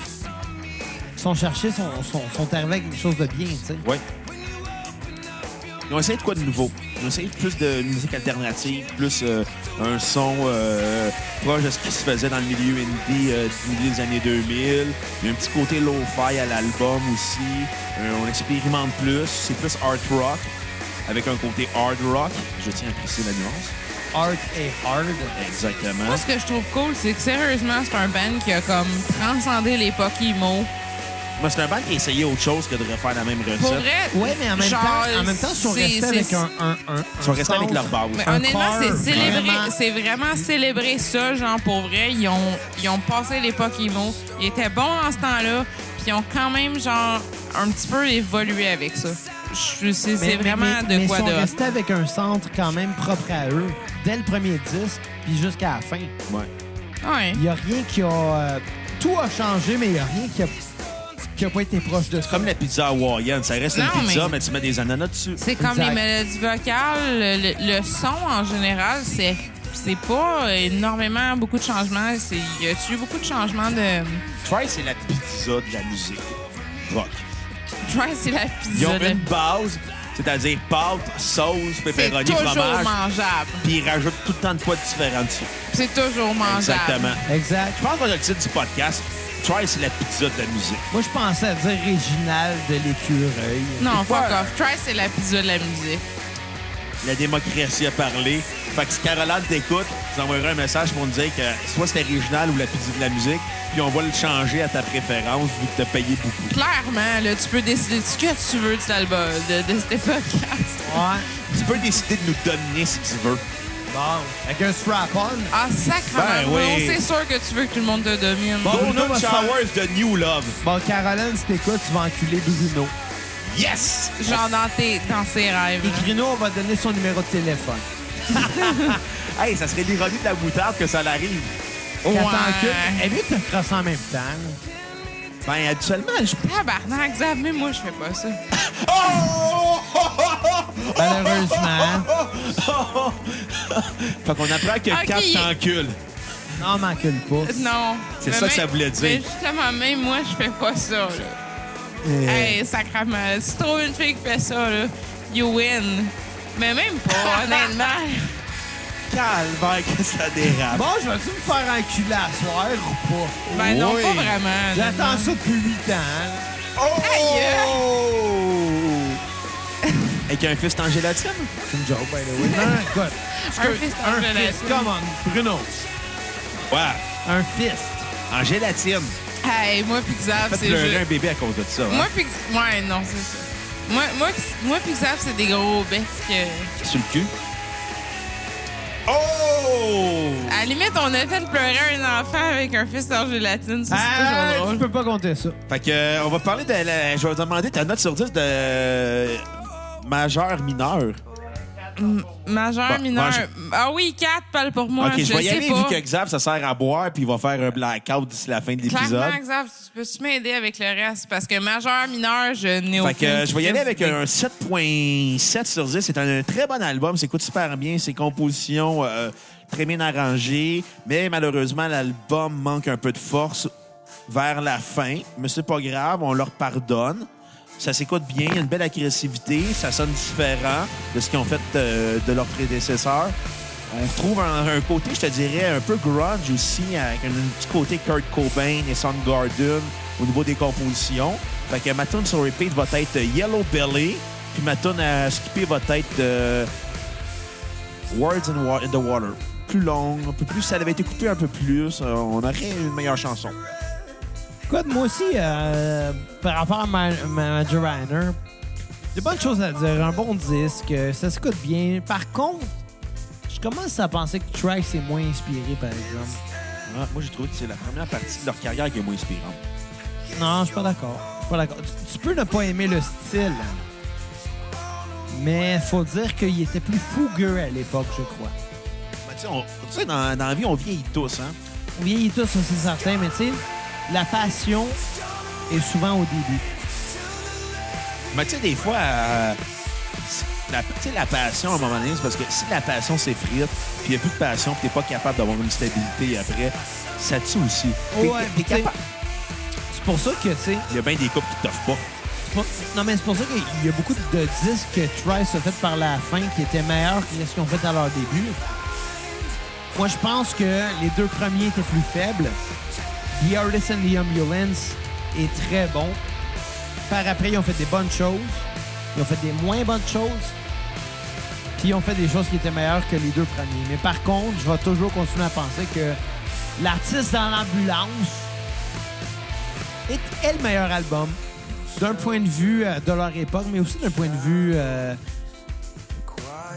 Ils sont cherchés, sont, sont, sont arrivés avec quelque chose de bien, tu sais. Ouais. Ils ont essayé de quoi de nouveau? Ils ont essayé plus de musique alternative, plus euh, un son euh, proche de ce qui se faisait dans le milieu indie euh, du milieu des années 2000. Il y a un petit côté low-fi à l'album aussi. Euh, on expérimente plus. C'est plus art rock avec un côté hard rock. Je tiens à préciser la nuance. Art et hard. Exactement. Moi, ce que je trouve cool, c'est que sérieusement, c'est un band qui a comme transcendé l'époque emo. Moi, c'est un band qui a essayé autre chose que de refaire la même recette. Pour vrai, Ouais, mais en même genre, temps, en même temps, si on c'est- restait c'est- avec un, un, un, Ils sont restés avec centre- leur base. Mais un honnêtement, core, c'est célébré. vraiment. C'est vraiment célébré ça, genre pour vrai. Ils ont, ils ont passé l'époque emo. Ils étaient bons dans ce temps-là. Puis ils ont quand même, genre, un petit peu évolué avec ça. Je- C'est c'est Mais- mais- vraiment mais- mais de quoi Ils de. sont restés avec un centre quand même propre à eux, dès le premier disque, puis jusqu'à la fin. Ouais. Ouais. Il n'y a rien qui a. euh, tout a changé, mais il n'y a rien qui a, qui a pas été proche de ça. Comme la pizza hawaïenne. Ça reste Non, une pizza, mais- mais tu mets des ananas dessus. C'est comme Exact. les mélodies vocales, le, le son en général, c'est c'est pas énormément beaucoup de changements. C'est- Y a-tu eu beaucoup de changements de. *laughs* Trice, c'est la pizza de la musique rock. Trice, c'est la Ils pizza. ont de- une base, c'est-à-dire pâte, sauce, C'est pepperoni, toujours fromage, mangeable. puis ils rajoutent tout le temps de quoi de différent dessus. C'est toujours mangeable. Exactement. Exact. Je pense qu'on a le titre du podcast. Trice, c'est la pizza de la musique. Moi, je pensais à dire Réginald de l'écureuil. Non, C'est fuck quoi? off. Trice, c'est la pizza de la musique. La démocratie a parlé. Fait que si Caroline t'écoute, tu envoieras un message pour nous dire que soit c'est original ou la pizza de la musique, puis on va le changer à ta préférence vu que t'as payé beaucoup. Clairement, là, tu peux décider ce que tu veux de cet album, de, de cet podcast. Ouais. Tu peux décider de nous dominer si tu veux. Bon, avec un strap-on. Ah, sacrement. Ben Bruno, oui. C'est sûr que tu veux que tout le monde te domine. Bon. Bruno Donut va se Showers de New Love. Bon, Caroline, si t'écoutes, tu vas enculer Bruno. Yes! Genre dans, tes, dans ses rêves. Et *laughs* Bruno va donner son numéro de téléphone. Hey, ça serait l'ironie de la moutarde que ça l'arrive. Qu'elle Ouais. t'encule. Elle est mieux de te crosser en même temps. là. Ben, habituellement, je... Tabarnak, Xav, mais moi, je fais pas ça. *laughs* Oh! Malheureusement. *laughs* *laughs* fait qu'on apprend que Ok. Cap t'encule. Non, m'encule pas. Non. C'est Mais ça que même- ça voulait dire. Mais justement, même moi, je fais pas ça, là. Euh. Hey, sacrement. Si tu trouves une fille qui fait ça, là, you win. Mais même *laughs* pas, honnêtement. Calvaire que ça dérape. Bon, je vais-tu me faire enculer à soir ou pas? Ben non, Oui. pas vraiment. J'attends ça depuis 8 ans. Oh! Aïe! Avec un fist en gélatine? C'est une joke, by the way. Non, écoute. Un fist *laughs* en un gélatine. fist, come on, Bruno. Ouais, Un fist. en gélatine. Hey, moi puis Xav, Faites c'est pleurer juste... un bébé à cause de ça. hein. Moi puis... Ouais, non, c'est ça. Moi, moi, pis- moi puis Xav, c'est des gros becs. euh. Sur le cul. Oh! À la limite, on a fait pleurer un enfant avec un fist en gélatine. Ça, c'est Ah, toujours tu drôle. peux pas compter ça. Fait que, euh, on va parler de la... Je vais demander ta note sur 10 de... Majeur, mineur. Majeur, Bon, mineur... ouais, Ah oui, 4 parle pour moi, Bah, ok, je vais y sais aller pas. vu que Xav, ça sert à boire, puis il va faire un blackout d'ici la fin de l'épisode. Clairement, Xav, tu peux-tu m'aider avec le reste? Parce que majeur, mineur, je n'ai aucune... Fait que euh, je vais y aller avec idée. un 7.7 sur 10. C'est un, très bon album. S'écoute super bien. Ses compositions euh, très bien arrangées. Mais malheureusement, l'album manque un peu de force vers la fin. Mais c'est pas grave. On leur pardonne. Ça s'écoute bien. Il y a une belle agressivité. Ça sonne différent de ce qu'ils ont fait euh, de leurs prédécesseurs. On trouve un, un côté, je te dirais, un peu grunge aussi, avec un, petit côté Kurt Cobain et Soundgarden au niveau des compositions. Fait que ma tune sur repeat va être Yellow Belly, puis ma tune à skipper va être euh, Words in, Wa- in the Water. Plus longue, un peu plus, si elle avait été coupée un peu plus, euh, on aurait une meilleure chanson. Écoute, moi aussi, euh, par rapport à ma, ma, ma Joraner, des bonnes choses à dire. Un bon disque, euh, ça s'écoute bien. Par contre, je commence à penser que Trax est moins inspiré, par exemple. Ah, moi, j'ai trouvé que c'est la première partie de leur carrière qui est moins inspirante. Non, je suis pas d'accord. Je suis pas d'accord. Tu, tu peux ne pas aimer le style, mais faut dire qu'il était plus fougueux à l'époque, je crois. Ben, tu sais, on- tu sais, dans, dans la vie, on vieillit tous, hein? On vieillit tous, ça, c'est certain, mais tu sais, la passion est souvent au début. Mais tu sais, des fois, euh, la, tu sais, la passion, à un moment donné, c'est parce que si la passion s'effrite, puis il n'y a plus de passion, puis tu pas capable d'avoir une stabilité après, ça tue aussi. T'es- Ouais, t'es tu sais, capable. C'est pour ça que, tu sais, Il y a bien des couples qui t'offrent pas. Pas- Non, mais c'est pour ça qu'il y a beaucoup de disques que Trice a fait par la fin qui étaient meilleurs que ce qu'ils ont fait à leur début. Moi, je pense que les deux premiers étaient plus faibles. The Artist and the Ambulance est très bon. Par après, ils ont fait des bonnes choses. Ils ont fait des moins bonnes choses. Puis ils ont fait des choses qui étaient meilleures que les deux premiers. Mais par contre, je vais toujours continuer à penser que l'artiste dans l'ambulance est, est le meilleur album d'un point de vue euh, de leur époque, mais aussi d'un point de vue euh,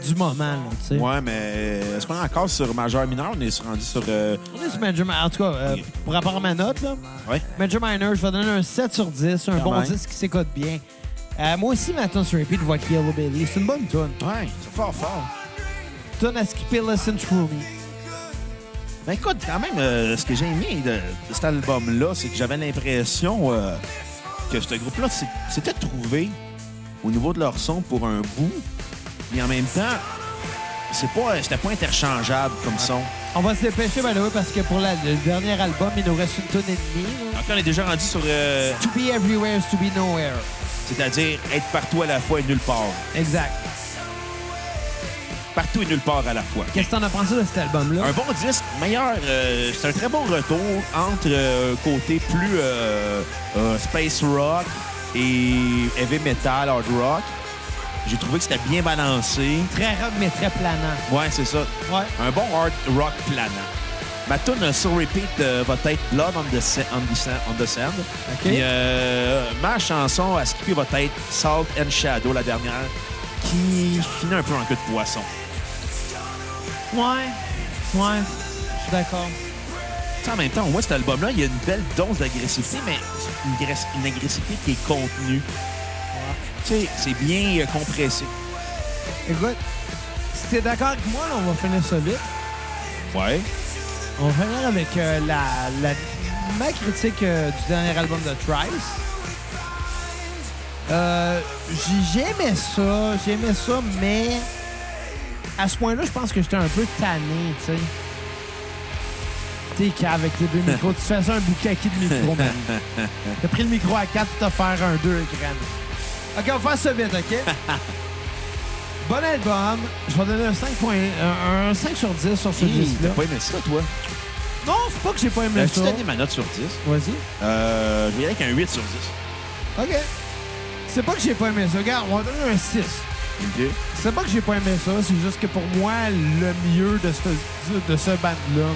du moment. là, tu sais. Ouais, mais euh, est-ce qu'on est encore sur majeur mineur? On est rendu sur. euh, On est sur Major Minor. En tout cas, euh, pour rapport à ma note, là, Ouais. Major Minor, je vais donner un 7 sur 10, un Quand bon même. 10 qui s'écoute bien. Euh, moi aussi, ma tune sur repeat, je vois que Yellow Belly. C'est une bonne tune. Ouais, c'est fort, fort. Tune à skipper Listen to Me. Ben écoute, quand même, euh, ce que j'ai aimé de, de cet album-là, c'est que j'avais l'impression euh, que ce groupe-là s'est- s'était trouvé au niveau de leur son pour un bout, mais en même temps, c'est pas, c'était pas interchangeable comme son. On va se dépêcher, by the way, parce que pour la- le dernier album, il nous reste une tune et demie. là. Donc on est déjà rendu sur, euh, To be everywhere is to be nowhere. c'est-à-dire être partout à la fois et nulle part. Exact. Partout et nulle part à la fois. Qu'est-ce que t'en as pensé de cet album-là? Un bon disque, meilleur. euh, c'est un très bon retour entre euh, côté plus euh, euh, space rock et heavy metal, hard rock. J'ai trouvé que c'était bien balancé. Très rock, mais très planant. Ouais, c'est ça. Ouais. Un bon hard rock planant. Ma tune sur repeat euh, va être Blood on the, Sa- on the, Sa- on the Sand. OK. Puis, euh, ma chanson à skipper va être Salt and Shadow, la dernière, qui finit un peu en queue de poisson. Ouais. Ouais. Je suis d'accord. Tu sais, en même temps, au moins, cet album-là, il y a une belle dose d'agressivité, mais une, gress- une agressivité qui est contenue. Tu sais, c'est bien euh, compressé. Écoute, si t'es d'accord avec moi, là, on va finir ça vite. Ouais. On va finir avec euh, la, la- ma critique euh, du dernier album de Trice. Euh, j'ai- j'aimais ça, j'aimais ça, mais à ce point-là, je pense que j'étais un peu tanné, tu sais. T'es cave avec tes deux micros, tu fais ça un boucaki de micro, man. *laughs* T'as pris le micro à 4 pour te faire un 2 écran. Ok, on va faire ça vite, *laughs* ok? bon album, je vais donner un 5, point- un- un 5 sur 10 sur ce Hey, disque-là. T'as pas aimé ça, toi? Ben, Non, c'est pas que j'ai pas aimé As-tu ça. donné ma note sur 10? Vas-y. Euh, je vais y aller avec un 8 sur 10. OK. C'est pas que j'ai pas aimé ça. Regarde, on va donner un 6. OK. C'est pas que j'ai pas aimé ça, c'est juste que pour moi, le mieux de ce, de ce band-là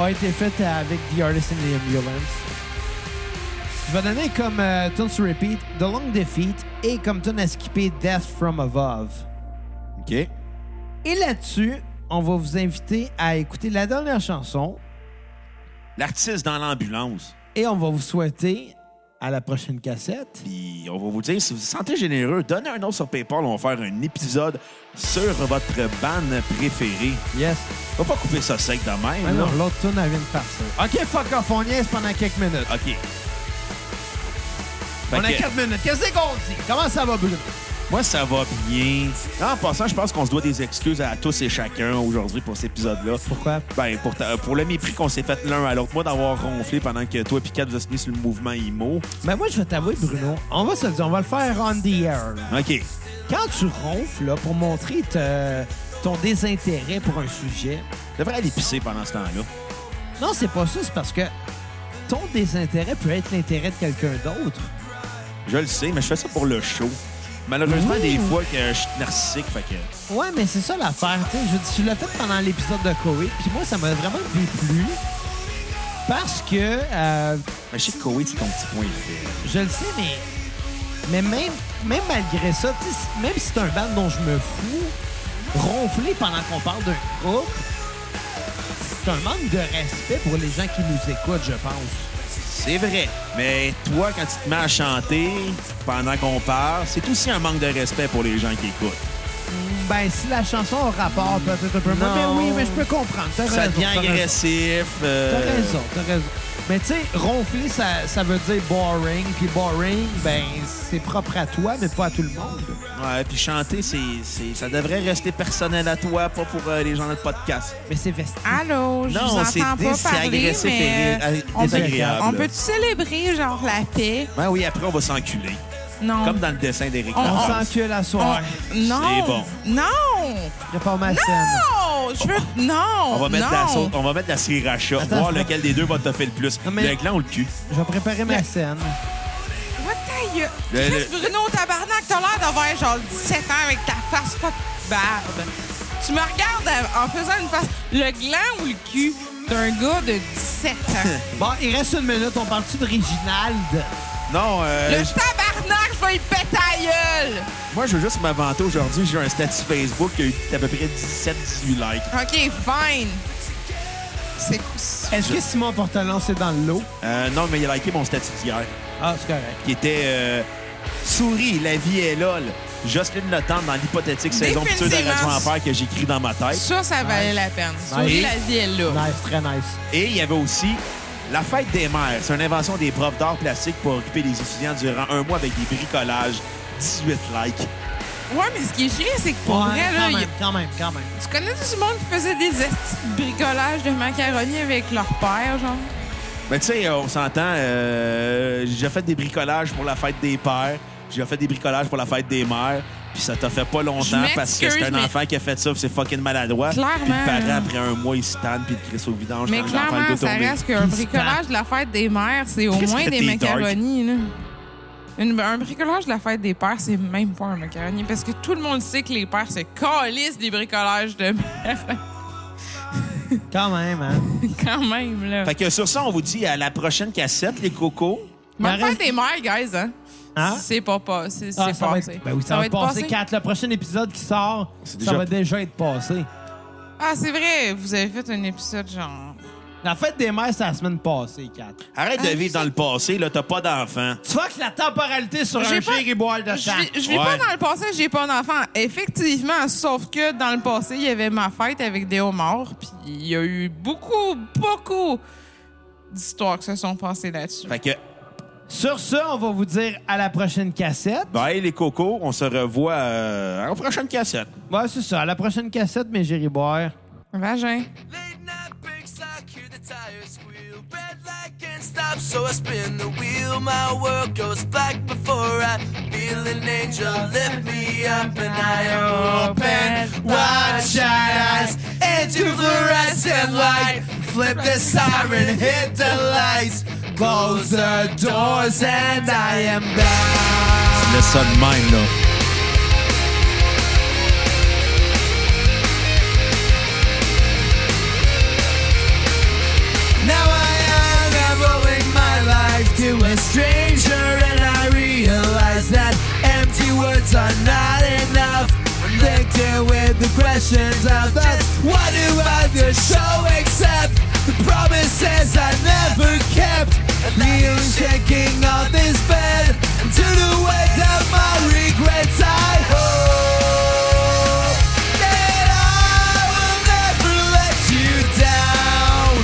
a été fait avec The Artist and the Ambulance. Je vais donner comme euh, tune to repeat The Long Defeat et comme tune à skipper Death from Above. OK. Et là-dessus, on va vous inviter à écouter la dernière chanson L'artiste dans l'ambulance. et on va vous souhaiter à la prochaine cassette. Puis on va vous dire, si vous vous sentez généreux, donnez un nom sur PayPal. On va faire un épisode sur votre bande préférée. Yes. On va pas couper ça sec de même. Ah là. non, l'autre tune, elle vient de partir. Ah, OK, fuck off, on niaise pendant quelques minutes. OK. Fait on a que- 4 minutes. Qu'est-ce qu'on dit? Comment ça va, Bruno? Moi, ça va bien. En passant, je pense qu'on se doit des excuses à tous et chacun aujourd'hui pour cet épisode-là. Pourquoi? Ben, pour, ta- pour le mépris qu'on s'est fait l'un à l'autre. Moi, d'avoir ronflé pendant que toi et Kat vous êtes mis sur le mouvement IMO. Ben moi, je vais t'avouer, Bruno, on va se le dire, on va le faire on the air. là. OK. Quand tu ronfles, là, pour montrer te- ton désintérêt pour un sujet, Je devrais aller pisser pendant ce temps-là. non, c'est pas ça, c'est parce que ton désintérêt peut être l'intérêt de quelqu'un d'autre. Je le sais, mais je fais ça pour le show. Malheureusement, Ouh. des fois, que je suis narcissique, fait que... Ouais, mais c'est ça l'affaire, tu sais. Je veux dire, tu l'as fait pendant l'épisode de Koei, puis moi, ça m'a vraiment déplu parce que... euh, Mais ben, je sais que Koei, c'est ton petit point faible. Je le sais, mais, mais même, même malgré ça, tu sais, même si c'est un band dont je me fous, ronfler pendant qu'on parle d'un groupe, c'est un manque de respect pour les gens qui nous écoutent, je pense. C'est vrai. Mais toi, quand tu te mets à chanter pendant qu'on parle, c'est aussi un manque de respect pour les gens qui écoutent. Ben, si la chanson a rapport peut-être un peu moins, mais Non. oui, mais je peux comprendre. T'as Ça raison, devient t'as raison. agressif. T'as euh, raison, t'as raison. Mais tu sais, ronfler, ça, ça veut dire boring, puis boring, ben, c'est propre à toi, mais pas à tout le monde. Ouais, puis chanter, c'est, c'est- ça devrait rester personnel à toi, pas pour euh, les gens de notre podcast. Mais c'est vestige. Allô, je Non, vous c'est entends pas dés- c'est parler, agressif mais euh, et ré- euh, on peut- désagréable. on peut-tu célébrer, genre, la paix? Ben oui, après, on va s'enculer. Non. Comme dans le dessin d'Éric On On Lapointe. s'encule à On- soir. Non. C'est bon. Non. Prépare ma scène. Non. Je veux... Non. On va mettre de la non. sauce- on va mettre de la sriracha, Attends, voir je vais- lequel des deux va te faire le plus. Non, mais- Le gland ou le cul. Je vais préparer ma Mais- scène. Va ta gueule. Le- Chris Bruno, tabarnak, t'as l'air d'avoir genre 17 ans avec ta face pas de barbe. Tu me regardes en- en faisant une face... Le gland ou le cul d'un gars de *laughs* 17 ans? Euh, Bon, il reste une minute. On parle-tu de Réginald? Non, Le euh, j- tabarnak, je vais y péter la gueule. moi, je veux juste m'inventer aujourd'hui. J'ai un statut Facebook qui a eu à peu près 17-18 likes. OK, fine. C'est... c'est- Est-ce que Simon Portalance est dans le lot? Euh, non, mais il a liké mon statut d'hier, Ah, c'est correct. qui était euh, Souris, la vie est lol. Jocelyne Le Temps dans l'hypothétique saison future de Radio Définitivement. Enfer que j'écris dans ma tête. Ça, ça valait la peine. Sauver Nice. la vie, elle, là. Nice, très nice. Et il y avait aussi la fête des mères. C'est une invention des profs d'art plastique pour occuper les étudiants durant un mois avec des bricolages. 18 likes. Ouais, mais ce qui est chiant, c'est que pour Ouais, vrai, là, quand, y- même, quand même, quand même. tu connais tout le monde qui faisait des estis de bricolages de macaroni avec leur père, genre? Mais tu sais, on s'entend, euh, j'ai déjà fait des bricolages pour la fête des pères, j'ai déjà fait des bricolages pour la fête des mères, puis ça t'a fait pas Je longtemps m'excuse, parce que c'est un mais- enfant qui a fait ça, puis c'est fucking maladroit. Clairement, Puis le parent, hein. après un mois, il se tanne, puis il crisse au vidange Mais quand l'enfant clairement, le ça tourner. reste qu'un Qu'est-ce bricolage de la fête des mères, c'est au Qu'est-ce moins que des t'es dark? macaronis, là. Une- un bricolage de la fête des pères, c'est même pas un macaroni, parce que tout le monde sait que les pères se calissent des bricolages de mères. *laughs* Quand même, hein? Quand même, là. Fait que sur ça, on vous dit à la prochaine cassette, les cocos. Bonne Marie- fête des mères, guys, hein? Hein? C'est pas pas, c'est c'est Ah, ça va passé. être, ben oui, ça, va, être passé. Quatre, le prochain épisode qui sort, C'est ça déjà- va déjà être passé. Ah, c'est vrai, vous avez fait un épisode genre. La fête des mères, c'est la semaine passée, Kat. Arrête de vivre dans le passé, là, t'as pas d'enfant. Tu vois que la temporalité sur J'ai un pas- chien et boire de Je sang. vis- je vis pas Ouais. dans le passé, j'ai pas d'enfant. Effectivement, sauf que dans le passé, il y avait ma fête avec des homards, puis il y a eu beaucoup, beaucoup d'histoires qui se sont passées là-dessus. Fait que, Sur ce, on va vous dire à la prochaine cassette. bye les cocos, on se revoit euh, à la prochaine cassette. Ouais, c'est ça. À la prochaine cassette, mais j'irai boire. Vagin. Late night breaks, I hear the tires squeal. Red light can't stop, so I spin the wheel. My world goes black before I feel an angel lift me up, and I open wide shut eyes into fluorescent light. Flip the siren, hit the lights, close the doors, and I am back. Laisse ça de même, là. Now I am enrolling my life to a stranger, and I realize that empty words are not enough. I'm thinking with the questions of that. What do I do? Show except the promises I never kept. Kneel shaking on this bed, and to the weight of my regrets, I hope that I will never let you down.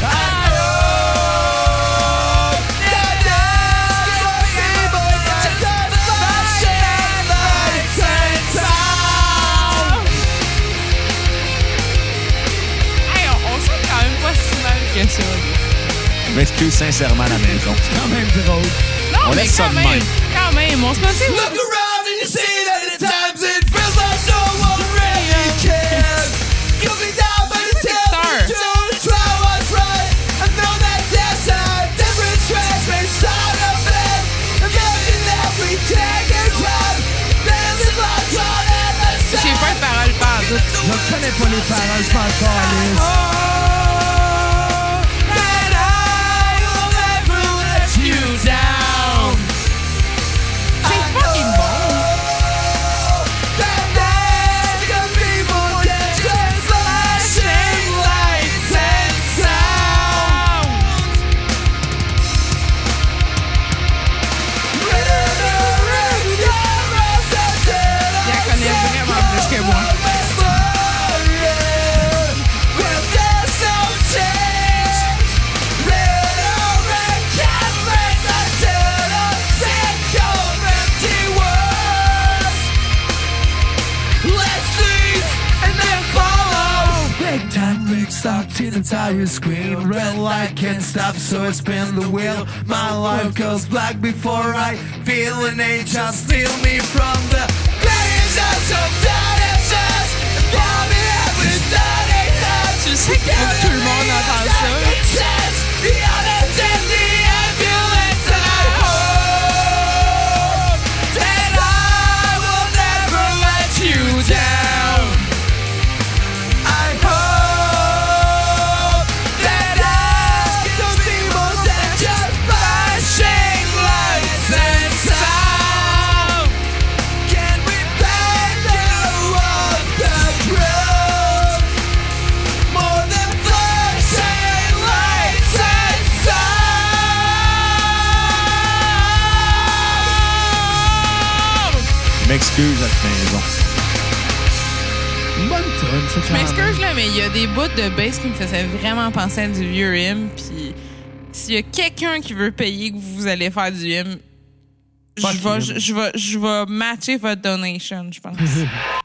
I hope that I will be more than flashing lights and sound. Hey, on, on sent quand même pas si mal que ça. Je m'excuse sincèrement à la maison. Quand même drôle. Non, On mais laisse ça quand de même, même. quand même, on se maintient. Look around and you see that at times it feels like no one really cares. You'll be down by the Star. time you try what's right. I know that there's a different track based on a bed. And nothing that we take and grab. There's a lot on every Je sais pas de parole par Je connais pas les paroles, je m'en calisse. C'est fucking bon. La connais vraiment plus que moi. Big time big stock till the tires scream. Red light can't stop, so I spin the wheel. My life goes black before I feel an angel steal me from the gladiators of dinosaurs. Now me every starting touch. Je sais qu'il faut que tout le monde entende ça. The honest and the ambulance. I hope that I will never let you down. I hope that I can be more than just flashing lights and sound. Can we paint you up the truth? More than flashing lights and sound. Je m'excuse à la maison. Bonne tune, c'est Je m'excuse, là, mais il y a des bouts de bass qui me faisaient vraiment penser à du vieux hymne. Puis s'il y a quelqu'un qui veut payer que vous allez faire du hymne, je Fuck vais- him. je je vais je vais matcher votre donation, je pense.